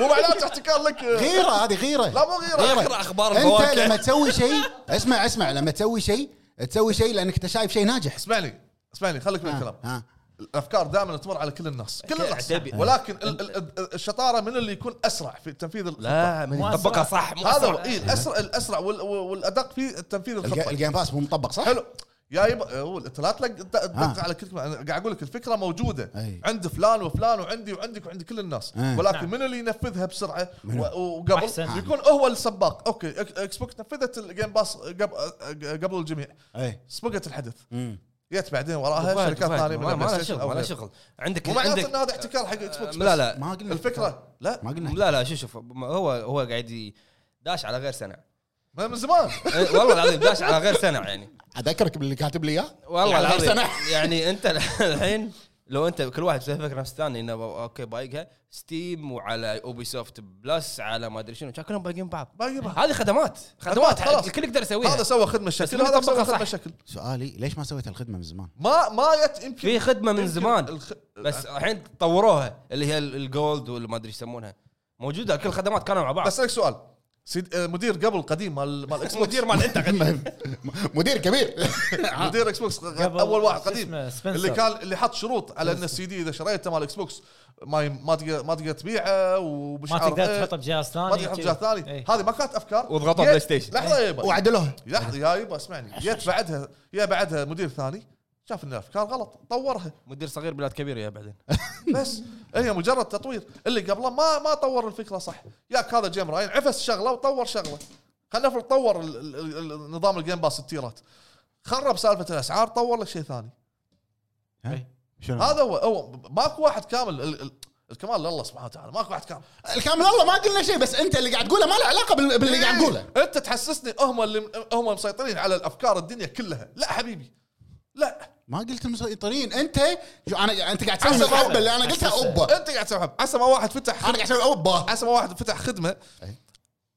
[SPEAKER 1] مو معناته احتكار لك اه،
[SPEAKER 4] غيره هذه غيره
[SPEAKER 1] لا مو غيره
[SPEAKER 3] اقرا اخبار
[SPEAKER 4] انت لما
[SPEAKER 3] الفواكه
[SPEAKER 4] تسوي شيء اسمع اسمع لما تسوي شيء تسوي شيء لانك انت شايف شيء ناجح
[SPEAKER 1] اسمعني اسمعني خليك من
[SPEAKER 4] ها،
[SPEAKER 1] الكلام
[SPEAKER 4] ها.
[SPEAKER 1] الافكار دائما تمر على كل الناس كل الناس
[SPEAKER 3] عتيبي.
[SPEAKER 1] ولكن ال- ال- ال- الشطاره من اللي يكون اسرع في تنفيذ الخطه
[SPEAKER 3] لا من
[SPEAKER 2] مو
[SPEAKER 3] طبقها
[SPEAKER 2] أسرع.
[SPEAKER 3] صح مو
[SPEAKER 1] هذا
[SPEAKER 3] أسرع. أه.
[SPEAKER 1] هو إيه الاسرع الاسرع وال- وال- والادق في تنفيذ
[SPEAKER 4] الج-
[SPEAKER 1] الخطه
[SPEAKER 4] الجيم باس مو مطبق صح؟
[SPEAKER 1] حلو يا يبا هو انت لا تلق- ت-
[SPEAKER 4] آه.
[SPEAKER 1] تدق على كل أنا قاعد اقول لك الفكره موجوده
[SPEAKER 4] أي.
[SPEAKER 1] عند فلان وفلان وعندي وعندك وعند كل الناس
[SPEAKER 4] آه.
[SPEAKER 1] ولكن
[SPEAKER 2] نعم.
[SPEAKER 1] من اللي ينفذها بسرعه
[SPEAKER 4] منو؟
[SPEAKER 1] و- وقبل
[SPEAKER 2] أحسن.
[SPEAKER 1] يكون هو السباق اوكي إك- اكس بوكس نفذت الجيم باس قبل قبل الجميع
[SPEAKER 4] اي
[SPEAKER 1] سبقت الحدث
[SPEAKER 4] مم.
[SPEAKER 1] جت بعدين
[SPEAKER 3] فهد-
[SPEAKER 1] وراها شركات
[SPEAKER 3] فهد،
[SPEAKER 1] ثانيه
[SPEAKER 3] ما
[SPEAKER 1] من
[SPEAKER 3] ما
[SPEAKER 1] بلاي
[SPEAKER 3] لها
[SPEAKER 1] ستيشن
[SPEAKER 3] شغل
[SPEAKER 1] أو
[SPEAKER 3] ما لها
[SPEAKER 1] غيره.
[SPEAKER 3] شغل عندك
[SPEAKER 1] مو معناته ان
[SPEAKER 3] عندك
[SPEAKER 1] هذا احتكار حق اكس بوكس
[SPEAKER 3] لا
[SPEAKER 1] بس.
[SPEAKER 3] لا
[SPEAKER 4] ما قلنا
[SPEAKER 1] الفكره لا
[SPEAKER 4] ما قلنا
[SPEAKER 3] لا لا شوف شوف هو هو قاعد ي- داش على غير سنع
[SPEAKER 1] ما من زمان
[SPEAKER 3] إيه، والله العظيم داش على غير سنع يعني
[SPEAKER 4] اذكرك باللي كاتب لي اياه
[SPEAKER 3] والله
[SPEAKER 4] على غير
[SPEAKER 3] العظيم
[SPEAKER 4] سنع.
[SPEAKER 3] يعني انت [laughs] الحين لو انت كل واحد يفكر نفس الثاني انه اوكي بايقها ستيم وعلى اوبي سوفت بلس على ما ادري شنو كان كلهم بايقين بعض
[SPEAKER 1] باقي بعض.
[SPEAKER 3] هذه خدمات خدمات
[SPEAKER 1] خدمات، خلاص.
[SPEAKER 3] الكل يقدر يسويها
[SPEAKER 1] هذا سوى خدمه شكل
[SPEAKER 3] من
[SPEAKER 1] هذا
[SPEAKER 3] طبقها
[SPEAKER 1] سوى خدمه
[SPEAKER 3] صح.
[SPEAKER 1] شكل
[SPEAKER 4] سؤالي ليش ما سويت الخدمه من زمان؟
[SPEAKER 1] ما ما جت يمكن
[SPEAKER 3] في خدمه من
[SPEAKER 1] يمكن
[SPEAKER 3] زمان
[SPEAKER 1] الخ...
[SPEAKER 3] بس الحين طوروها اللي هي ال- الجولد واللي ما ادري إيش يسمونها موجوده كل الخدمات كانوا مع
[SPEAKER 2] آه.
[SPEAKER 3] بعض بس
[SPEAKER 1] بسالك سؤال سيد... آه، مدير قبل قديم مال مال اكس بوكس
[SPEAKER 3] مدير [laughs] مال انت
[SPEAKER 4] مدير كبير [laughs]
[SPEAKER 1] مدير اكس بوكس
[SPEAKER 2] نعم. قبل
[SPEAKER 1] اول واحد
[SPEAKER 2] شو
[SPEAKER 1] قديم
[SPEAKER 2] اسمه، سبنسر.
[SPEAKER 1] اللي كان اللي حط شروط على ان السي دي اذا شريته مال اكس بوكس ما ي... ما تقدر ما تقدر تبيعه
[SPEAKER 2] ما
[SPEAKER 1] وبشعار
[SPEAKER 2] تقدر
[SPEAKER 1] إيه،
[SPEAKER 2] تحطه بجهاز ثاني
[SPEAKER 1] ما تقدر تحط جهاز ثاني
[SPEAKER 2] إيه.
[SPEAKER 1] هذه ما كانت افكار
[SPEAKER 3] وضغطوا
[SPEAKER 1] جت-
[SPEAKER 3] بلاي ستيشن.
[SPEAKER 1] لحظه يا يبا
[SPEAKER 4] وعدلوه
[SPEAKER 1] لحظه يا يبا
[SPEAKER 2] [laughs]
[SPEAKER 1] اسمعني جت بعدها يا بعدها مدير ثاني شاف ان الافكار غلط طورها
[SPEAKER 3] مدير صغير بلاد كبير يا بعدين
[SPEAKER 1] بس هي مجرد تطوير اللي قبله ما ما طور الفكره صح ياك هذا جيم راين عفس شغله وطور شغله خلينا نفرض طور ال- ال- ال- ال- نظام الجيم باس التيرات خرب سالفه الاسعار طور لك شيء ثاني
[SPEAKER 4] إيه. شنو؟
[SPEAKER 1] هذا هو هو ماكو واحد كامل ال- ال- الكمال لله سبحانه وتعالى ماكو واحد كامل
[SPEAKER 4] الكامل الله ما قلنا شيء بس انت اللي قاعد تقوله ما له علاقه بال- باللي قاعد تقوله
[SPEAKER 1] انت إيه، تحسسني هم اللي هم مسيطرين على الافكار الدنيا كلها لا حبيبي لا
[SPEAKER 4] ما قلت المسيطرين انت شو انا انت قاعد تسوي الحبه اللي انا قلتها اوبا
[SPEAKER 1] انت قاعد تسوي حب. عسى ما واحد فتح
[SPEAKER 4] انا قاعد اسوي اوبا
[SPEAKER 1] عسى ما واحد فتح خدمه
[SPEAKER 4] أي.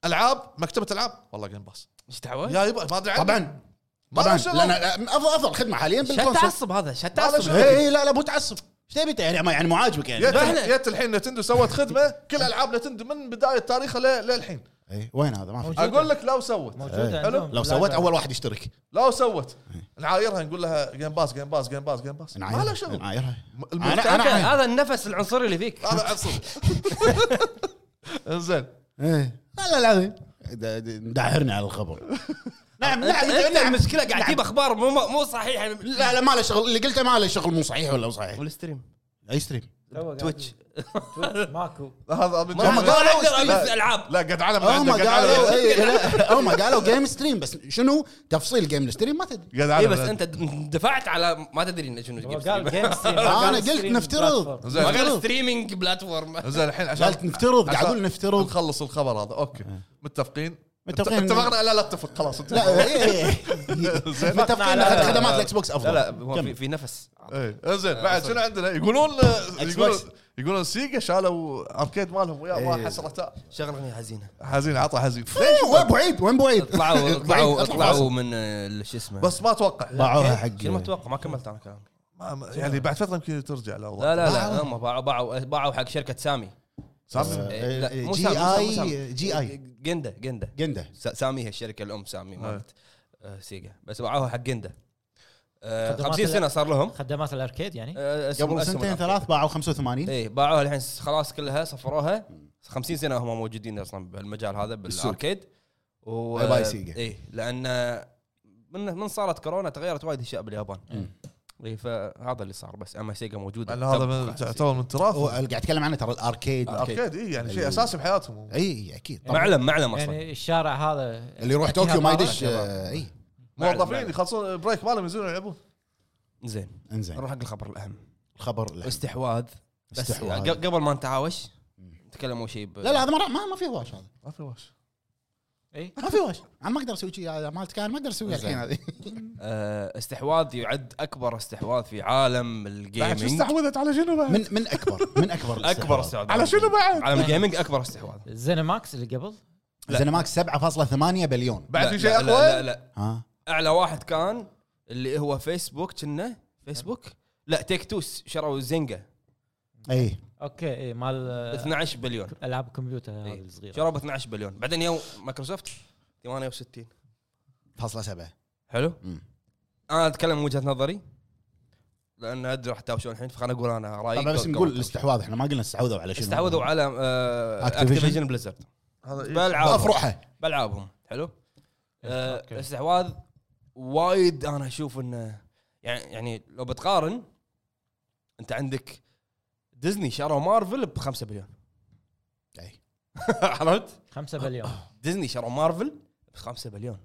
[SPEAKER 1] العاب مكتبه العاب والله جيم باس
[SPEAKER 3] ايش دعوه؟
[SPEAKER 1] يا يبا ما ادري عنه.
[SPEAKER 4] طبعا
[SPEAKER 1] ما
[SPEAKER 4] طبعا
[SPEAKER 1] له شغل.
[SPEAKER 4] لان لأن افضل افضل خدمه حاليا بالكونسول
[SPEAKER 3] شتعصب هذا
[SPEAKER 1] ما له شغل.
[SPEAKER 3] شتعصب
[SPEAKER 4] اي إي، لا لا مو تعصب ايش تبي أنت؟ يعني ما- يعني مو عاجبك يعني
[SPEAKER 1] جت
[SPEAKER 3] رحلة.
[SPEAKER 1] جت الحين نتندو سوت خدمه كل العاب نتندو من بدايه تاريخها لل- للحين
[SPEAKER 4] إي، إيه، وين هذا ما في
[SPEAKER 2] موجود.
[SPEAKER 1] اقول لك لو سوت
[SPEAKER 2] موجوده
[SPEAKER 1] حلو.
[SPEAKER 2] عندهم.
[SPEAKER 4] لو سويت اول واحد يشترك
[SPEAKER 1] لو سوت نعايرها نقول لها جيم باس جيم باس جيم باس جيم باس ما
[SPEAKER 4] نعايرها.
[SPEAKER 1] له شغل
[SPEAKER 4] نعايرها
[SPEAKER 1] م-
[SPEAKER 4] انا
[SPEAKER 1] المستقبل-
[SPEAKER 4] انا عاير.
[SPEAKER 3] هذا النفس العنصري اللي فيك
[SPEAKER 1] هذا عصر [laughs] انزين
[SPEAKER 4] ايه لا العظيم د- د- مدعرني على [laughs] الخبر نعم نعم
[SPEAKER 3] انت
[SPEAKER 4] نعم.
[SPEAKER 3] المشكله قاعد
[SPEAKER 4] نعم.
[SPEAKER 3] تجيب اخبار مو مو صحيحه
[SPEAKER 4] لا لا ما له شغل اللي قلته ما له شغل مو صحيح ولا مو صحيح
[SPEAKER 3] والستريم
[SPEAKER 4] اي ستريم
[SPEAKER 2] تو قاعد-
[SPEAKER 3] تويتش
[SPEAKER 2] تويتش ماكو
[SPEAKER 1] هذا من
[SPEAKER 3] ما
[SPEAKER 1] جهة-
[SPEAKER 3] اقدر
[SPEAKER 1] لا.
[SPEAKER 3] الف العاب
[SPEAKER 1] لا قد عالم
[SPEAKER 4] هم
[SPEAKER 1] قد عالم
[SPEAKER 4] قالوا إي،
[SPEAKER 3] إيه،
[SPEAKER 4] [laughs] لا، هم قالوا جيم ستريم بس شنو تفصيل جيم ستريم ما تدري
[SPEAKER 1] قد
[SPEAKER 3] اي
[SPEAKER 1] عالم
[SPEAKER 3] إيه، بس انت دفعت على ما تدري إنه شنو
[SPEAKER 2] هو
[SPEAKER 3] تجيب
[SPEAKER 2] قال
[SPEAKER 3] ستريم.
[SPEAKER 2] جيم ستريم
[SPEAKER 4] انا
[SPEAKER 2] قال
[SPEAKER 4] قلت
[SPEAKER 2] ستريم
[SPEAKER 4] نفترض
[SPEAKER 2] بلاتفورم.
[SPEAKER 1] زين.
[SPEAKER 3] ما قال
[SPEAKER 4] نفترض
[SPEAKER 3] ستريمينج بلاتفورم
[SPEAKER 1] انزين الحين عشان
[SPEAKER 4] قالت نفترض قاعد
[SPEAKER 1] عشان
[SPEAKER 4] اقول نفترض
[SPEAKER 1] نخلص الخبر هذا اوكي متفقين
[SPEAKER 4] متفقين.
[SPEAKER 1] اتفقنا لا لا اتفق خلاص
[SPEAKER 4] لا
[SPEAKER 1] اتفقنا
[SPEAKER 4] إي، إي، إي. متفقين إن
[SPEAKER 2] على-
[SPEAKER 4] خدمات الاكس بوكس افضل
[SPEAKER 3] لا لا هو
[SPEAKER 4] كمل.
[SPEAKER 3] في, في نفس
[SPEAKER 1] ايه انزين بعد شنو عندنا يقولون يقولون
[SPEAKER 4] بوكس.
[SPEAKER 1] يقولون سيجا شالوا اركيد مالهم وياه ما حسرته
[SPEAKER 3] شغله حزينه
[SPEAKER 1] حزين عطى حزين
[SPEAKER 4] إيه، وين ابو عيد وين ابو عيد
[SPEAKER 3] طلعوا طلعوا
[SPEAKER 4] بعيد، أطلع
[SPEAKER 3] طلعوا من آه، شو اسمه إيه،
[SPEAKER 1] بس ما اتوقع
[SPEAKER 4] باعوها
[SPEAKER 3] شنو ما
[SPEAKER 4] حق
[SPEAKER 3] اتوقع ما كملت انا كلامي
[SPEAKER 1] ما- ما- يعني بعد فتره يمكن ترجع
[SPEAKER 3] لا
[SPEAKER 1] لا
[SPEAKER 3] لا لا هم باعوا باعوا باعوا حق شركه سامي
[SPEAKER 1] سامي
[SPEAKER 3] إيه، لا، مو
[SPEAKER 4] جي
[SPEAKER 3] سامي، مو سامي، مو
[SPEAKER 4] اي
[SPEAKER 3] سامي.
[SPEAKER 4] جي اي
[SPEAKER 3] جنده جنده
[SPEAKER 4] جنده
[SPEAKER 3] س- سامي هي الشركه الام سامي مالت آه، سيجا بس باعوها حق جنده آه،
[SPEAKER 2] خدمات
[SPEAKER 3] 50 سنه صار لهم
[SPEAKER 2] خدمات الاركيد يعني
[SPEAKER 3] آه، اسهم-
[SPEAKER 4] إيه. قبل
[SPEAKER 3] اسهم
[SPEAKER 4] سنتين
[SPEAKER 3] الأركيد.
[SPEAKER 4] ثلاث باعوا 85
[SPEAKER 3] اي إيه، باعوها الحين خلاص كلها صفروها 50 سنه هم موجودين اصلا بالمجال هذا بالاركيد و
[SPEAKER 4] باي باي سيجا.
[SPEAKER 3] اي لان من من صارت كورونا تغيرت وايد اشياء باليابان اي فهذا اللي صار بس اما سيجا موجوده
[SPEAKER 1] لان هذا من-
[SPEAKER 3] تبقى
[SPEAKER 1] تعتبر من
[SPEAKER 4] هو
[SPEAKER 1] التراث
[SPEAKER 4] قاعد اتكلم عنه ترى الاركيد
[SPEAKER 1] اركيد اي يعني شيء
[SPEAKER 4] أيوه.
[SPEAKER 1] اساسي بحياتهم
[SPEAKER 4] اي اكيد
[SPEAKER 3] سيجا. معلم معلم اصلا
[SPEAKER 2] يعني الشارع هذا
[SPEAKER 4] اللي يروح طوكيو ما يدش آه، اي
[SPEAKER 1] موظفين يخلصون البريك مالهم ينزلون يلعبون
[SPEAKER 3] زين
[SPEAKER 4] انزين
[SPEAKER 3] نروح حق الخبر الاهم
[SPEAKER 4] الخبر لا
[SPEAKER 3] استحواذ بس
[SPEAKER 4] يعني. استحواذ.
[SPEAKER 3] ق- قبل ما نتعاوش نتكلم اول شيء ب-
[SPEAKER 4] لا لا هذا ما- ما ما في هواش هذا
[SPEAKER 1] ما في واش
[SPEAKER 2] اي
[SPEAKER 4] ما في وش انا ما اقدر اسوي شيء هذا مالتك انا ما اقدر اسوي الحين هذه
[SPEAKER 3] آه، استحواذ يعد اكبر استحواذ في عالم
[SPEAKER 1] بعد شو
[SPEAKER 3] الجيمنج
[SPEAKER 1] استحوذت على شنو بعد؟
[SPEAKER 4] من من اكبر من اكبر
[SPEAKER 3] اكبر استحواذ
[SPEAKER 1] على شنو بعد؟
[SPEAKER 3] عالم الجيمنج اكبر استحواذ
[SPEAKER 2] زينماكس اللي قبل
[SPEAKER 4] زينماكس 7.8 بليون
[SPEAKER 1] بعد
[SPEAKER 3] لا،
[SPEAKER 1] في شيء
[SPEAKER 3] لا، لا لا
[SPEAKER 1] اقوى؟
[SPEAKER 3] لا
[SPEAKER 4] ها
[SPEAKER 3] اعلى واحد كان اللي هو فيسبوك كنا فيسبوك لا تيك توس شروا زنقه
[SPEAKER 4] اي
[SPEAKER 2] اوكي اي مال
[SPEAKER 3] ب
[SPEAKER 2] آه،
[SPEAKER 3] 12 بليون
[SPEAKER 2] العاب كمبيوتر هذه
[SPEAKER 3] إيه.
[SPEAKER 2] الصغيره
[SPEAKER 3] شروا ب 12 بليون بعدين يو مايكروسوفت 68
[SPEAKER 4] فاصلة سبعة
[SPEAKER 3] حلو
[SPEAKER 4] مم.
[SPEAKER 3] انا اتكلم من وجهه نظري لان ادري راح تهاوشون الحين فخلنا اقول انا رايي
[SPEAKER 4] طبعا بس نقول الاستحواذ احنا ما قلنا استحوذوا على شنو
[SPEAKER 3] استحوذوا على آه،
[SPEAKER 4] Activision.
[SPEAKER 3] اكتيفيجن بليزرد
[SPEAKER 1] هذا إيه؟
[SPEAKER 4] ما
[SPEAKER 3] بالعابهم
[SPEAKER 4] فروحه
[SPEAKER 3] بالعابهم حلو آه،
[SPEAKER 2] أوكي.
[SPEAKER 3] الاستحواذ وايد انا اشوف انه يعني يعني لو بتقارن انت عندك ديزني شروا مارفل ب 5 بليون
[SPEAKER 4] أي.
[SPEAKER 3] عرفت؟
[SPEAKER 2] 5 بليون
[SPEAKER 3] ديزني شروا مارفل ب 5 بليون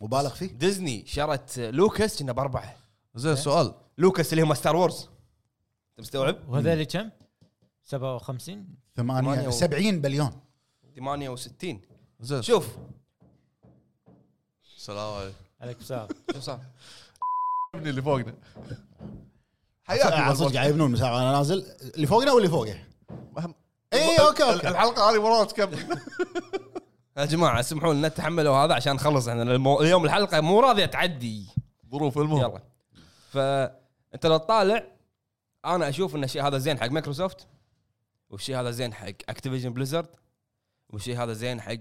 [SPEAKER 4] مبالغ فيه
[SPEAKER 3] ديزني شرت لوكاس كنا باربعه
[SPEAKER 1] زين سؤال
[SPEAKER 3] لوكاس اللي هم ستار وورز انت مستوعب؟
[SPEAKER 2] وهذول كم؟ 57
[SPEAKER 4] ثمانية
[SPEAKER 3] ثمانية و-
[SPEAKER 4] 70 بليون
[SPEAKER 3] 68
[SPEAKER 1] زين
[SPEAKER 3] شوف
[SPEAKER 1] السلام عليكم
[SPEAKER 2] عليك بسام
[SPEAKER 3] شوف صار
[SPEAKER 1] ابني اللي فوقنا
[SPEAKER 4] آه، صدق قاعد يبنون مساحة وانا نازل اللي فوقنا واللي فوقه
[SPEAKER 1] مهم.
[SPEAKER 4] اي اوكي اوكي
[SPEAKER 1] الحلقه هذه وراها تكمل
[SPEAKER 3] يا جماعه سمحوا لنا تحملوا هذا عشان نخلص احنا المو... اليوم الحلقه مو راضيه تعدي
[SPEAKER 1] ظروف المهم
[SPEAKER 3] يلا فانت لو تطالع انا اشوف ان الشيء هذا زين حق مايكروسوفت والشيء هذا زين حق اكتيفيجن بليزرد والشيء هذا زين حق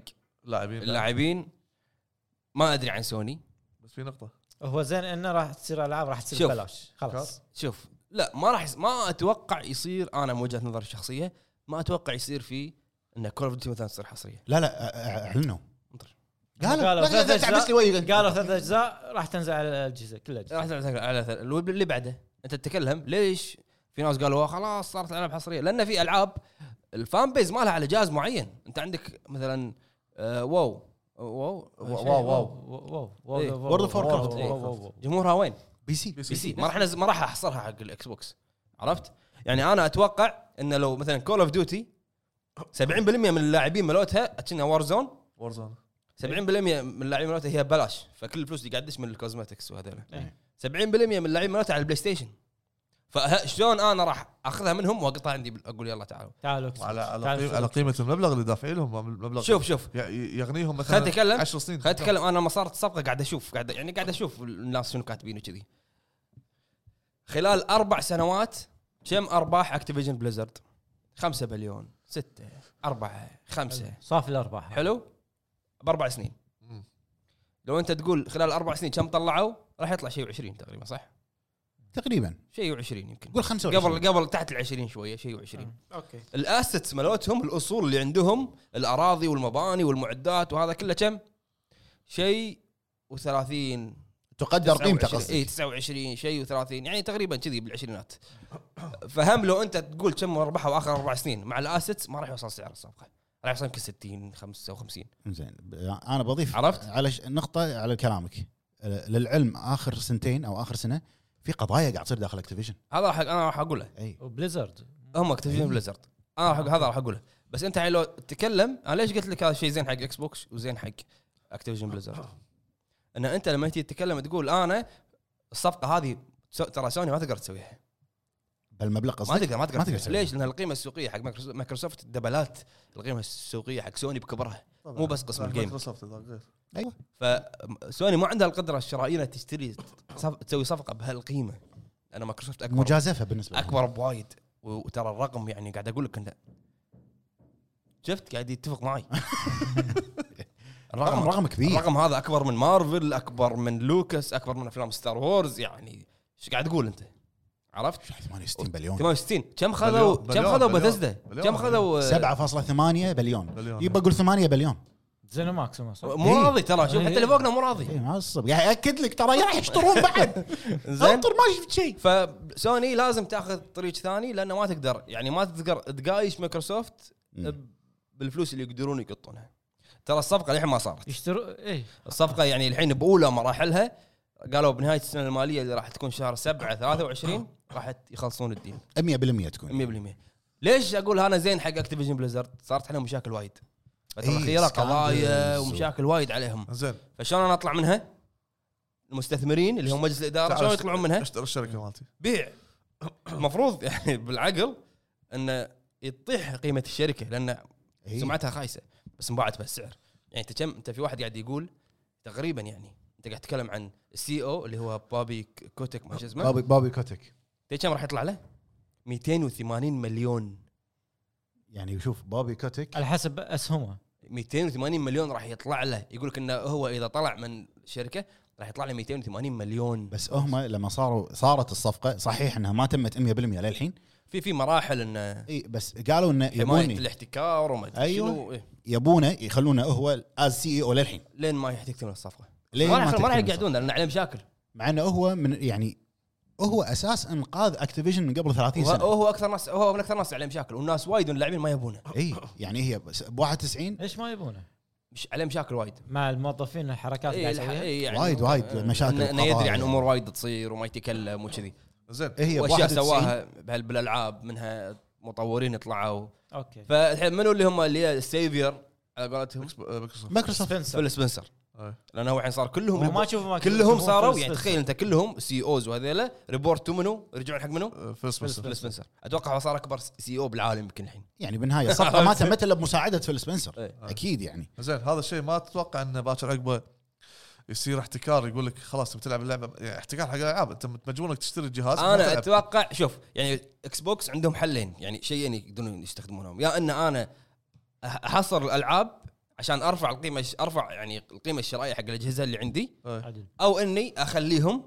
[SPEAKER 1] اللاعبين لا.
[SPEAKER 3] اللاعبين ما ادري عن سوني
[SPEAKER 1] بس في نقطه
[SPEAKER 2] [laughs] هو زين انه راح تصير العاب راح تصير
[SPEAKER 3] شوف.
[SPEAKER 2] ببلاش خلاص
[SPEAKER 3] شوف لا ما راح يص- ما اتوقع يصير انا من وجهه نظري الشخصيه ما اتوقع يصير في ان كول اوف ديوتي مثلا تصير حصريه
[SPEAKER 4] لا لا آه، آه، اعلنوا
[SPEAKER 3] انطر.
[SPEAKER 4] قالوا
[SPEAKER 2] قالوا
[SPEAKER 4] لا، لا،
[SPEAKER 2] ثلاث
[SPEAKER 4] تعبس لي
[SPEAKER 2] أجزاء-
[SPEAKER 4] وجهك
[SPEAKER 2] قالوا ثلاث اجزاء راح تنزل على الاجهزه كل الاجهزه
[SPEAKER 3] راح تعلن على ثل- الو- اللي بعده انت تتكلم ليش في ناس قالوا "آه خلاص صارت العاب حصريه لان في العاب الفان بيز مالها على جهاز معين انت عندك مثلا آه واو [laughs] واو
[SPEAKER 1] واو واو
[SPEAKER 2] واو
[SPEAKER 3] إيه.
[SPEAKER 2] واو
[SPEAKER 4] World of Warcraft.
[SPEAKER 2] واو
[SPEAKER 3] جمهورها وين؟
[SPEAKER 4] بي سي
[SPEAKER 3] بي سي ما راح نز- ما راح احصرها حق الاكس بوكس عرفت؟ يعني انا اتوقع انه لو مثلا كول اوف ديوتي 70% من اللاعبين ملوتها كأنها وار زون
[SPEAKER 1] وارزون
[SPEAKER 3] 70% من اللاعبين مالته هي ببلاش فكل الفلوس اللي قاعد تدش من الكوزماتكس وهذول
[SPEAKER 2] إيه.
[SPEAKER 3] 70% من اللاعبين مالته على البلاي ستيشن فشلون انا راح اخذها منهم واقطها عندي بال- اقول يلا تعالوا
[SPEAKER 2] تعالوا
[SPEAKER 1] على على
[SPEAKER 2] تعالوا
[SPEAKER 1] قيمة- على قيمه المبلغ اللي دافعين لهم المبلغ
[SPEAKER 3] شوف شوف
[SPEAKER 1] ي- ي- يغنيهم مثلا
[SPEAKER 3] خليني أتكلم.
[SPEAKER 1] 10 سنين
[SPEAKER 3] خليني اتكلم انا لما صارت الصفقه قاعد اشوف قاعد يعني قاعد اشوف الناس شنو كاتبين وكذي خلال اربع سنوات كم ارباح اكتيفيجن بليزرد 5 بليون 6 4 5
[SPEAKER 2] صافي الارباح
[SPEAKER 3] حلو باربع سنين
[SPEAKER 1] مم.
[SPEAKER 3] لو انت تقول خلال اربع سنين كم طلعوا راح يطلع شيء 20 تقريبا صح؟
[SPEAKER 4] تقريبا
[SPEAKER 3] شيء 20 يمكن
[SPEAKER 4] قول 25
[SPEAKER 3] قبل قبل تحت ال 20 شويه شيء 20
[SPEAKER 2] اوكي
[SPEAKER 3] الاسيتس مالتهم الاصول اللي عندهم الاراضي والمباني والمعدات وهذا كله كم؟ شيء و30
[SPEAKER 4] تقدر قيمته
[SPEAKER 3] اي
[SPEAKER 4] قصدي
[SPEAKER 3] 29 إيه، شيء و30 يعني تقريبا كذي بالعشرينات فهم لو انت تقول كم ربحوا اخر اربع سنين مع الاسيتس ما راح يوصل سعر الصفقه راح يوصل يمكن 60 55
[SPEAKER 4] زين ب- انا بضيف
[SPEAKER 3] عرفت؟
[SPEAKER 4] على ش- نقطه على كلامك آه، للعلم اخر سنتين او اخر سنه في قضايا قاعد تصير داخل إيه. اكتيفيشن
[SPEAKER 3] هذا راح انا راح اقوله
[SPEAKER 4] اي
[SPEAKER 2] وبليزرد
[SPEAKER 3] هم
[SPEAKER 4] إيه.
[SPEAKER 3] اكتيفيجن بليزرد انا
[SPEAKER 4] آه،
[SPEAKER 3] راح أقول- هذا راح اقوله بس انت الحين لو تتكلم انا ليش قلت لك هذا الشيء زين حق اكس بوكس وزين حق اكتيفيجن بليزرد
[SPEAKER 4] آه.
[SPEAKER 3] ان انت لما تيجي تتكلم تقول انا الصفقه هذه سو- ترى سوني ما تقدر تسويها
[SPEAKER 4] بالمبلغ
[SPEAKER 3] ما
[SPEAKER 4] قصدي
[SPEAKER 3] تقدر ما تقدر,
[SPEAKER 4] ما تقدر
[SPEAKER 3] تسويها. ليش؟ لان القيمه السوقيه حق مايكروسوفت- مايكروسوفت دبلات القيمه السوقيه حق سوني بكبرها مو بس قسم الجيم.
[SPEAKER 1] مايكروسوفت إذا غير.
[SPEAKER 3] فسوني ما عندها القدره الشرائيه إنها تشتري صف... تسوي صفقه بهالقيمه انا مايكروسوفت اكبر
[SPEAKER 4] مجازفه بالنسبه لهم.
[SPEAKER 3] اكبر بوايد وترى الرقم يعني قاعد اقول لك انه شفت قاعد يتفق معي
[SPEAKER 4] رقم
[SPEAKER 3] الرقم
[SPEAKER 4] رقم كبير
[SPEAKER 3] الرقم هذا اكبر من مارفل اكبر من لوكاس اكبر من افلام ستار وورز يعني ايش قاعد تقول انت عرفت
[SPEAKER 4] 68 بليون
[SPEAKER 3] 68 كم خذوا
[SPEAKER 1] بليون-
[SPEAKER 3] كم خذوا
[SPEAKER 1] بليون-
[SPEAKER 3] بثزدا
[SPEAKER 1] بليون-
[SPEAKER 3] كم خذوا
[SPEAKER 4] 7.8 بليون
[SPEAKER 1] بليون.
[SPEAKER 4] يبقى اقول 8 بليون
[SPEAKER 2] زينو ماكسيمو صح؟
[SPEAKER 3] مو
[SPEAKER 4] إيه.
[SPEAKER 3] راضي ترى شوف
[SPEAKER 2] إيه.
[SPEAKER 3] حتى اللي فوقنا مو راضي
[SPEAKER 4] اي ما الصب قاعد اكد لك ترى راح يشترون بعد
[SPEAKER 3] زين
[SPEAKER 4] انطر ما شفت شيء
[SPEAKER 3] فسوني لازم تاخذ طريق ثاني لانه ما تقدر يعني ما تقدر تقايش مايكروسوفت بالفلوس اللي يقدرون يقطونها ترى الصفقه للحين ما صارت
[SPEAKER 2] يشتروا ايه
[SPEAKER 3] الصفقه يعني الحين باولى مراحلها قالوا بنهايه السنه الماليه اللي راح تكون شهر 7 23 راح يخلصون الدين
[SPEAKER 4] 100% تكون
[SPEAKER 3] 100% ليش اقول انا زين حق اكتيفيجن بليزرد صارت عليهم مشاكل وايد الفتره
[SPEAKER 4] إيه،
[SPEAKER 3] الاخيره قضايا
[SPEAKER 4] scandals و-
[SPEAKER 3] ومشاكل وايد عليهم
[SPEAKER 1] زين
[SPEAKER 3] فشلون انا اطلع منها المستثمرين اللي هم مجلس الاداره
[SPEAKER 1] تعال
[SPEAKER 3] شلون
[SPEAKER 1] اشت-
[SPEAKER 3] يطلعون منها
[SPEAKER 1] اشتري الشركه مالتي
[SPEAKER 3] بيع المفروض [laughs] يعني بالعقل انه يطيح قيمه الشركه لان
[SPEAKER 4] إيه.
[SPEAKER 3] سمعتها خايسه بس انباعت بهالسعر يعني انت كم انت في واحد قاعد يقول تقريبا يعني انت قاعد تتكلم عن السي او اللي هو بابي ك- كوتك ما شو اسمه
[SPEAKER 4] بابي بابي كوتك
[SPEAKER 3] تدري كم راح يطلع له؟ 280 مليون
[SPEAKER 4] يعني شوف بابي كوتك
[SPEAKER 2] على حسب اسهمها
[SPEAKER 3] 280 مليون راح يطلع له يقول لك انه هو اذا طلع من الشركه راح يطلع لي 280 مليون
[SPEAKER 4] بس هم لما صاروا صارت الصفقه صحيح انها ما تمت 100% للحين
[SPEAKER 3] في في مراحل انه
[SPEAKER 4] اي بس قالوا انه
[SPEAKER 3] حمايه
[SPEAKER 4] يبون
[SPEAKER 3] الاحتكار وما ادري
[SPEAKER 4] أيوة.
[SPEAKER 3] شنو إيه.
[SPEAKER 4] يبونه يخلونه هو از سي او للحين
[SPEAKER 3] لين ما تكتمل الصفقه
[SPEAKER 4] لين
[SPEAKER 3] ما راح
[SPEAKER 4] تكتمل
[SPEAKER 3] ما راح
[SPEAKER 4] الصفقة.
[SPEAKER 3] يقعدون لان عليه مشاكل
[SPEAKER 4] مع انه هو من يعني هو اساس انقاذ اكتيفيجن من قبل 30
[SPEAKER 3] وهو
[SPEAKER 4] سنه
[SPEAKER 3] هو اكثر ناس هو من اكثر ناس عليه مشاكل والناس وايد واللاعبين ما يبونه
[SPEAKER 4] اي يعني هي بس ب 91
[SPEAKER 2] ليش ما يبونه؟
[SPEAKER 3] مش عليه مشاكل وايد
[SPEAKER 2] مع الموظفين الحركات
[SPEAKER 3] إيه،
[SPEAKER 2] اللي
[SPEAKER 3] الح-
[SPEAKER 2] قاعد يسويها
[SPEAKER 3] إيه، يعني
[SPEAKER 4] وايد- وايد
[SPEAKER 3] آه،
[SPEAKER 4] مشاكل
[SPEAKER 3] إنه- انه يدري
[SPEAKER 4] وقضايا.
[SPEAKER 3] عن امور وايد تصير وما يتكلم وكذي
[SPEAKER 1] زين
[SPEAKER 4] هي ب
[SPEAKER 3] واشياء
[SPEAKER 4] 91
[SPEAKER 3] سواها بهال- بالالعاب منها مطورين طلعوا
[SPEAKER 2] اوكي
[SPEAKER 3] فالحين منو اللي هم اللي هي السيفير على قولتهم
[SPEAKER 1] مايكروسوفت
[SPEAKER 4] مايكروسوفت
[SPEAKER 2] سبنسر
[SPEAKER 3] فيل سبنسر
[SPEAKER 1] إيه.
[SPEAKER 3] لانه هو الحين صار كلهم
[SPEAKER 2] ما
[SPEAKER 3] ريبورت.
[SPEAKER 2] اشوف
[SPEAKER 3] كلهم صاروا يعني تخيل انت كلهم سي اوز وهذيلا ريبورتوا منو رجعوا حق منو؟
[SPEAKER 1] فيل
[SPEAKER 3] فيل
[SPEAKER 1] سبنسر
[SPEAKER 3] سبنسر اتوقع هو صار اكبر سي او بالعالم يمكن الحين
[SPEAKER 4] يعني بالنهايه الصفقه
[SPEAKER 3] [laughs]
[SPEAKER 4] ما تمت الا بمساعده فيل سبنسر
[SPEAKER 3] إيه.
[SPEAKER 4] اكيد يعني
[SPEAKER 1] زين هذا الشيء ما تتوقع انه باكر عقبه يصير احتكار يقول لك خلاص تبي تلعب اللعبه يعني احتكار حق الالعاب انت مجبور انك تشتري الجهاز وتلعب.
[SPEAKER 3] انا اتوقع شوف يعني اكس بوكس عندهم حلين يعني شيئين يقدرون يستخدمونهم يا ان انا أح- احصر الالعاب عشان ارفع القيمه الش- ارفع يعني القيمه الشرائيه حق الاجهزه اللي عندي
[SPEAKER 2] عدل
[SPEAKER 3] او اني اخليهم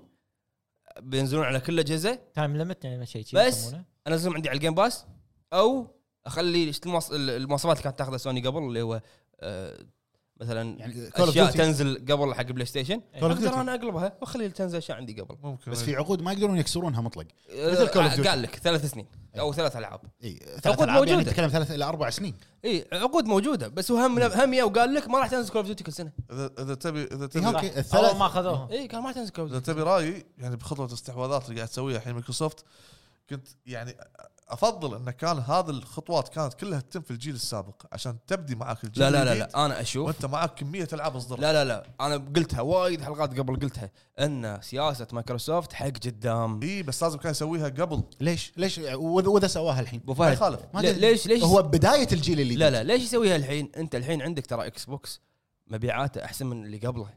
[SPEAKER 3] بينزلون على كل اجهزه
[SPEAKER 2] تايم ليمت يعني ما شيء شي
[SPEAKER 3] بس-
[SPEAKER 2] يسمونه.
[SPEAKER 3] انزلهم عندي على الجيم باس او اخلي الشت- المواص- المواصفات اللي كانت تاخذها سوني قبل اللي هو آه، مثلا
[SPEAKER 4] يعني
[SPEAKER 3] يعني
[SPEAKER 4] Call of
[SPEAKER 3] اشياء
[SPEAKER 4] Duty.
[SPEAKER 3] تنزل قبل حق بلاي ستيشن
[SPEAKER 2] Call of
[SPEAKER 4] Duty.
[SPEAKER 3] اقدر انا اقلبها واخلي اللي تنزل اشياء عندي قبل
[SPEAKER 1] ممكن
[SPEAKER 4] بس في عقود ما يقدرون يكسرونها مطلق
[SPEAKER 3] آه،
[SPEAKER 4] مثل Call of Duty. إيه.
[SPEAKER 3] قال لك ثلاث سنين او ثلاث العاب
[SPEAKER 4] اي ثلاث
[SPEAKER 3] عقود
[SPEAKER 4] ألعاب يعني
[SPEAKER 3] موجودة.
[SPEAKER 4] تتكلم ثلاث الى اربع سنين
[SPEAKER 3] اي عقود موجوده بس هو هم هم يا وقال لك ما راح تنزل كول اوف ديوتي كل سنه
[SPEAKER 1] اذا اذا تبي اذا
[SPEAKER 4] إيه،
[SPEAKER 1] تبي
[SPEAKER 4] أوكي،
[SPEAKER 2] صح.
[SPEAKER 4] الثلاث-
[SPEAKER 2] اول ما اخذوها
[SPEAKER 3] اي كان ما راح تنزل كول اوف
[SPEAKER 1] اذا
[SPEAKER 3] ديوتي
[SPEAKER 1] تبي رايي يعني بخطوه الاستحواذات اللي قاعد تسويها الحين مايكروسوفت كنت يعني افضل ان كان هذه الخطوات كانت كلها تتم في الجيل السابق عشان تبدي معاك الجيل
[SPEAKER 3] لا لا لا,
[SPEAKER 1] الجديد
[SPEAKER 3] لا انا اشوف
[SPEAKER 1] وانت معاك كميه العاب اصدرت
[SPEAKER 3] لا لا لا انا قلتها وايد حلقات قبل قلتها ان سياسه مايكروسوفت حق قدام
[SPEAKER 1] اي بس لازم كان يسويها قبل
[SPEAKER 4] ليش ليش وإذا- واذا سواها الحين
[SPEAKER 3] ابو
[SPEAKER 1] ما
[SPEAKER 3] فهد
[SPEAKER 1] يخالف
[SPEAKER 4] ما
[SPEAKER 3] لي-
[SPEAKER 4] أدري.
[SPEAKER 3] ليش ليش
[SPEAKER 4] هو بدايه الجيل اللي
[SPEAKER 3] لا لا ليش يسويها الحين؟ انت الحين عندك ترى اكس بوكس مبيعاته احسن من اللي قبله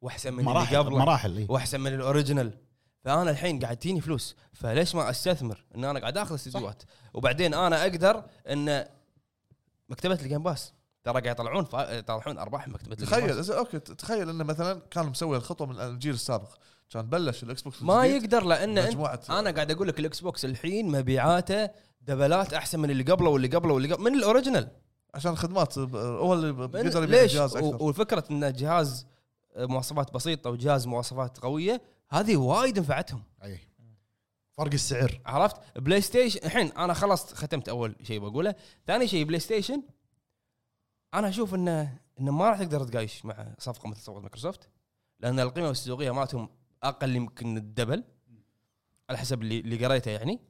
[SPEAKER 3] واحسن من اللي
[SPEAKER 4] مراحل
[SPEAKER 3] قبله
[SPEAKER 4] مراحل إيه.
[SPEAKER 3] واحسن من الاوريجنال فانا الحين قاعد تجيني فلوس فليش ما استثمر ان انا قاعد اخذ استديوهات وبعدين انا اقدر ان مكتبه الجيم باس ترى قاعد يطلعون فا- يطلعون ارباح مكتبه الجيم
[SPEAKER 1] تخيل
[SPEAKER 3] باس.
[SPEAKER 1] إذا- اوكي تخيل انه مثلا كان مسوي الخطوه من الجيل السابق كان بلش الاكس بوكس
[SPEAKER 3] ما
[SPEAKER 1] الجديد
[SPEAKER 3] يقدر لان انت
[SPEAKER 1] مجموعه
[SPEAKER 3] انا قاعد اقول لك الاكس بوكس الحين مبيعاته دبلات احسن من اللي قبله واللي قبله واللي قبله من الاوريجنال
[SPEAKER 1] عشان خدمات ب- هو اللي ب-
[SPEAKER 3] من-
[SPEAKER 1] بيقدر يبيع
[SPEAKER 3] ليش
[SPEAKER 1] الجهاز
[SPEAKER 3] و-
[SPEAKER 1] اكثر
[SPEAKER 3] والفكره ان جهاز مواصفات بسيطه وجهاز مواصفات قويه هذه وايد نفعتهم
[SPEAKER 4] أي. فرق السعر
[SPEAKER 3] عرفت بلاي ستيشن الحين انا خلصت ختمت اول شيء بقوله ثاني شيء بلاي ستيشن انا اشوف انه انه ما راح تقدر تقايش مع صفقه مثل صفقه مايكروسوفت لان القيمه السوقيه مالتهم اقل يمكن الدبل على حسب اللي اللي قريته يعني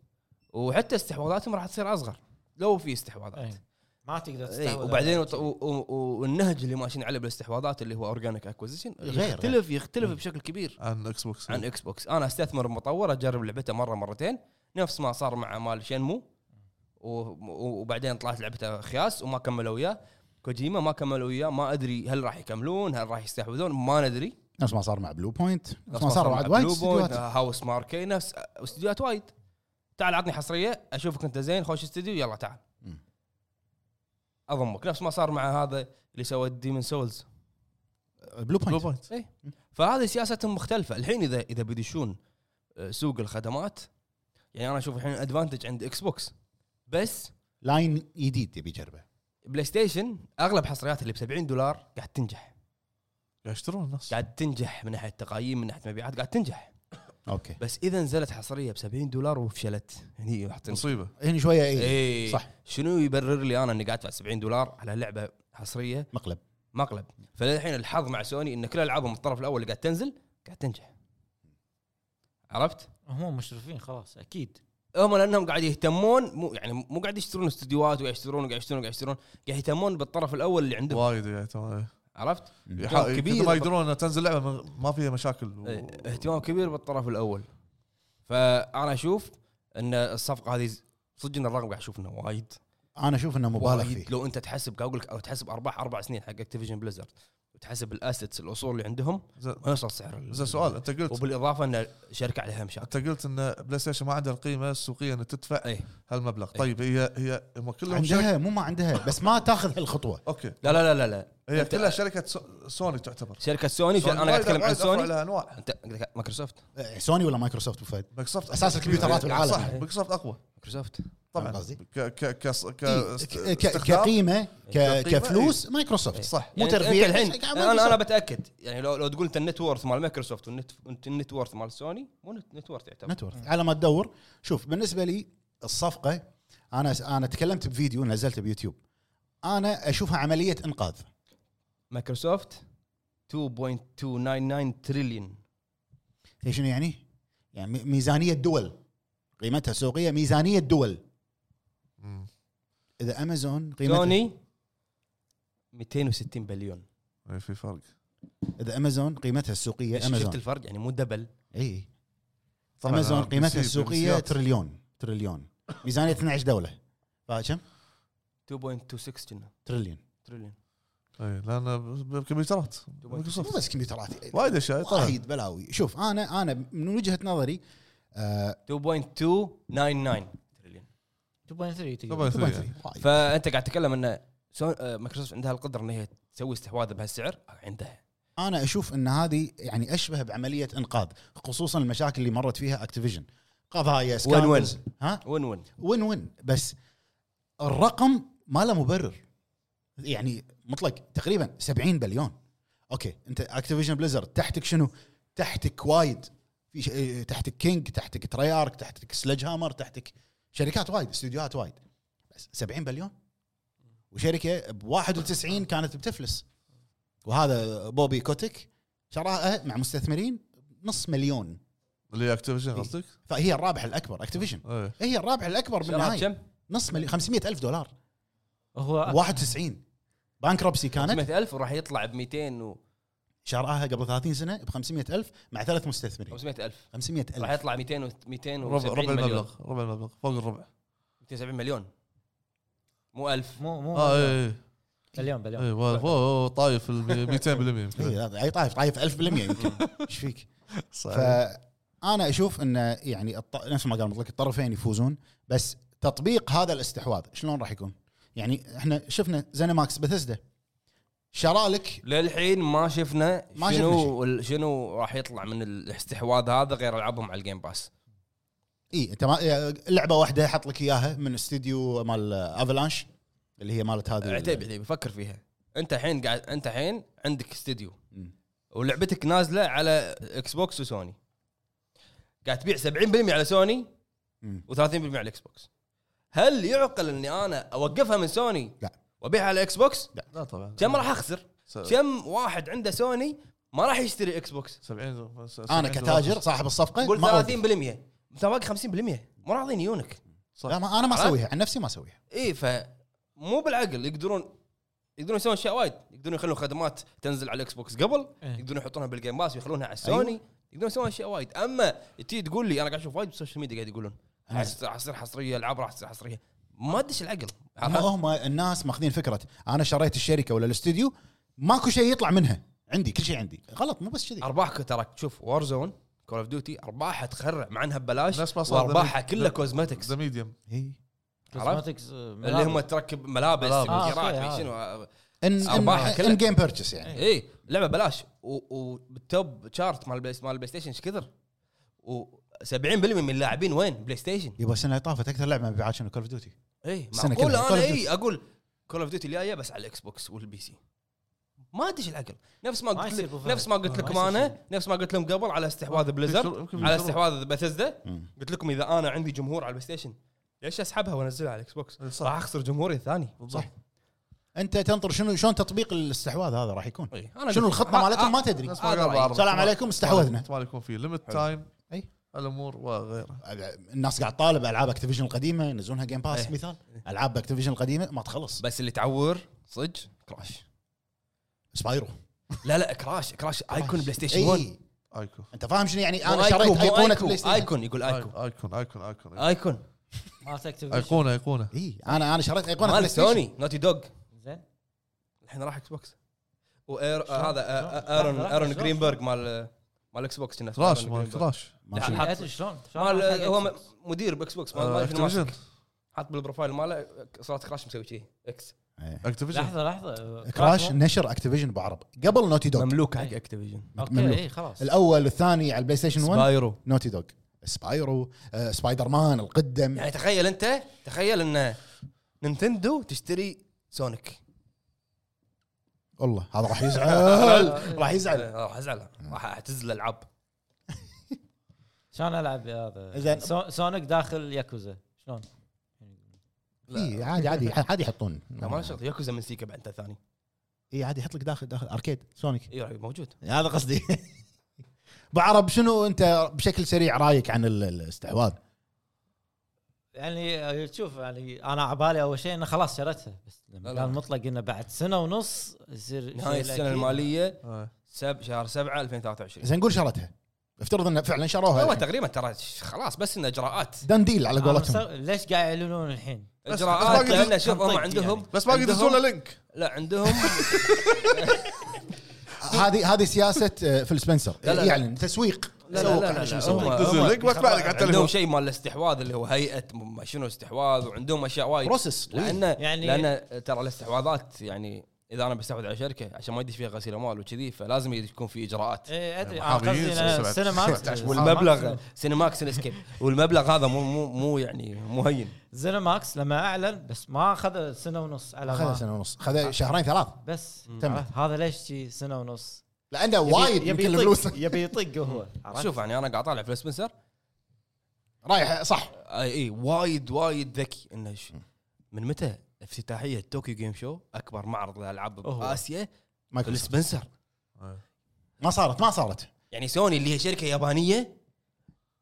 [SPEAKER 3] وحتى استحواذاتهم راح تصير اصغر لو في استحواذات
[SPEAKER 2] إيه. ما تقدر
[SPEAKER 3] اي
[SPEAKER 2] تستحوذ
[SPEAKER 3] وبعدين وط- و- و- والنهج اللي ماشيين عليه بالاستحواذات اللي هو اورجانيك اكوزيشن
[SPEAKER 4] غير.
[SPEAKER 3] يختلف يختلف بشكل كبير
[SPEAKER 1] عن اكس بوكس
[SPEAKER 3] عن اكس بوكس انا استثمر بمطور اجرب لعبته مره مرتين نفس ما صار مع مال شنمو و- وبعدين طلعت لعبته خياس وما كملوا وياه كوجيما ما كملوا وياه ما ادري هل راح يكملون هل راح يستحوذون ما ندري
[SPEAKER 4] نفس ما صار مع بلو بوينت نفس ما صار مع وايد
[SPEAKER 3] بلو بوينت،
[SPEAKER 4] استديوهات
[SPEAKER 3] هاوس ماركي آه، نفس آه، استديوهات وايد تعال عطني حصريه اشوفك انت زين خوش استديو يلا تعال
[SPEAKER 4] مم.
[SPEAKER 3] اضمك نفس ما صار مع هذا اللي سوى ديمن سولز
[SPEAKER 4] بلو
[SPEAKER 1] بلو
[SPEAKER 4] بوينت
[SPEAKER 1] بوينت
[SPEAKER 3] فهذه سياستهم مختلفه الحين اذا اذا بيدشون آه، سوق الخدمات يعني انا اشوف الحين ادفانتج عند اكس بوكس بس
[SPEAKER 4] لاين جديد يبي يجربه
[SPEAKER 3] بلاي ستيشن اغلب حصرياتها اللي ب 70 دولار قاعد تنجح
[SPEAKER 1] قاعد يشترون الناس
[SPEAKER 3] قاعد تنجح من ناحيه تقايم من ناحيه مبيعات قاعد تنجح
[SPEAKER 4] اوكي
[SPEAKER 3] بس اذا نزلت حصريه ب 70 دولار وفشلت هني حاطين
[SPEAKER 1] مصيبه
[SPEAKER 4] هنا شويه اي
[SPEAKER 3] اي
[SPEAKER 4] إيه. صح.
[SPEAKER 3] شنو يبرر لي انا اني قاعد ادفع 70 دولار على لعبه حصريه
[SPEAKER 4] مقلب
[SPEAKER 3] مقلب فللحين الحظ مع سوني ان كل العابهم الطرف الاول اللي قاعد تنزل قاعد تنجح عرفت؟
[SPEAKER 2] هم مشرفين خلاص اكيد
[SPEAKER 3] هم لانهم قاعد يهتمون مو يعني مو قاعد يشترون استديوهات وقاعد يشترون وقاعد يشترون وقاعد يشترون قاعد يهتمون بالطرف الاول اللي عندهم
[SPEAKER 1] وايد يعني ترى.
[SPEAKER 3] عرفت؟
[SPEAKER 1] يحا-
[SPEAKER 3] كبير.
[SPEAKER 1] كثر ما يقدرون انها تنزل لعبه من- ما فيها مشاكل و-
[SPEAKER 3] إيه، اهتمام كبير بالطرف الاول فانا اشوف ان الصفقه هذه صدق إن الرقم قاعد اشوف انه وايد
[SPEAKER 4] انا اشوف انه مبالغ
[SPEAKER 3] وايد.
[SPEAKER 4] فيه
[SPEAKER 3] لو انت تحسب قاعد اقول لك او تحسب ارباح اربع سنين حق اكتيفيجن بليزرد وتحسب الاسيتس الاصول اللي عندهم
[SPEAKER 1] زين
[SPEAKER 3] ونوصل سعر ال-
[SPEAKER 1] زين سؤال انت قلت
[SPEAKER 3] وبالاضافه ان الشركه عليها مشاكل
[SPEAKER 1] انت قلت ان بلاي ستيشن ما عندها القيمه السوقيه ان تدفع
[SPEAKER 3] اي
[SPEAKER 1] هالمبلغ
[SPEAKER 3] إيه.
[SPEAKER 1] طيب هي هي هم كلهم شركة
[SPEAKER 4] عندها مو ما عندها بس ما تاخذ هالخطوه
[SPEAKER 1] اوكي
[SPEAKER 3] لا لا لا لا, لا.
[SPEAKER 1] هي
[SPEAKER 3] أنت-
[SPEAKER 1] كلها شركه سو- سوني تعتبر
[SPEAKER 3] شركه سوني,
[SPEAKER 1] سوني
[SPEAKER 3] انا قاعد
[SPEAKER 1] وايد-
[SPEAKER 3] اتكلم عن
[SPEAKER 1] وايد أفرع
[SPEAKER 3] سوني
[SPEAKER 1] لها انواع
[SPEAKER 3] انت مايكروسوفت
[SPEAKER 4] إيه، سوني ولا مايكروسوفت أبو فهد
[SPEAKER 1] مايكروسوفت
[SPEAKER 4] أساس الكمبيوترات بالعالم.
[SPEAKER 1] إيه، صح مايكروسوفت اقوى
[SPEAKER 3] مايكروسوفت
[SPEAKER 1] طبعا
[SPEAKER 4] فاهم قصدي؟
[SPEAKER 1] ك ك كص- ك
[SPEAKER 4] إيه،
[SPEAKER 1] است-
[SPEAKER 4] ك- ك-
[SPEAKER 1] استخدام.
[SPEAKER 4] كقيمه ك-
[SPEAKER 1] كقيمة،
[SPEAKER 4] كفلوس مايكروسوفت
[SPEAKER 1] صح
[SPEAKER 4] مو
[SPEAKER 3] يعني أنت
[SPEAKER 4] ترفيه
[SPEAKER 3] الحين
[SPEAKER 4] بس
[SPEAKER 3] انا انا بتاكد يعني لو لو تقول انت النت وورث مال مايكروسوفت والنت النت وورث مال سوني مو نت نت وورث يعتبر
[SPEAKER 4] نتورك على ما تدور شوف بالنسبه لي الصفقه انا انا تكلمت بفيديو نزلته بيوتيوب انا اشوفها عمليه انقاذ
[SPEAKER 3] مايكروسوفت 2.299 تريليون
[SPEAKER 4] هي شنو يعني؟ يعني مي- ميزانيه دول قيمتها السوقيه ميزانيه دول
[SPEAKER 1] مم.
[SPEAKER 4] اذا امازون قيمتها
[SPEAKER 3] سوني 260 بليون
[SPEAKER 1] إيه، في فرق
[SPEAKER 4] اذا امازون قيمتها السوقيه
[SPEAKER 3] شفت
[SPEAKER 4] امازون
[SPEAKER 3] الفرق يعني مو دبل
[SPEAKER 4] اي
[SPEAKER 1] طبعاً آه،
[SPEAKER 4] امازون
[SPEAKER 1] أنا
[SPEAKER 4] قيمتها
[SPEAKER 1] بالنسي-
[SPEAKER 4] السوقيه
[SPEAKER 1] بالنسيات.
[SPEAKER 4] تريليون تريليون ميزانيه 12 دوله فكم؟
[SPEAKER 3] 2.26 كنا
[SPEAKER 4] تريليون
[SPEAKER 3] تريليون
[SPEAKER 1] إيه، لان بالكمبيوترات
[SPEAKER 4] مو
[SPEAKER 1] مايكروسوفت
[SPEAKER 4] بس كمبيوترات
[SPEAKER 1] وايد اشياء
[SPEAKER 3] طيب.
[SPEAKER 1] طبعا
[SPEAKER 4] وايد بلاوي شوف انا انا من وجهه نظري آه
[SPEAKER 3] 2.299
[SPEAKER 2] 2.3
[SPEAKER 3] تريليون
[SPEAKER 2] تقريباً.
[SPEAKER 1] طبعاً
[SPEAKER 3] يعني.
[SPEAKER 1] ثري.
[SPEAKER 4] وايد.
[SPEAKER 3] فانت قاعد تتكلم ان سون- آه، مايكروسوفت عندها القدره ان هي تسوي استحواذ بهالسعر عندها
[SPEAKER 4] انا اشوف ان هذه يعني اشبه بعمليه انقاذ خصوصا المشاكل اللي مرت فيها اكتيفيجن قضايا
[SPEAKER 3] وين وين.
[SPEAKER 4] scandals. ها
[SPEAKER 3] وين وين
[SPEAKER 4] وين وين بس الرقم ما له مبرر يعني مطلق تقريبا 70 بليون اوكي انت اكتيفيجن بليزرد تحتك شنو؟ تحتك وايد في ش... إيه، تحتك كينج تحتك تريارك تحتك سلج هامر تحتك شركات وايد استديوهات وايد بس 70 بليون وشركه ب 91 كانت بتفلس وهذا بوبي كوتك شراها مع مستثمرين نص مليون
[SPEAKER 1] اللي اكتيفيشن
[SPEAKER 4] إيه.
[SPEAKER 1] قصدك؟
[SPEAKER 4] فهي الرابح الاكبر اكتيفيجن
[SPEAKER 1] ايه
[SPEAKER 4] هي الرابح الاكبر
[SPEAKER 3] شراها
[SPEAKER 4] بالنهايه
[SPEAKER 3] بكم؟
[SPEAKER 4] نص مليون 500 الف دولار
[SPEAKER 2] هو
[SPEAKER 4] 91 بانكربسي كانت
[SPEAKER 3] 500000 وراح يطلع ب 200 و
[SPEAKER 4] شرائها قبل 30 سنه ب 500 الف مع ثلاث
[SPEAKER 3] طيب.
[SPEAKER 4] مستثمرين
[SPEAKER 3] 500000
[SPEAKER 4] 500
[SPEAKER 3] راح
[SPEAKER 4] الف
[SPEAKER 3] يطلع 200 و 200
[SPEAKER 1] ربع ربع
[SPEAKER 3] مليون
[SPEAKER 1] المبلغ ربع المبلغ فوق الربع
[SPEAKER 3] 270 مليون مو 1000
[SPEAKER 2] مو مو
[SPEAKER 4] آه،
[SPEAKER 1] اه اي
[SPEAKER 2] بليون بليون
[SPEAKER 1] اي إيه، طايف ال
[SPEAKER 4] [laughs]
[SPEAKER 1] 200% يمكن.
[SPEAKER 4] إي، إيه، هذا اي طايف طايف 1000% يمكن ايش فيك؟
[SPEAKER 1] صحيح.
[SPEAKER 4] فانا اشوف انه يعني الط... نفس ما قال مطلق الطرفين يفوزون بس تطبيق هذا الاستحواذ شلون راح يكون؟ يعني احنا شفنا زينماكس بثزدا شرى لك
[SPEAKER 3] للحين ما شفنا
[SPEAKER 4] ما شفنا شيء.
[SPEAKER 3] شنو ال- شنو راح يطلع من الاستحواذ هذا غير العابهم على الجيم باس
[SPEAKER 4] اي انت ما... إيه، لعبه واحده حط لك اياها من استديو مال افلانش اللي هي مالت هذه
[SPEAKER 3] عتيبي عتيبي فكر فيها انت الحين قاعد انت الحين عندك استديو
[SPEAKER 4] مم.
[SPEAKER 3] ولعبتك نازله على اكس بوكس وسوني قاعد تبيع 70% على سوني
[SPEAKER 4] مم.
[SPEAKER 3] و30% على الاكس بوكس هل يعقل اني انا اوقفها من سوني
[SPEAKER 4] لا.
[SPEAKER 3] وابيعها على اكس بوكس
[SPEAKER 1] لا طبعا
[SPEAKER 3] كم راح اخسر
[SPEAKER 1] س-
[SPEAKER 3] أه. كم واحد عنده سوني ما راح يشتري اكس بوكس
[SPEAKER 1] 70 س-
[SPEAKER 4] انا
[SPEAKER 1] 70
[SPEAKER 4] كتاجر صاحب الصفقه
[SPEAKER 3] قول
[SPEAKER 4] ما
[SPEAKER 3] 30%
[SPEAKER 4] أوقف.
[SPEAKER 3] انت باقي 50% مو راضين يونك
[SPEAKER 4] لا ما انا ما اسويها عن نفسي ما اسويها
[SPEAKER 3] اي ف مو بالعقل يقدرون يقدرون يسوون اشياء وايد يقدرون يخلون خدمات تنزل على الاكس بوكس قبل
[SPEAKER 2] إيه.
[SPEAKER 3] يقدرون يحطونها بالجيم باس ويخلونها على السوني يقدرون يسوون اشياء وايد اما تي تقول لي انا قاعد اشوف وايد بالسوشيال ميديا قاعد يقولون راح تصير- راح تصير حصريه العاب راح تصير حصريه ما تدش العقل
[SPEAKER 4] هم هم الناس ماخذين فكره انا شريت الشركه ولا الاستوديو ماكو شيء يطلع منها عندي كل شيء عندي غلط مو بس كذي
[SPEAKER 3] ارباحك ترى شوف وار زون كول اوف ديوتي ارباحها تخرع مع انها
[SPEAKER 1] نفس
[SPEAKER 3] ببلاش
[SPEAKER 1] ما صار
[SPEAKER 3] وارباحها
[SPEAKER 1] The-
[SPEAKER 3] كلها
[SPEAKER 1] The-
[SPEAKER 3] كوزمتكس
[SPEAKER 1] ذا ميديم
[SPEAKER 4] إي.
[SPEAKER 3] عرفت؟
[SPEAKER 2] كوزماتكس
[SPEAKER 3] اللي هم تركب ملابس
[SPEAKER 1] ملابس.
[SPEAKER 3] مكيرات
[SPEAKER 2] آه، أوكي،
[SPEAKER 3] مدري
[SPEAKER 2] هذا.
[SPEAKER 3] شنو آه،
[SPEAKER 4] ان
[SPEAKER 3] أرباحها كلها.
[SPEAKER 4] ان جيم بيرتشس يعني
[SPEAKER 3] اي لعبه بلاش و- وبالتوب شارت مال البلاي- مال البلاي ستيشن ايش كثر؟ و70% من اللاعبين وين؟ بلاي ستيشن
[SPEAKER 4] يبا السنه اللي طافت اكثر لعبه مبيعات شنو كول اوف ديوتي
[SPEAKER 3] اي
[SPEAKER 4] السنة
[SPEAKER 3] معقول
[SPEAKER 4] كلها. Call
[SPEAKER 3] انا
[SPEAKER 4] of
[SPEAKER 3] اي اقول كول اوف ديوتي الجايه بس على الاكس بوكس والبي سي ما ادش العقل نفس ما
[SPEAKER 2] ما
[SPEAKER 3] قلت
[SPEAKER 2] يصير
[SPEAKER 3] لك-
[SPEAKER 2] أبو فهد.
[SPEAKER 3] نفس ما
[SPEAKER 2] ما
[SPEAKER 3] قلت لكم
[SPEAKER 2] يصير
[SPEAKER 3] انا
[SPEAKER 2] شيء.
[SPEAKER 3] نفس ما قلت لهم قبل على استحواذ بليزر
[SPEAKER 1] يمكن
[SPEAKER 3] على
[SPEAKER 1] بيشتروا-
[SPEAKER 3] استحواذ بثزدا
[SPEAKER 4] مم.
[SPEAKER 3] قلت لكم اذا انا عندي جمهور على البلاي ستيشن ليش اسحبها وانزلها على الاكس بوكس؟
[SPEAKER 1] إيه، صح.
[SPEAKER 3] راح اخسر جمهوري الثاني
[SPEAKER 1] بالضبط.
[SPEAKER 4] انت تنطر شنو شلون تطبيق الاستحواذ هذا راح يكون
[SPEAKER 3] إي، أنا
[SPEAKER 4] شنو
[SPEAKER 3] قلت-
[SPEAKER 4] الخطه
[SPEAKER 3] آه،
[SPEAKER 4] مالتهم ما
[SPEAKER 3] آه،
[SPEAKER 4] تدري
[SPEAKER 1] نفس ما قال
[SPEAKER 3] هذا رأيي.
[SPEAKER 1] بعض.
[SPEAKER 4] السلام عليكم استحوذنا
[SPEAKER 1] طيب، ما يكون فيه ليمت تايم
[SPEAKER 4] أي.
[SPEAKER 1] الامور وغيرها
[SPEAKER 4] الناس قاعد طالب العاب اكتيفيجن القديمه ينزلونها جيم باس
[SPEAKER 3] إيه.
[SPEAKER 4] مثال العاب اكتيفيجن القديمه ما تخلص
[SPEAKER 3] بس اللي تعور صدق كراش
[SPEAKER 4] سبايرو
[SPEAKER 3] لا لا كراش كراش
[SPEAKER 2] إيه.
[SPEAKER 3] ايكون بلاي ستيشن 1
[SPEAKER 4] اي
[SPEAKER 1] ايكون
[SPEAKER 4] انت فاهم شنو يعني
[SPEAKER 3] مو
[SPEAKER 4] انا شريت
[SPEAKER 3] مو
[SPEAKER 4] ايقونه
[SPEAKER 3] أيكو،
[SPEAKER 4] بلاي ستيشن
[SPEAKER 3] ايكون يقول
[SPEAKER 2] أيوه.
[SPEAKER 3] ايكون
[SPEAKER 1] ايكون ايكون ايكون
[SPEAKER 3] ايكون
[SPEAKER 2] مالت اكتيفيشن
[SPEAKER 1] ايقونه ايقونه
[SPEAKER 4] اي انا انا شريت ايقونه
[SPEAKER 3] مال سوني نوتي دوغ
[SPEAKER 2] زين
[SPEAKER 3] الحين راح اكس بوكس واير آه، هذا آه، آه،
[SPEAKER 2] شلون؟
[SPEAKER 3] ايرون
[SPEAKER 2] شلون؟
[SPEAKER 3] ايرون
[SPEAKER 2] شلون؟
[SPEAKER 3] جرينبرغ مال مال اكس بوكس كنا
[SPEAKER 1] كراش
[SPEAKER 3] اسمه
[SPEAKER 1] ما
[SPEAKER 3] إيرون جرينبرغ.
[SPEAKER 1] كراش
[SPEAKER 4] ما
[SPEAKER 3] لا،
[SPEAKER 4] شنو.
[SPEAKER 3] حاط-
[SPEAKER 2] ادري شلون شلون
[SPEAKER 3] مال
[SPEAKER 2] حق
[SPEAKER 3] آه، هو
[SPEAKER 2] Xbox. آه،
[SPEAKER 3] م- مدير باكس بوكس ما
[SPEAKER 1] آه،
[SPEAKER 3] ما شنو ماسك.
[SPEAKER 1] اكتيفيجن
[SPEAKER 3] حاط بالبروفايل ماله صوره كراش مسوي كذي اكس
[SPEAKER 4] إيه.
[SPEAKER 1] اكتيفيجن
[SPEAKER 2] لحظه لحظه
[SPEAKER 4] كراش نشر اكتيفيجن بعرب قبل نوتي دوغ
[SPEAKER 3] مملوك
[SPEAKER 2] حق
[SPEAKER 3] اكتيفيجن
[SPEAKER 4] مملوك.
[SPEAKER 2] اوكي
[SPEAKER 3] إيه.
[SPEAKER 2] اي إيه، خلاص
[SPEAKER 4] الاول والثاني على البلاي ستيشن 1
[SPEAKER 3] سبايرو
[SPEAKER 4] نوتي دوغ سبايرو آه، سبايدر مان القدم
[SPEAKER 3] يعني تخيل انت تخيل ان نينتندو تشتري سونيك
[SPEAKER 4] والله هذا
[SPEAKER 3] [laughs]
[SPEAKER 4] راح يزعل راح يزعل
[SPEAKER 3] راح ازعل راح اعتزل الالعاب
[SPEAKER 2] شلون العب هذا
[SPEAKER 4] زين.
[SPEAKER 2] زين سونيك داخل ياكوزا شلون
[SPEAKER 4] اي إيه، عادي عادي عادي يحطون
[SPEAKER 3] [laughs] لا ما له شغل ياكوزا من سيكا بعد انت ثاني
[SPEAKER 4] اي عادي يحط لك داخل داخل اركيد سونيك
[SPEAKER 3] اي راح إيه، موجود
[SPEAKER 4] هذا قصدي [laughs] بعرب شنو انت بشكل سريع رايك عن ال- الاستحواذ
[SPEAKER 2] يعني تشوف يعني انا على بالي اول شيء انه خلاص شريتها بس
[SPEAKER 3] لا،
[SPEAKER 2] لما
[SPEAKER 3] لا.
[SPEAKER 2] كان مطلق انه بعد سنه ونص يصير
[SPEAKER 3] نهايه
[SPEAKER 2] شيء
[SPEAKER 3] السنه
[SPEAKER 2] أكيد.
[SPEAKER 3] الماليه
[SPEAKER 1] آه.
[SPEAKER 3] سب شهر 7 2023
[SPEAKER 4] زين نقول شرتها افترض انه فعلا
[SPEAKER 3] هو
[SPEAKER 4] شروها
[SPEAKER 3] تقريبا ترى ش- خلاص بس ان اجراءات
[SPEAKER 4] دان ديل على
[SPEAKER 2] أنا
[SPEAKER 4] قولتهم
[SPEAKER 2] مستغرب ليش قاعد يعلنون الحين؟
[SPEAKER 1] بس-
[SPEAKER 3] اجراءات
[SPEAKER 1] بس باقي
[SPEAKER 3] لان شوف هم
[SPEAKER 2] منطقي
[SPEAKER 3] عندهم
[SPEAKER 1] بس ما قد
[SPEAKER 3] عندهم-
[SPEAKER 1] يدزون له لينك
[SPEAKER 3] لا عندهم
[SPEAKER 4] هذه هذه سياسه آه، فيل سبنسر
[SPEAKER 3] لا، لا.
[SPEAKER 4] يعلن تسويق
[SPEAKER 3] لا لا لا، لا،
[SPEAKER 4] شو
[SPEAKER 3] لا،
[SPEAKER 4] يسوون.
[SPEAKER 3] هم-
[SPEAKER 1] دزوا
[SPEAKER 3] هم
[SPEAKER 1] لك واتبع لك على
[SPEAKER 3] عندهم
[SPEAKER 1] التليفون.
[SPEAKER 3] شيء مال الاستحواذ اللي هو هيئه م- شنو استحواذ وعندهم اشياء وايد
[SPEAKER 4] بروسس طويل.
[SPEAKER 3] لان يعني
[SPEAKER 2] يعني-
[SPEAKER 3] لان ترى الاستحواذات يعني اذا انا بستحوذ على شركه عشان ما يدش فيها غسيل اموال وكذي فلازم يكون في اجراءات
[SPEAKER 2] ايه ادري انا
[SPEAKER 1] محامين
[SPEAKER 2] قصدي إنه
[SPEAKER 1] سبعة-
[SPEAKER 2] سينماكس
[SPEAKER 1] 17
[SPEAKER 3] والمبلغ سينماكس اسكيب والمبلغ هذا مو مو مو يعني مو هين
[SPEAKER 2] سينماكس لما اعلن بس ما اخذ سنه ونص على
[SPEAKER 4] خذ
[SPEAKER 2] ما
[SPEAKER 4] سنه ونص خذ شهرين ثلاث
[SPEAKER 2] بس
[SPEAKER 4] تم.
[SPEAKER 2] عرفت؟ هذا ليش شي سنه ونص؟
[SPEAKER 4] لانه
[SPEAKER 2] يبي-
[SPEAKER 4] وايد
[SPEAKER 2] يبي
[SPEAKER 4] يمكن
[SPEAKER 2] يطق-
[SPEAKER 4] الفلوس
[SPEAKER 2] يبي يطق
[SPEAKER 4] [laughs]
[SPEAKER 2] هو عرفت؟
[SPEAKER 3] شوف يعني انا قاعد اطالع في سبنسر
[SPEAKER 4] رايح صح
[SPEAKER 3] اي اي وايد وايد ذكي انه ش- من متى افتتاحيه طوكيو جيم شو اكبر معرض للالعاب
[SPEAKER 2] أوه.
[SPEAKER 3] باسيا
[SPEAKER 4] مايكروسوفت.
[SPEAKER 3] السبنسر
[SPEAKER 4] ما صارت ما صارت
[SPEAKER 3] يعني سوني اللي هي شركه يابانيه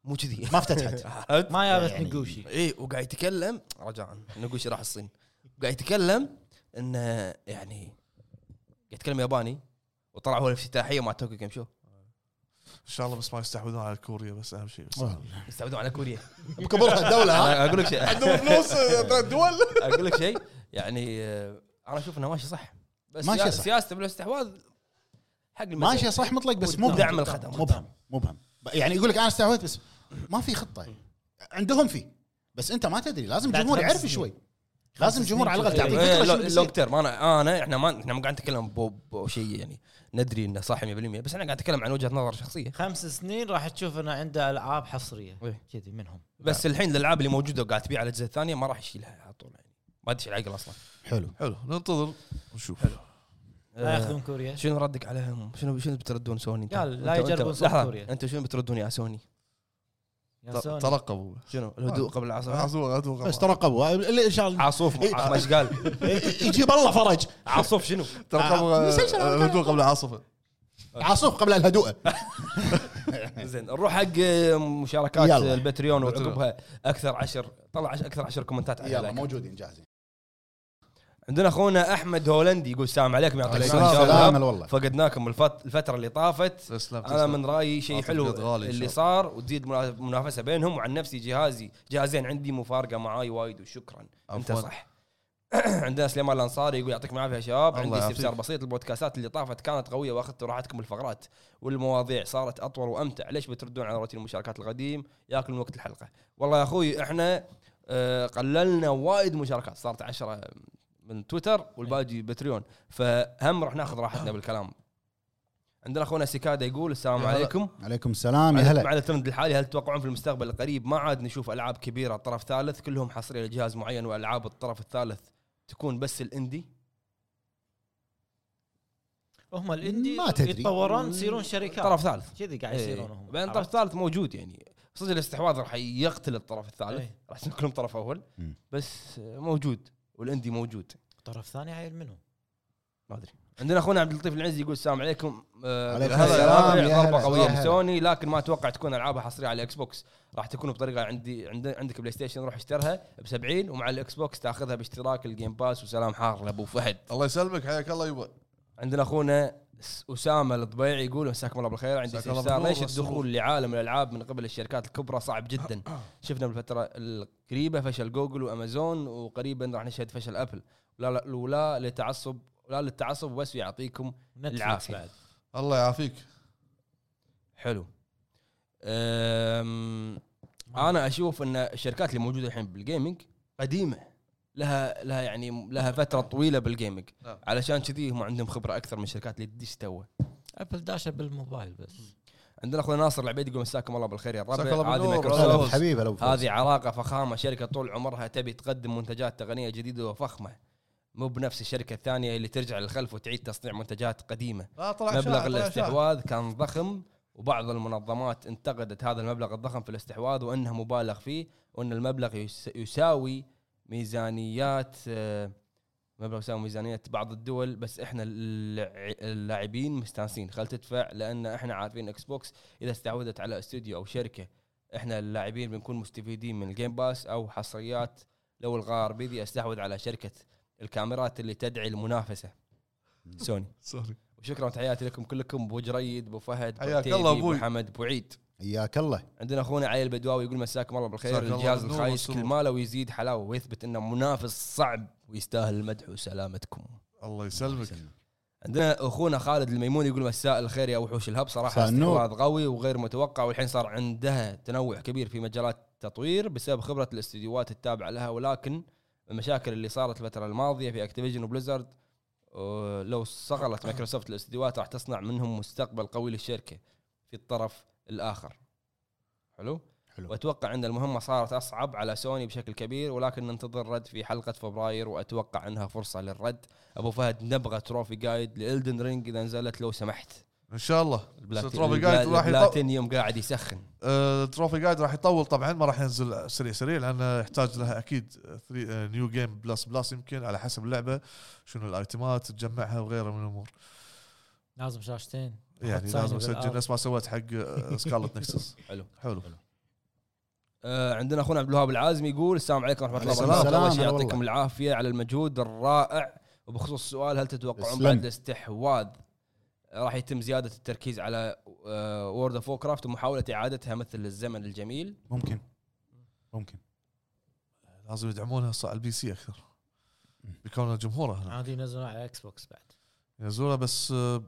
[SPEAKER 3] مو [laughs] كذي
[SPEAKER 4] ما افتتحت
[SPEAKER 2] [laughs]
[SPEAKER 3] عرفت؟
[SPEAKER 2] ما جابت
[SPEAKER 4] يعني-
[SPEAKER 2] نقوشي
[SPEAKER 3] اي وقاعد يتكلم رجاء نقوشي راح الصين قاعد يتكلم انه يعني قاعد يتكلم ياباني وطلع هو الافتتاحيه مع طوكيو جيم شو
[SPEAKER 1] ان شاء الله بس ما يستحوذون على كوريا بس اهم شيء بس
[SPEAKER 3] يستعودون على كوريا
[SPEAKER 4] بكبرها الدوله [laughs] ها
[SPEAKER 3] أنا اقول لك [laughs] شيء
[SPEAKER 1] عندهم فلوس آه، دول
[SPEAKER 3] اقول لك شيء يعني آه، انا اشوف انه ماشي صح بس
[SPEAKER 4] ماشي
[SPEAKER 3] ماشي
[SPEAKER 4] صح.
[SPEAKER 3] صح. سياسته بالاستحواذ حق المدن.
[SPEAKER 4] ماشي صح مطلق بس مو
[SPEAKER 3] والدعم
[SPEAKER 4] بدعم
[SPEAKER 3] الخدمات.
[SPEAKER 4] مبهم مبهم ب- يعني يقول لك انا استهويت بس ما في خطه عندهم في بس انت ما تدري لازم
[SPEAKER 2] بعد
[SPEAKER 4] الجمهور
[SPEAKER 2] خمس
[SPEAKER 4] يعرف
[SPEAKER 2] سنين.
[SPEAKER 4] شوي لازم الجمهور على الاقل
[SPEAKER 2] سنين.
[SPEAKER 4] تعطيك
[SPEAKER 3] إيه،
[SPEAKER 4] فكره شنو
[SPEAKER 3] لو- لونج
[SPEAKER 4] بيصير.
[SPEAKER 3] تيرم انا انا احنا ما احنا ما قاعد نتكلم بوب او شيء يعني ندري انه صح 100% بس احنا قاعد نتكلم عن وجهه نظر
[SPEAKER 4] نعم.
[SPEAKER 3] شخصيه
[SPEAKER 2] خمس سنين راح تشوف انه عنده العاب حصريه
[SPEAKER 3] إيه.
[SPEAKER 2] كذي منهم
[SPEAKER 3] بس الحين الالعاب اللي موجوده وقاعد تبيع على الاجهزه الثانيه ما راح يشيلها على طول يعني ما تشيل العقل اصلا
[SPEAKER 4] حلو
[SPEAKER 1] حلو ننتظر ونشوف
[SPEAKER 2] لا
[SPEAKER 3] آه،
[SPEAKER 2] ياخذون كوريا
[SPEAKER 3] شنو ردك عليهم؟ شنو شنو بتردون سوني؟ أنت-
[SPEAKER 2] قال لا
[SPEAKER 3] أنت- أنت-
[SPEAKER 2] يجربون
[SPEAKER 3] لحظة،
[SPEAKER 2] كوريا.
[SPEAKER 3] انتم شنو بتردون يا سوني؟
[SPEAKER 2] يا سوني.
[SPEAKER 1] ترقبوا
[SPEAKER 3] شنو
[SPEAKER 4] آه.
[SPEAKER 3] الهدوء قبل العاصفه؟
[SPEAKER 1] عزوه
[SPEAKER 4] أه. بس
[SPEAKER 1] عزوه
[SPEAKER 4] ترقبوا اللي ان شاء
[SPEAKER 2] [laughs]
[SPEAKER 4] الله
[SPEAKER 3] عاصوف
[SPEAKER 4] إيه.
[SPEAKER 3] ما ايش قال؟
[SPEAKER 4] يجيب الله فرج
[SPEAKER 3] عاصوف شنو؟
[SPEAKER 1] ترقبوا آه،
[SPEAKER 4] مسلسل على
[SPEAKER 1] آه، هدوء قبل العاصفه
[SPEAKER 4] عاصوف
[SPEAKER 2] [laughs]
[SPEAKER 4] قبل الهدوء
[SPEAKER 1] إيه.
[SPEAKER 3] زين نروح حق مشاركات
[SPEAKER 4] يلا.
[SPEAKER 3] البتريون وعقبها اكثر عشر طلع عش- اكثر عشر كومنتات على
[SPEAKER 4] يلا
[SPEAKER 3] ذاك.
[SPEAKER 4] موجودين جاهزين
[SPEAKER 3] عندنا اخونا احمد هولندي يقول السلام عليكم يعطيكم
[SPEAKER 1] عليكم
[SPEAKER 3] العافيه
[SPEAKER 1] السلام.
[SPEAKER 4] سلام
[SPEAKER 3] شباب.
[SPEAKER 4] والله
[SPEAKER 3] فقدناكم الفت- الفتره اللي طافت
[SPEAKER 1] تسلم
[SPEAKER 3] انا
[SPEAKER 1] تسلم.
[SPEAKER 3] من رايي شيء
[SPEAKER 1] عاطف
[SPEAKER 3] حلو
[SPEAKER 1] بيض غالي إن
[SPEAKER 3] اللي
[SPEAKER 1] شاء
[SPEAKER 3] صار وتزيد منا- منافسه بينهم وعن نفسي جهازي جهازين عندي مفارقه معاي وايد وشكرا انت
[SPEAKER 1] عفواً.
[SPEAKER 3] صح [clears throat] عندنا سليمان الانصاري يقول يعطيكم العافيه يا شباب
[SPEAKER 1] الله
[SPEAKER 3] عندي
[SPEAKER 1] يعافيك.
[SPEAKER 3] استفسار بسيط البودكاستات اللي طافت كانت قويه واخذتوا راحتكم الفقرات والمواضيع صارت اطول وامتع ليش بتردون على روتين المشاركات القديم ياكل من وقت الحلقه والله يا اخوي احنا آه، قللنا وايد مشاركات صارت عشرة من تويتر والباقي بتريون فهم راح ناخذ راحتنا بالكلام عندنا اخونا سيكادا يقول السلام
[SPEAKER 1] يا هلا.
[SPEAKER 3] عليكم
[SPEAKER 4] عليكم السلام يا
[SPEAKER 3] مع
[SPEAKER 4] هلا
[SPEAKER 3] مع الترند الحالي هل تتوقعون في المستقبل القريب ما عاد نشوف العاب كبيره طرف ثالث كلهم حصريه لجهاز معين والعاب الطرف الثالث تكون بس الاندي
[SPEAKER 2] هم الاندي
[SPEAKER 4] ما تدري.
[SPEAKER 2] يتطورون يصيرون شركات
[SPEAKER 3] طرف ثالث
[SPEAKER 2] كذي قاعد
[SPEAKER 3] إيه.
[SPEAKER 2] يصيرون هم
[SPEAKER 3] بعدين الطرف الثالث موجود يعني صدق الاستحواذ راح يقتل الطرف الثالث
[SPEAKER 2] إيه.
[SPEAKER 3] راح يصير كلهم طرف اول
[SPEAKER 4] مم.
[SPEAKER 3] بس موجود والاندي موجود
[SPEAKER 2] طرف ثاني عيل منهم
[SPEAKER 3] ما ادري عندنا اخونا عبد اللطيف العنزي يقول السلام عليكم آه،
[SPEAKER 4] عليكم
[SPEAKER 3] هذا
[SPEAKER 4] السلام،
[SPEAKER 3] رابع
[SPEAKER 4] يا
[SPEAKER 3] ضربه
[SPEAKER 4] هلا.
[SPEAKER 3] قويه
[SPEAKER 4] يا هلا.
[SPEAKER 3] من سوني لكن ما اتوقع تكون العابها حصريه على الاكس بوكس راح تكون بطريقه عندي عند- عندك بلاي ستيشن روح اشترها ب 70 ومع الاكس بوكس تاخذها باشتراك الجيم باس وسلام حار لابو فهد
[SPEAKER 1] الله يسلمك حياك الله يبا
[SPEAKER 3] عندنا اخونا س- اسامه الضبيعي يقول مساكم الله بالخير عندي
[SPEAKER 1] مساك الله
[SPEAKER 3] استفسار
[SPEAKER 1] بالنور
[SPEAKER 3] ليش
[SPEAKER 1] والسرور.
[SPEAKER 3] الدخول لعالم الالعاب من قبل الشركات الكبرى صعب جدا شفنا بالفتره القريبه فشل جوجل وامازون وقريبا راح نشهد فشل ابل ولا لا لولا لتعصب ولا للتعصب بس يعطيكم
[SPEAKER 2] نتفلكس
[SPEAKER 3] العافية.
[SPEAKER 2] بعد
[SPEAKER 1] الله يعافيك
[SPEAKER 3] حلو أم انا اشوف ان الشركات اللي موجوده الحين بالجيمنج قديمه لها لها يعني لها فتره طويله بالجيمنج
[SPEAKER 1] نعم.
[SPEAKER 3] علشان كذي هم عندهم خبره اكثر من الشركات اللي تدش تو
[SPEAKER 2] ابل داشه بالموبايل بس
[SPEAKER 3] عندنا اخونا ناصر العبيد يقول مساكم الله بالخير يا
[SPEAKER 1] مساك الله
[SPEAKER 3] الربع هذه
[SPEAKER 1] بالنور.
[SPEAKER 4] هلا
[SPEAKER 1] أبو
[SPEAKER 3] مايكروسوفت
[SPEAKER 1] فوز.
[SPEAKER 4] بحبيب هلا أبو فوز.
[SPEAKER 3] هذه عراقه فخامه شركه طول عمرها تبي تقدم منتجات تقنيه جديده وفخمه مو بنفس الشركه الثانيه اللي ترجع للخلف وتعيد تصنيع منتجات قديمه
[SPEAKER 1] لا طلع
[SPEAKER 3] مبلغ
[SPEAKER 1] شاعر، طلع شاعر.
[SPEAKER 3] الاستحواذ كان ضخم وبعض المنظمات انتقدت هذا المبلغ الضخم في الاستحواذ وانه مبالغ فيه وان المبلغ يس- يساوي ميزانيات آه، مبلغ يساوي ميزانيات بعض الدول بس احنا اللع- اللاعبين مستانسين خل تدفع لان احنا عارفين اكس بوكس اذا استعودت على استوديو او شركه احنا اللاعبين بنكون مستفيدين من الجيم باس او حصريات لو الغار بيدي استحوذ على شركه الكاميرات اللي تدعي المنافسه سوني
[SPEAKER 1] سوري
[SPEAKER 3] وشكرا وتحياتي لكم كلكم ابو جريد ابو فهد
[SPEAKER 1] حياك
[SPEAKER 3] أبو
[SPEAKER 1] الله
[SPEAKER 3] عتيبي،
[SPEAKER 1] أبوي.
[SPEAKER 3] ابو حمد ابو عيد
[SPEAKER 4] حياك الله
[SPEAKER 3] عندنا اخونا علي البدواوي يقول مساكم الله بالخير
[SPEAKER 1] مساك الله
[SPEAKER 3] الجهاز
[SPEAKER 1] بالنور
[SPEAKER 3] الخايس
[SPEAKER 1] والسرور.
[SPEAKER 3] كل ماله ويزيد حلاوه ويثبت انه منافس صعب ويستاهل المدح وسلامتكم
[SPEAKER 1] الله يسلمك
[SPEAKER 3] عندنا اخونا خالد الميمون يقول مساء الخير يا وحوش الهب صراحه
[SPEAKER 4] مساء النور.
[SPEAKER 3] استحواذ قوي وغير متوقع والحين صار عندها تنوع كبير في مجالات التطوير بسبب خبره الاستديوهات التابعه لها ولكن المشاكل اللي صارت الفتره الماضيه في اكتيفيجن وبليزرد آه، لو صقلت مايكروسوفت الاستديوهات راح تصنع منهم مستقبل قوي للشركه في الطرف الاخر حلو
[SPEAKER 4] حلو.
[SPEAKER 3] واتوقع ان المهمه صارت اصعب على سوني بشكل كبير ولكن ننتظر رد في حلقه فبراير واتوقع انها فرصه للرد ابو فهد نبغى تروفي جايد لالدن رينج اذا نزلت لو سمحت
[SPEAKER 1] ان شاء الله
[SPEAKER 3] البلاتي-
[SPEAKER 1] تروفي جايد
[SPEAKER 3] البلا-
[SPEAKER 1] راح يطول
[SPEAKER 3] البلاتينيوم قاعد يسخن
[SPEAKER 1] آه، تروفي جايد راح يطول طبعا ما راح ينزل سريع سريع لانه يحتاج لها اكيد ثري- آه، نيو جيم بلس بلس يمكن على حسب اللعبه شنو الايتمات تجمعها وغيرها من الامور
[SPEAKER 2] لازم شاشتين حط
[SPEAKER 1] يعني
[SPEAKER 2] صاحبه
[SPEAKER 1] لازم اسجل
[SPEAKER 2] بالأرض.
[SPEAKER 1] نفس ما سويت حق سكارلت نكسس
[SPEAKER 3] آه. [laughs] حلو
[SPEAKER 1] حلو
[SPEAKER 3] آه عندنا اخونا عبد الوهاب العازمي يقول السلام عليكم ورحمه الله
[SPEAKER 4] السلام.
[SPEAKER 3] وبركاته اول شيء
[SPEAKER 4] السلام، هلا
[SPEAKER 3] يعطيكم
[SPEAKER 4] والله.
[SPEAKER 3] العافيه على المجهود الرائع وبخصوص السؤال هل تتوقعون
[SPEAKER 4] تسلم.
[SPEAKER 3] بعد الاستحواذ راح يتم زياده التركيز على آه، وورد اوف كرافت ومحاوله اعادتها مثل الزمن الجميل
[SPEAKER 4] ممكن ممكن
[SPEAKER 1] لازم يدعمونها صع البي سي اكثر بكون جمهورها هنا
[SPEAKER 2] عادي ينزلون على اكس بوكس بعد
[SPEAKER 1] ينزلونها بس آه،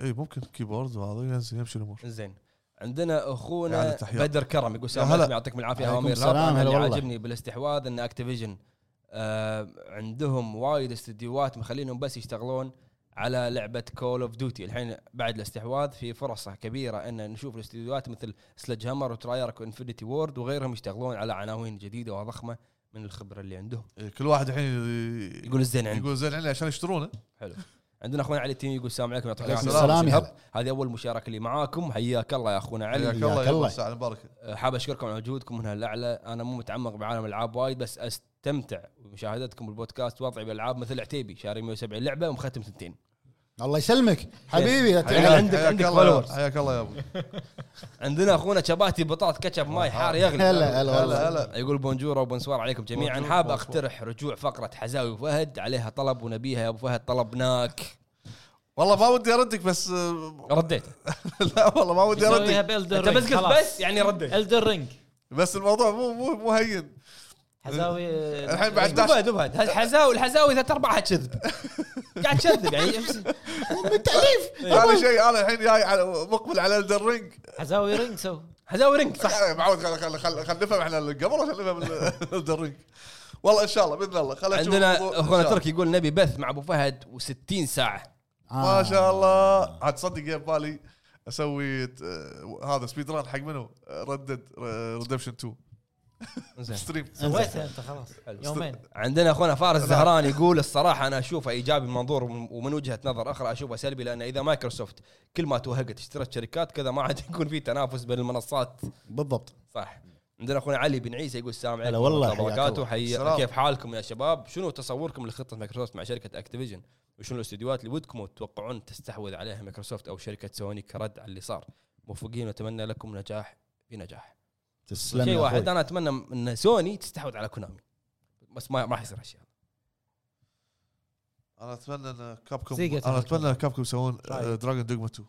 [SPEAKER 1] اي ممكن كيبورد وهذا ينزل يمشي الامور
[SPEAKER 3] زين عندنا
[SPEAKER 1] يعني
[SPEAKER 3] اخونا
[SPEAKER 1] تحية.
[SPEAKER 3] بدر كرم يقول السلام
[SPEAKER 1] يا هلا.
[SPEAKER 3] عليكم يعطيكم العافيه
[SPEAKER 4] عليكم
[SPEAKER 3] اوامر
[SPEAKER 4] السلام،
[SPEAKER 3] السلام
[SPEAKER 4] هلا
[SPEAKER 3] اللي
[SPEAKER 4] والله.
[SPEAKER 3] عاجبني بالاستحواذ ان اكتيفيجن آه عندهم وايد استديوهات مخلينهم بس يشتغلون على لعبه كول اوف ديوتي الحين بعد الاستحواذ في فرصه كبيره ان نشوف الاستديوهات مثل سلج هامر وترايرك وانفنتي وورد وغيرهم يشتغلون على عناوين جديده وضخمه من الخبره اللي عندهم
[SPEAKER 1] إيه، كل واحد الحين
[SPEAKER 3] يقول يعني. الزين عندي
[SPEAKER 1] يقول زين عليه عشان يشترونه
[SPEAKER 3] حلو عندنا اخونا علي التيمي يقول السلام عليكم يعطيكم
[SPEAKER 1] عليكم
[SPEAKER 3] العافيه
[SPEAKER 4] السلام، يا هلا.
[SPEAKER 3] هذه اول مشاركه لي معاكم حياك الله يا اخونا علي
[SPEAKER 1] حياك
[SPEAKER 4] حياك
[SPEAKER 1] الله يا
[SPEAKER 4] الله.
[SPEAKER 1] الساعه المباركه
[SPEAKER 3] أه، حاب اشكركم على وجودكم هنا الاعلى انا مو متعمق بعالم الالعاب وايد بس استمتع بمشاهدتكم بالبودكاست وضعي بالالعاب مثل عتيبي شاري 170 لعبه ومختم ثنتين
[SPEAKER 4] الله يسلمك حبيبي لا
[SPEAKER 3] حياك.
[SPEAKER 4] تعلم.
[SPEAKER 3] عندك-
[SPEAKER 1] حياك
[SPEAKER 3] عندك
[SPEAKER 1] الله
[SPEAKER 3] followers.
[SPEAKER 1] يا- حياك الله يا ابو
[SPEAKER 3] عندنا اخونا شباتي بطاط كاتشب ماي حار يغلي
[SPEAKER 4] هلا هلا
[SPEAKER 1] هلا
[SPEAKER 4] والله.
[SPEAKER 1] هلا
[SPEAKER 3] يقول بونجور وبونسوار عليكم جميعا
[SPEAKER 1] بونجور،
[SPEAKER 3] حاب
[SPEAKER 1] بونسوار.
[SPEAKER 3] اقترح رجوع فقره حزاوي وفهد عليها طلب ونبيها يا ابو فهد طلبناك
[SPEAKER 1] والله ما ودي اردك بس آه،
[SPEAKER 3] رديت
[SPEAKER 1] لا والله ما ودي
[SPEAKER 2] يسويها
[SPEAKER 1] اردك
[SPEAKER 2] بالدر
[SPEAKER 3] انت
[SPEAKER 2] رينج
[SPEAKER 3] بس قلت
[SPEAKER 2] [laughs]
[SPEAKER 3] بس يعني رديت
[SPEAKER 2] الدر رينج
[SPEAKER 1] بس الموضوع مو مو مو هين
[SPEAKER 2] حزاوي
[SPEAKER 1] [laughs]
[SPEAKER 2] [laughs]
[SPEAKER 1] الحين بعد
[SPEAKER 3] ابو
[SPEAKER 1] داش
[SPEAKER 3] فهد ابو فهد الحزاوي الحزاوي ثلاث ارباعها
[SPEAKER 1] [laughs]
[SPEAKER 3] كذب قاعد تكذب يعني
[SPEAKER 1] هذا شيء انا الحين جاي على- مقبل على الدرينج
[SPEAKER 2] حزاوي رينج سو
[SPEAKER 3] حزاوي رنج صح
[SPEAKER 1] معود إيه، خل خل خل خل نفهم احنا قبل ولا خل نفهم [laughs] ال- الدرينج والله ان شاء الله باذن الله
[SPEAKER 6] طيب
[SPEAKER 1] خل نشوف
[SPEAKER 3] عندنا
[SPEAKER 1] الموضوع.
[SPEAKER 3] اخونا
[SPEAKER 1] إن شاء الله.
[SPEAKER 3] تركي يقول نبي بث مع ابو فهد و60 ساعه
[SPEAKER 1] ما شاء الله عاد تصدق يا بالي اسوي ت- آه، هذا سبيد ران حق منو آه، ردد ريدمشن 2
[SPEAKER 3] زين
[SPEAKER 1] ستريم
[SPEAKER 2] سويتها انت خلاص يومين
[SPEAKER 3] عندنا اخونا فارس زهران يقول الصراحه انا اشوفه ايجابي من منظور ومن- ومن وجهه نظر اخرى اشوفه سلبي لان اذا مايكروسوفت كل ما توهقت اشترت شركات كذا ما عاد [laughs] يكون في تنافس بين المنصات
[SPEAKER 4] بالضبط
[SPEAKER 3] صح عندنا اخونا علي بن عيسى يقول السلام عليكم
[SPEAKER 4] هلا والله،
[SPEAKER 3] ورحمة الله
[SPEAKER 4] حياك
[SPEAKER 3] وبركاته حي...
[SPEAKER 1] السلام.
[SPEAKER 3] كيف حالكم يا شباب شنو تصوركم لخطه مايكروسوفت مع شركه اكتيفيجن وشنو الاستديوهات اللي ودكم تتوقعون تستحوذ عليها مايكروسوفت او شركه سوني كرد على اللي صار موفقين واتمنى لكم نجاح بنجاح
[SPEAKER 4] تسلم
[SPEAKER 3] شيء
[SPEAKER 4] يا
[SPEAKER 3] واحد
[SPEAKER 4] أخوي.
[SPEAKER 3] انا اتمنى ان سوني تستحوذ على كونامي بس ما ما راح يصير هالشيء
[SPEAKER 1] انا اتمنى ان كابكم
[SPEAKER 2] زيقة
[SPEAKER 1] آه، انا اتمنى ان كابكم يسوون دراجون دوجما 2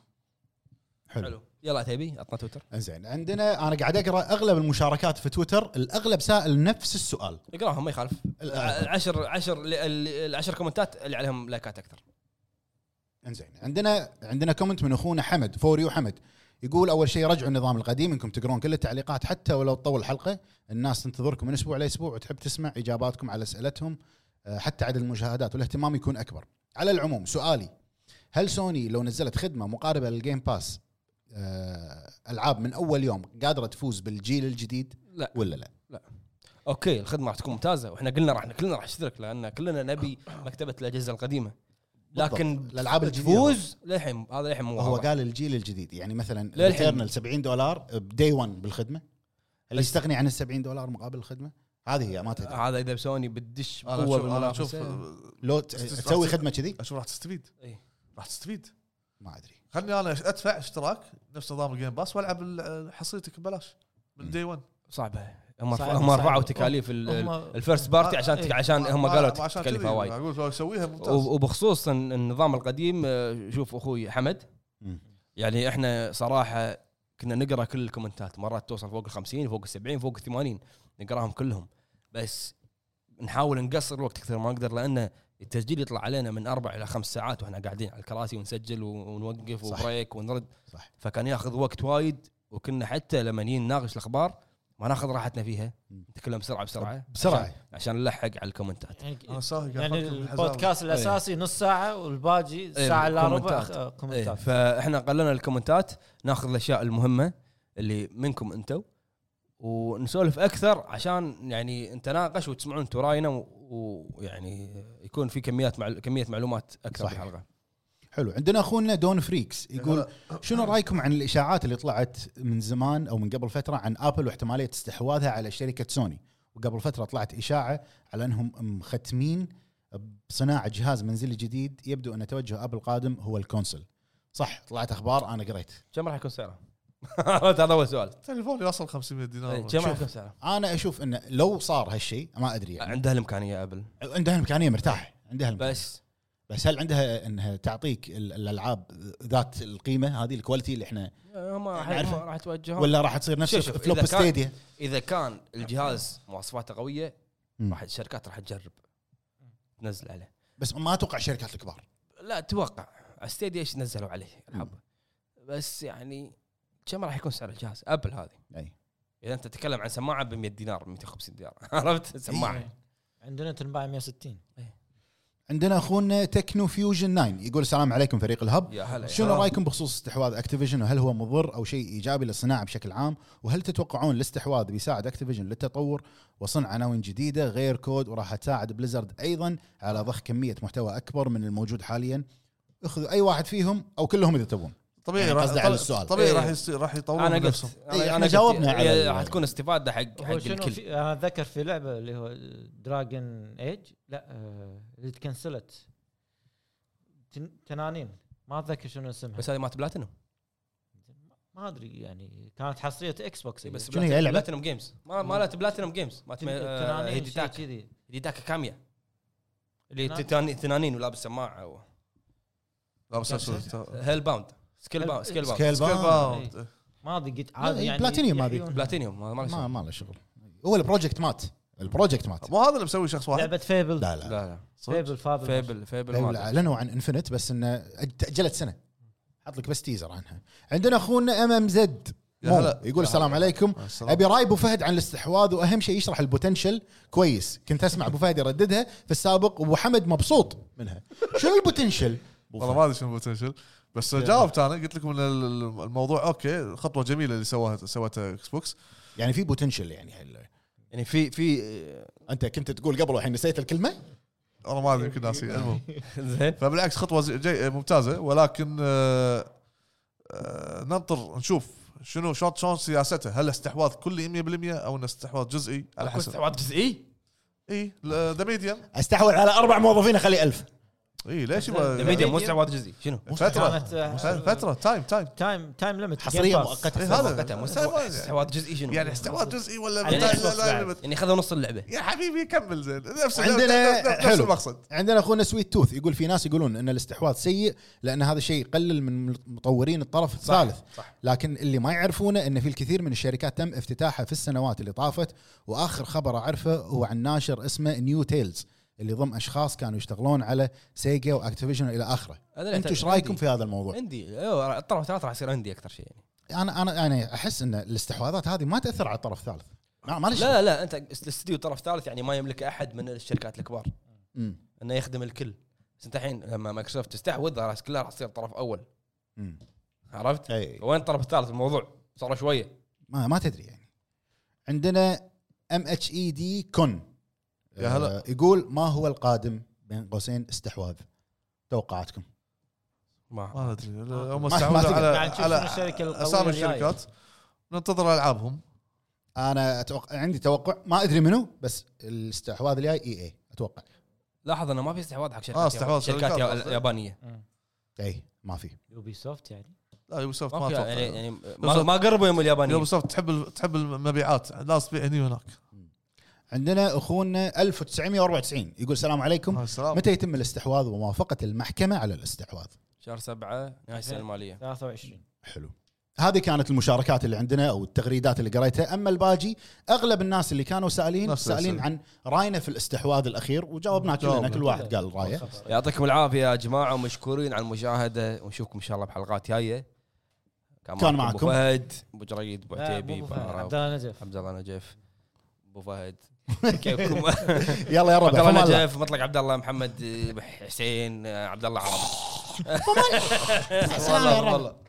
[SPEAKER 4] حلو
[SPEAKER 3] حلو يلا تبي عطنا تويتر
[SPEAKER 4] انزين عندنا انا قاعد اقرا اغلب المشاركات في تويتر الاغلب سائل نفس السؤال
[SPEAKER 3] اقراهم ما يخالف
[SPEAKER 4] الأغلب.
[SPEAKER 3] العشر عشر ال- ال- العشر كومنتات اللي عليهم لايكات اكثر
[SPEAKER 4] انزين عندنا عندنا كومنت من اخونا حمد فوريو حمد يقول اول شيء رجعوا النظام القديم انكم تقرون كل التعليقات حتى ولو تطول الحلقه الناس تنتظركم من اسبوع لاسبوع وتحب تسمع اجاباتكم على اسئلتهم آه، حتى عدد المشاهدات والاهتمام يكون اكبر على العموم سؤالي هل سوني لو نزلت خدمه مقاربه للجيم باس آه، العاب من اول يوم قادره تفوز بالجيل الجديد
[SPEAKER 3] لا.
[SPEAKER 4] ولا لا
[SPEAKER 3] اوكي الخدمه راح تكون ممتازه واحنا قلنا راح كلنا راح نشترك لان كلنا نبي مكتبه الاجهزه القديمه لكن
[SPEAKER 4] بالضبط. الألعاب الجديدة.
[SPEAKER 3] تفوز للحين هذا للحين مو
[SPEAKER 4] هو
[SPEAKER 3] واضح.
[SPEAKER 4] قال الجيل الجديد يعني مثلا
[SPEAKER 3] للحين.
[SPEAKER 4] الاترنال 70 دولار بدي 1 بالخدمه اللي يستغني عن ال 70 دولار مقابل الخدمه هذه هي ما تدري
[SPEAKER 3] هذا اذا سوني بتدش
[SPEAKER 1] انا
[SPEAKER 3] بقوه
[SPEAKER 1] اشوف انا اشوف
[SPEAKER 3] بالمنافسه
[SPEAKER 4] لو ت- تسوي خدمه كذي
[SPEAKER 1] اشوف آه، راح تستفيد
[SPEAKER 3] إيه.
[SPEAKER 1] راح تستفيد
[SPEAKER 4] ما ادري
[SPEAKER 1] خلني انا ادفع اشتراك نفس نظام الجيم باس والعب ال- حصيلتك ببلاش من دي 1
[SPEAKER 3] صعبه هم
[SPEAKER 2] صعبة،
[SPEAKER 3] هم رفعوا
[SPEAKER 2] صعبة.
[SPEAKER 3] تكاليف ال-
[SPEAKER 2] هم-
[SPEAKER 3] ال- الفيرست بارتي عشان
[SPEAKER 2] إيه.
[SPEAKER 3] عشان هم قالوا
[SPEAKER 1] آه، عشان
[SPEAKER 3] تكلفها
[SPEAKER 1] كذي
[SPEAKER 3] وايد
[SPEAKER 1] اقول لو اسويها ممتاز
[SPEAKER 3] و- وبخصوص الن- النظام القديم آه، شوف اخوي حمد
[SPEAKER 4] مم.
[SPEAKER 3] يعني احنا صراحه كنا نقرا كل الكومنتات مرات توصل فوق ال 50 فوق ال 70 فوق ال 80 نقراهم كلهم بس نحاول نقصر الوقت اكثر ما نقدر لان التسجيل يطلع علينا من اربع الى خمس ساعات واحنا قاعدين على الكراسي ونسجل و- ونوقف
[SPEAKER 4] صح.
[SPEAKER 3] وبريك ونرد
[SPEAKER 4] صح.
[SPEAKER 3] فكان ياخذ وقت وايد وكنا حتى لما نيجي نناقش الاخبار ما ناخذ راحتنا فيها
[SPEAKER 4] مم. طيب،
[SPEAKER 3] نتكلم بسرعه بسرعه عشان,
[SPEAKER 4] بسرعه
[SPEAKER 3] عشان نلحق على الكومنتات
[SPEAKER 1] انا
[SPEAKER 2] يعني
[SPEAKER 1] ساهي قاعد
[SPEAKER 2] يعني
[SPEAKER 1] آه، أفكر بالحزام.
[SPEAKER 2] البودكاست
[SPEAKER 3] إيه.
[SPEAKER 2] الاساسي نص ساعه والباقي الساعه الا ربع
[SPEAKER 3] كومنتات.
[SPEAKER 2] آه،
[SPEAKER 3] إيه
[SPEAKER 2] كومنتات
[SPEAKER 3] فاحنا قلنا الكومنتات ناخذ الاشياء المهمه اللي منكم انتم ونسولف اكثر عشان يعني نتناقش وتسمعون تراينا و- ويعني يكون في كميات مع كميه معلومات اكثر
[SPEAKER 4] صحيح.
[SPEAKER 3] صحيح. بالحلقه
[SPEAKER 4] حلو عندنا اخونا دون فريكس يقول شنو رايكم عن الاشاعات اللي طلعت من زمان او من قبل فتره عن ابل واحتماليه استحواذها على شركه سوني وقبل فتره طلعت اشاعه على انهم مختمين بصناعه جهاز منزلي جديد يبدو ان توجه ابل القادم هو الكونسل صح طلعت اخبار انا قريت
[SPEAKER 3] كم راح يكون سعره؟ [laughs] هذا اول سؤال
[SPEAKER 1] تليفون يوصل 500
[SPEAKER 4] إيه،
[SPEAKER 1] دينار
[SPEAKER 3] كم راح
[SPEAKER 1] شوف،
[SPEAKER 3] يكون سعره؟
[SPEAKER 4] انا اشوف انه لو صار هالشيء ما ادري يعني
[SPEAKER 3] عندها الامكانيه ابل
[SPEAKER 4] عندها الامكانيه مرتاح عندها الإمكانية.
[SPEAKER 3] إيه. بس
[SPEAKER 4] بس هل عندها انها تعطيك ال- الالعاب ذات القيمه هذه الكواليتي اللي احنا
[SPEAKER 3] ما راح
[SPEAKER 4] نعرفه.
[SPEAKER 3] ما راح توجهون
[SPEAKER 4] ولا راح تصير نفس
[SPEAKER 3] شوف شوف،
[SPEAKER 4] فلوب
[SPEAKER 3] إذا كان-
[SPEAKER 4] ستيديا
[SPEAKER 3] اذا كان الجهاز مواصفاته قويه
[SPEAKER 4] مم.
[SPEAKER 3] راح الشركات راح تجرب تنزل عليه
[SPEAKER 4] بس ما اتوقع الشركات الكبار
[SPEAKER 3] لا اتوقع ستيديا ايش نزلوا عليه الحب بس يعني كم راح يكون سعر الجهاز ابل هذه
[SPEAKER 4] اي
[SPEAKER 3] اذا انت تتكلم عن سماعه ب 100 دينار 250 دينار [laughs] عرفت سماعه
[SPEAKER 2] عندنا تنباع 160
[SPEAKER 4] عندنا اخونا تكنو فيوجن 9 يقول السلام عليكم فريق الهب
[SPEAKER 3] يا
[SPEAKER 1] إيه،
[SPEAKER 3] هلا يا
[SPEAKER 4] شنو
[SPEAKER 3] هلا.
[SPEAKER 4] رايكم بخصوص استحواذ اكتيفيجن وهل هو مضر او شيء ايجابي للصناعه بشكل عام وهل تتوقعون الاستحواذ بيساعد اكتيفيجن للتطور وصنع عناوين جديده غير كود وراح تساعد بليزرد ايضا على ضخ كميه محتوى اكبر من الموجود حاليا اخذوا اي واحد فيهم او كلهم اذا تبون
[SPEAKER 1] طبيعي
[SPEAKER 4] يعني
[SPEAKER 1] راح
[SPEAKER 4] قصدي على السؤال.
[SPEAKER 1] طبيعي
[SPEAKER 3] إيه.
[SPEAKER 1] راح يصير راح يطورون
[SPEAKER 3] انا
[SPEAKER 1] من
[SPEAKER 3] قلت
[SPEAKER 1] نفسهم
[SPEAKER 4] إيه،
[SPEAKER 3] انا
[SPEAKER 4] إحنا
[SPEAKER 3] قلت
[SPEAKER 4] جاوبنا على
[SPEAKER 3] هي
[SPEAKER 4] ال-
[SPEAKER 3] راح تكون استفاده حق حق
[SPEAKER 2] هو شنو
[SPEAKER 3] الكل
[SPEAKER 2] في انا اتذكر في لعبه اللي هو دراجن ايج لا آه، اللي تكنسلت تن- تنانين ما اتذكر شنو اسمها
[SPEAKER 3] بس هذه مات بلاتينوم
[SPEAKER 2] ما ادري يعني كانت حصريه اكس بوكس هي.
[SPEAKER 3] بس آه،
[SPEAKER 4] شنو هي لعبة؟
[SPEAKER 3] بلاتينوم جيمز ما مالت بلاتينوم جيمز مات
[SPEAKER 2] تن- تنانين شي
[SPEAKER 3] هيديتاك
[SPEAKER 2] يعني كذي
[SPEAKER 3] هيديتاك كاميا اللي
[SPEAKER 2] تنان-
[SPEAKER 3] تتان- تنانين ولابس سماعه و...
[SPEAKER 1] لا بس
[SPEAKER 4] [laughs]
[SPEAKER 1] أسوأ.
[SPEAKER 4] إيه.
[SPEAKER 3] هيل باوند سكيل باوند سكيل باوند
[SPEAKER 4] سكيل
[SPEAKER 1] سكيل
[SPEAKER 4] باوند
[SPEAKER 1] باوند.
[SPEAKER 2] ما ادري قلت
[SPEAKER 4] لا،
[SPEAKER 2] عادي يعني
[SPEAKER 4] بلاتينيوم هذه.
[SPEAKER 2] يحيون.
[SPEAKER 3] بلاتينيوم ما- ما له
[SPEAKER 4] ما
[SPEAKER 3] شغل.
[SPEAKER 4] ما له شغل هو البروجكت مات البروجكت مات
[SPEAKER 1] مو هذا اللي مسوي شخص واحد
[SPEAKER 2] لعبه فيبل
[SPEAKER 4] لا لا,
[SPEAKER 3] لا لا
[SPEAKER 2] فيبل فابل
[SPEAKER 3] فيبل فيبل
[SPEAKER 4] لا.
[SPEAKER 3] ما-
[SPEAKER 4] اعلنوا عن انفنت بس انه تاجلت سنه حط لك بس تيزر عنها عندنا اخونا ام ام زد
[SPEAKER 1] يا هلا.
[SPEAKER 4] يقول السلام عليكم
[SPEAKER 1] السلام.
[SPEAKER 4] ابي راي ابو فهد عن الاستحواذ واهم شيء يشرح البوتنشل كويس كنت اسمع ابو فهد يرددها في السابق وابو حمد مبسوط منها شنو البوتنشل
[SPEAKER 1] والله ما ادري شنو البوتنشل بس جاوبت انا قلت لكم ان ال- ال- الموضوع اوكي خطوه جميله اللي سواها سوتها اكس بوكس
[SPEAKER 4] يعني في بوتنشل يعني هل...
[SPEAKER 3] يعني في في
[SPEAKER 4] انت كنت تقول قبل والحين نسيت الكلمه
[SPEAKER 1] والله ما ادري يمكن ناسي المهم
[SPEAKER 3] [laughs] زين
[SPEAKER 1] فبالعكس خطوه زي- جي ممتازه ولكن آه، آه، ننطر نشوف شنو شلون شلون سياسته هل استحواذ كلي 100% او انه استحواذ جزئي على حسب
[SPEAKER 3] استحواذ جزئي
[SPEAKER 1] اي ذا ميديم
[SPEAKER 4] استحوذ على اربع موظفين اخلي ألف
[SPEAKER 1] اي ليش يبغى يعني
[SPEAKER 3] الميديا مو استعباط جزئي شنو؟
[SPEAKER 1] فتره
[SPEAKER 2] كانت، آه،
[SPEAKER 1] فتره تايم تايم
[SPEAKER 2] تايم تايم ليمت
[SPEAKER 4] حصريه
[SPEAKER 1] إيه
[SPEAKER 4] مؤقته
[SPEAKER 1] هذا
[SPEAKER 3] مو
[SPEAKER 1] ما-
[SPEAKER 3] استعباط جزئي شنو؟
[SPEAKER 1] يعني استعباط جزئي ولا
[SPEAKER 2] يعني
[SPEAKER 1] لا-
[SPEAKER 2] يخلص
[SPEAKER 1] لا- لا-
[SPEAKER 2] بعد.
[SPEAKER 3] يعني خذوا نص اللعبه
[SPEAKER 1] يا حبيبي كمل زين نفس
[SPEAKER 4] عندنا
[SPEAKER 1] نفس- نفس
[SPEAKER 4] حلو.
[SPEAKER 1] المقصد
[SPEAKER 4] عندنا اخونا سويت توث يقول في ناس يقولون ان الاستحواذ سيء لان هذا الشيء يقلل من مطورين الطرف الثالث
[SPEAKER 3] صح.
[SPEAKER 4] لكن اللي ما يعرفونه ان في الكثير من الشركات تم افتتاحها في السنوات اللي طافت واخر خبر اعرفه هو عن ناشر اسمه نيو تيلز اللي ضم اشخاص كانوا يشتغلون على سيجا واكتيفيجن الى اخره
[SPEAKER 3] أنا
[SPEAKER 4] انتم ايش
[SPEAKER 3] أعتقد-
[SPEAKER 4] رايكم
[SPEAKER 3] عندي-
[SPEAKER 4] في هذا الموضوع
[SPEAKER 3] عندي أيوة، الطرف الثالث راح يصير عندي اكثر شيء يعني
[SPEAKER 4] انا انا انا احس ان يعني الاستحواذات هذه ما تاثر على الطرف الثالث ما ما ليش
[SPEAKER 3] لا لا انت الاستديو طرف ثالث يعني ما يملك احد من الشركات الكبار
[SPEAKER 4] مم.
[SPEAKER 3] انه يخدم الكل بس انت الحين لما مايكروسوفت تستحوذ راس كلها راح تصير طرف اول
[SPEAKER 4] مم.
[SPEAKER 3] عرفت؟
[SPEAKER 4] أي.
[SPEAKER 3] وين الطرف الثالث الموضوع؟ صار شويه
[SPEAKER 4] ما ما تدري يعني عندنا ام اتش اي دي كون آه،
[SPEAKER 1] يا هلا.
[SPEAKER 4] يقول ما هو القادم بين قوسين استحواذ توقعاتكم
[SPEAKER 3] ما
[SPEAKER 1] ما ادري هم
[SPEAKER 4] ما- ما
[SPEAKER 1] استعملوا
[SPEAKER 4] تقدر.
[SPEAKER 1] على
[SPEAKER 2] بعد نشوف
[SPEAKER 1] على
[SPEAKER 2] شنو الشركة القوية
[SPEAKER 1] اسامي
[SPEAKER 2] الجاية.
[SPEAKER 1] الشركات ننتظر العابهم
[SPEAKER 4] انا اتوقع عندي توقع ما ادري منو بس الاستحواذ الجاي اي اي اتوقع
[SPEAKER 3] لاحظ انه ما في استحواذ حق شركات
[SPEAKER 1] آه، استحواذ
[SPEAKER 3] شركات
[SPEAKER 1] شركات،
[SPEAKER 3] يا-
[SPEAKER 1] قصدي.
[SPEAKER 3] يابانيه
[SPEAKER 4] اي ما في
[SPEAKER 2] يوبي سوفت يعني
[SPEAKER 1] لا يوبي سوفت ما
[SPEAKER 3] ما في يعني,
[SPEAKER 1] اتوقع
[SPEAKER 3] يعني ما, ما قربوا يوم اليابانيين
[SPEAKER 1] يوبي سوفت تحب ال- تحب المبيعات ناس تبيع هني وهناك
[SPEAKER 4] عندنا اخونا 1994 يقول السلام عليكم
[SPEAKER 1] مع السلامة.
[SPEAKER 4] متى يتم الاستحواذ وموافقه المحكمه على الاستحواذ
[SPEAKER 3] شهر سبعة نهاية السنة المالية
[SPEAKER 2] 23
[SPEAKER 4] حلو هذه كانت المشاركات اللي عندنا او التغريدات اللي قريتها اما الباقي اغلب الناس اللي كانوا سالين
[SPEAKER 1] نفس
[SPEAKER 4] سالين
[SPEAKER 1] الأسئلة.
[SPEAKER 4] عن راينا في الاستحواذ الاخير وجاوبنا كلنا
[SPEAKER 1] جاوبنا.
[SPEAKER 4] كل واحد قال رايه
[SPEAKER 3] يعطيكم العافية يا جماعة ومشكورين على المشاهدة ونشوفكم إن شاء الله بحلقات جاية
[SPEAKER 4] كان
[SPEAKER 3] أبو
[SPEAKER 4] معكم.
[SPEAKER 3] فهد أبو جريد أبو
[SPEAKER 2] لا،
[SPEAKER 3] عتيبي
[SPEAKER 2] مو
[SPEAKER 3] أبو
[SPEAKER 2] فهد، عبد
[SPEAKER 3] عرب
[SPEAKER 2] الله نزف
[SPEAKER 3] عبد الله نجف أبو فهد كيفكم عبد
[SPEAKER 4] يلا يا ربع
[SPEAKER 3] الله
[SPEAKER 4] فما لا.
[SPEAKER 3] نجف مطلق عبد الله محمد آه، حسين آه، عبد الله عرب
[SPEAKER 5] سلام يا رب.
[SPEAKER 3] والله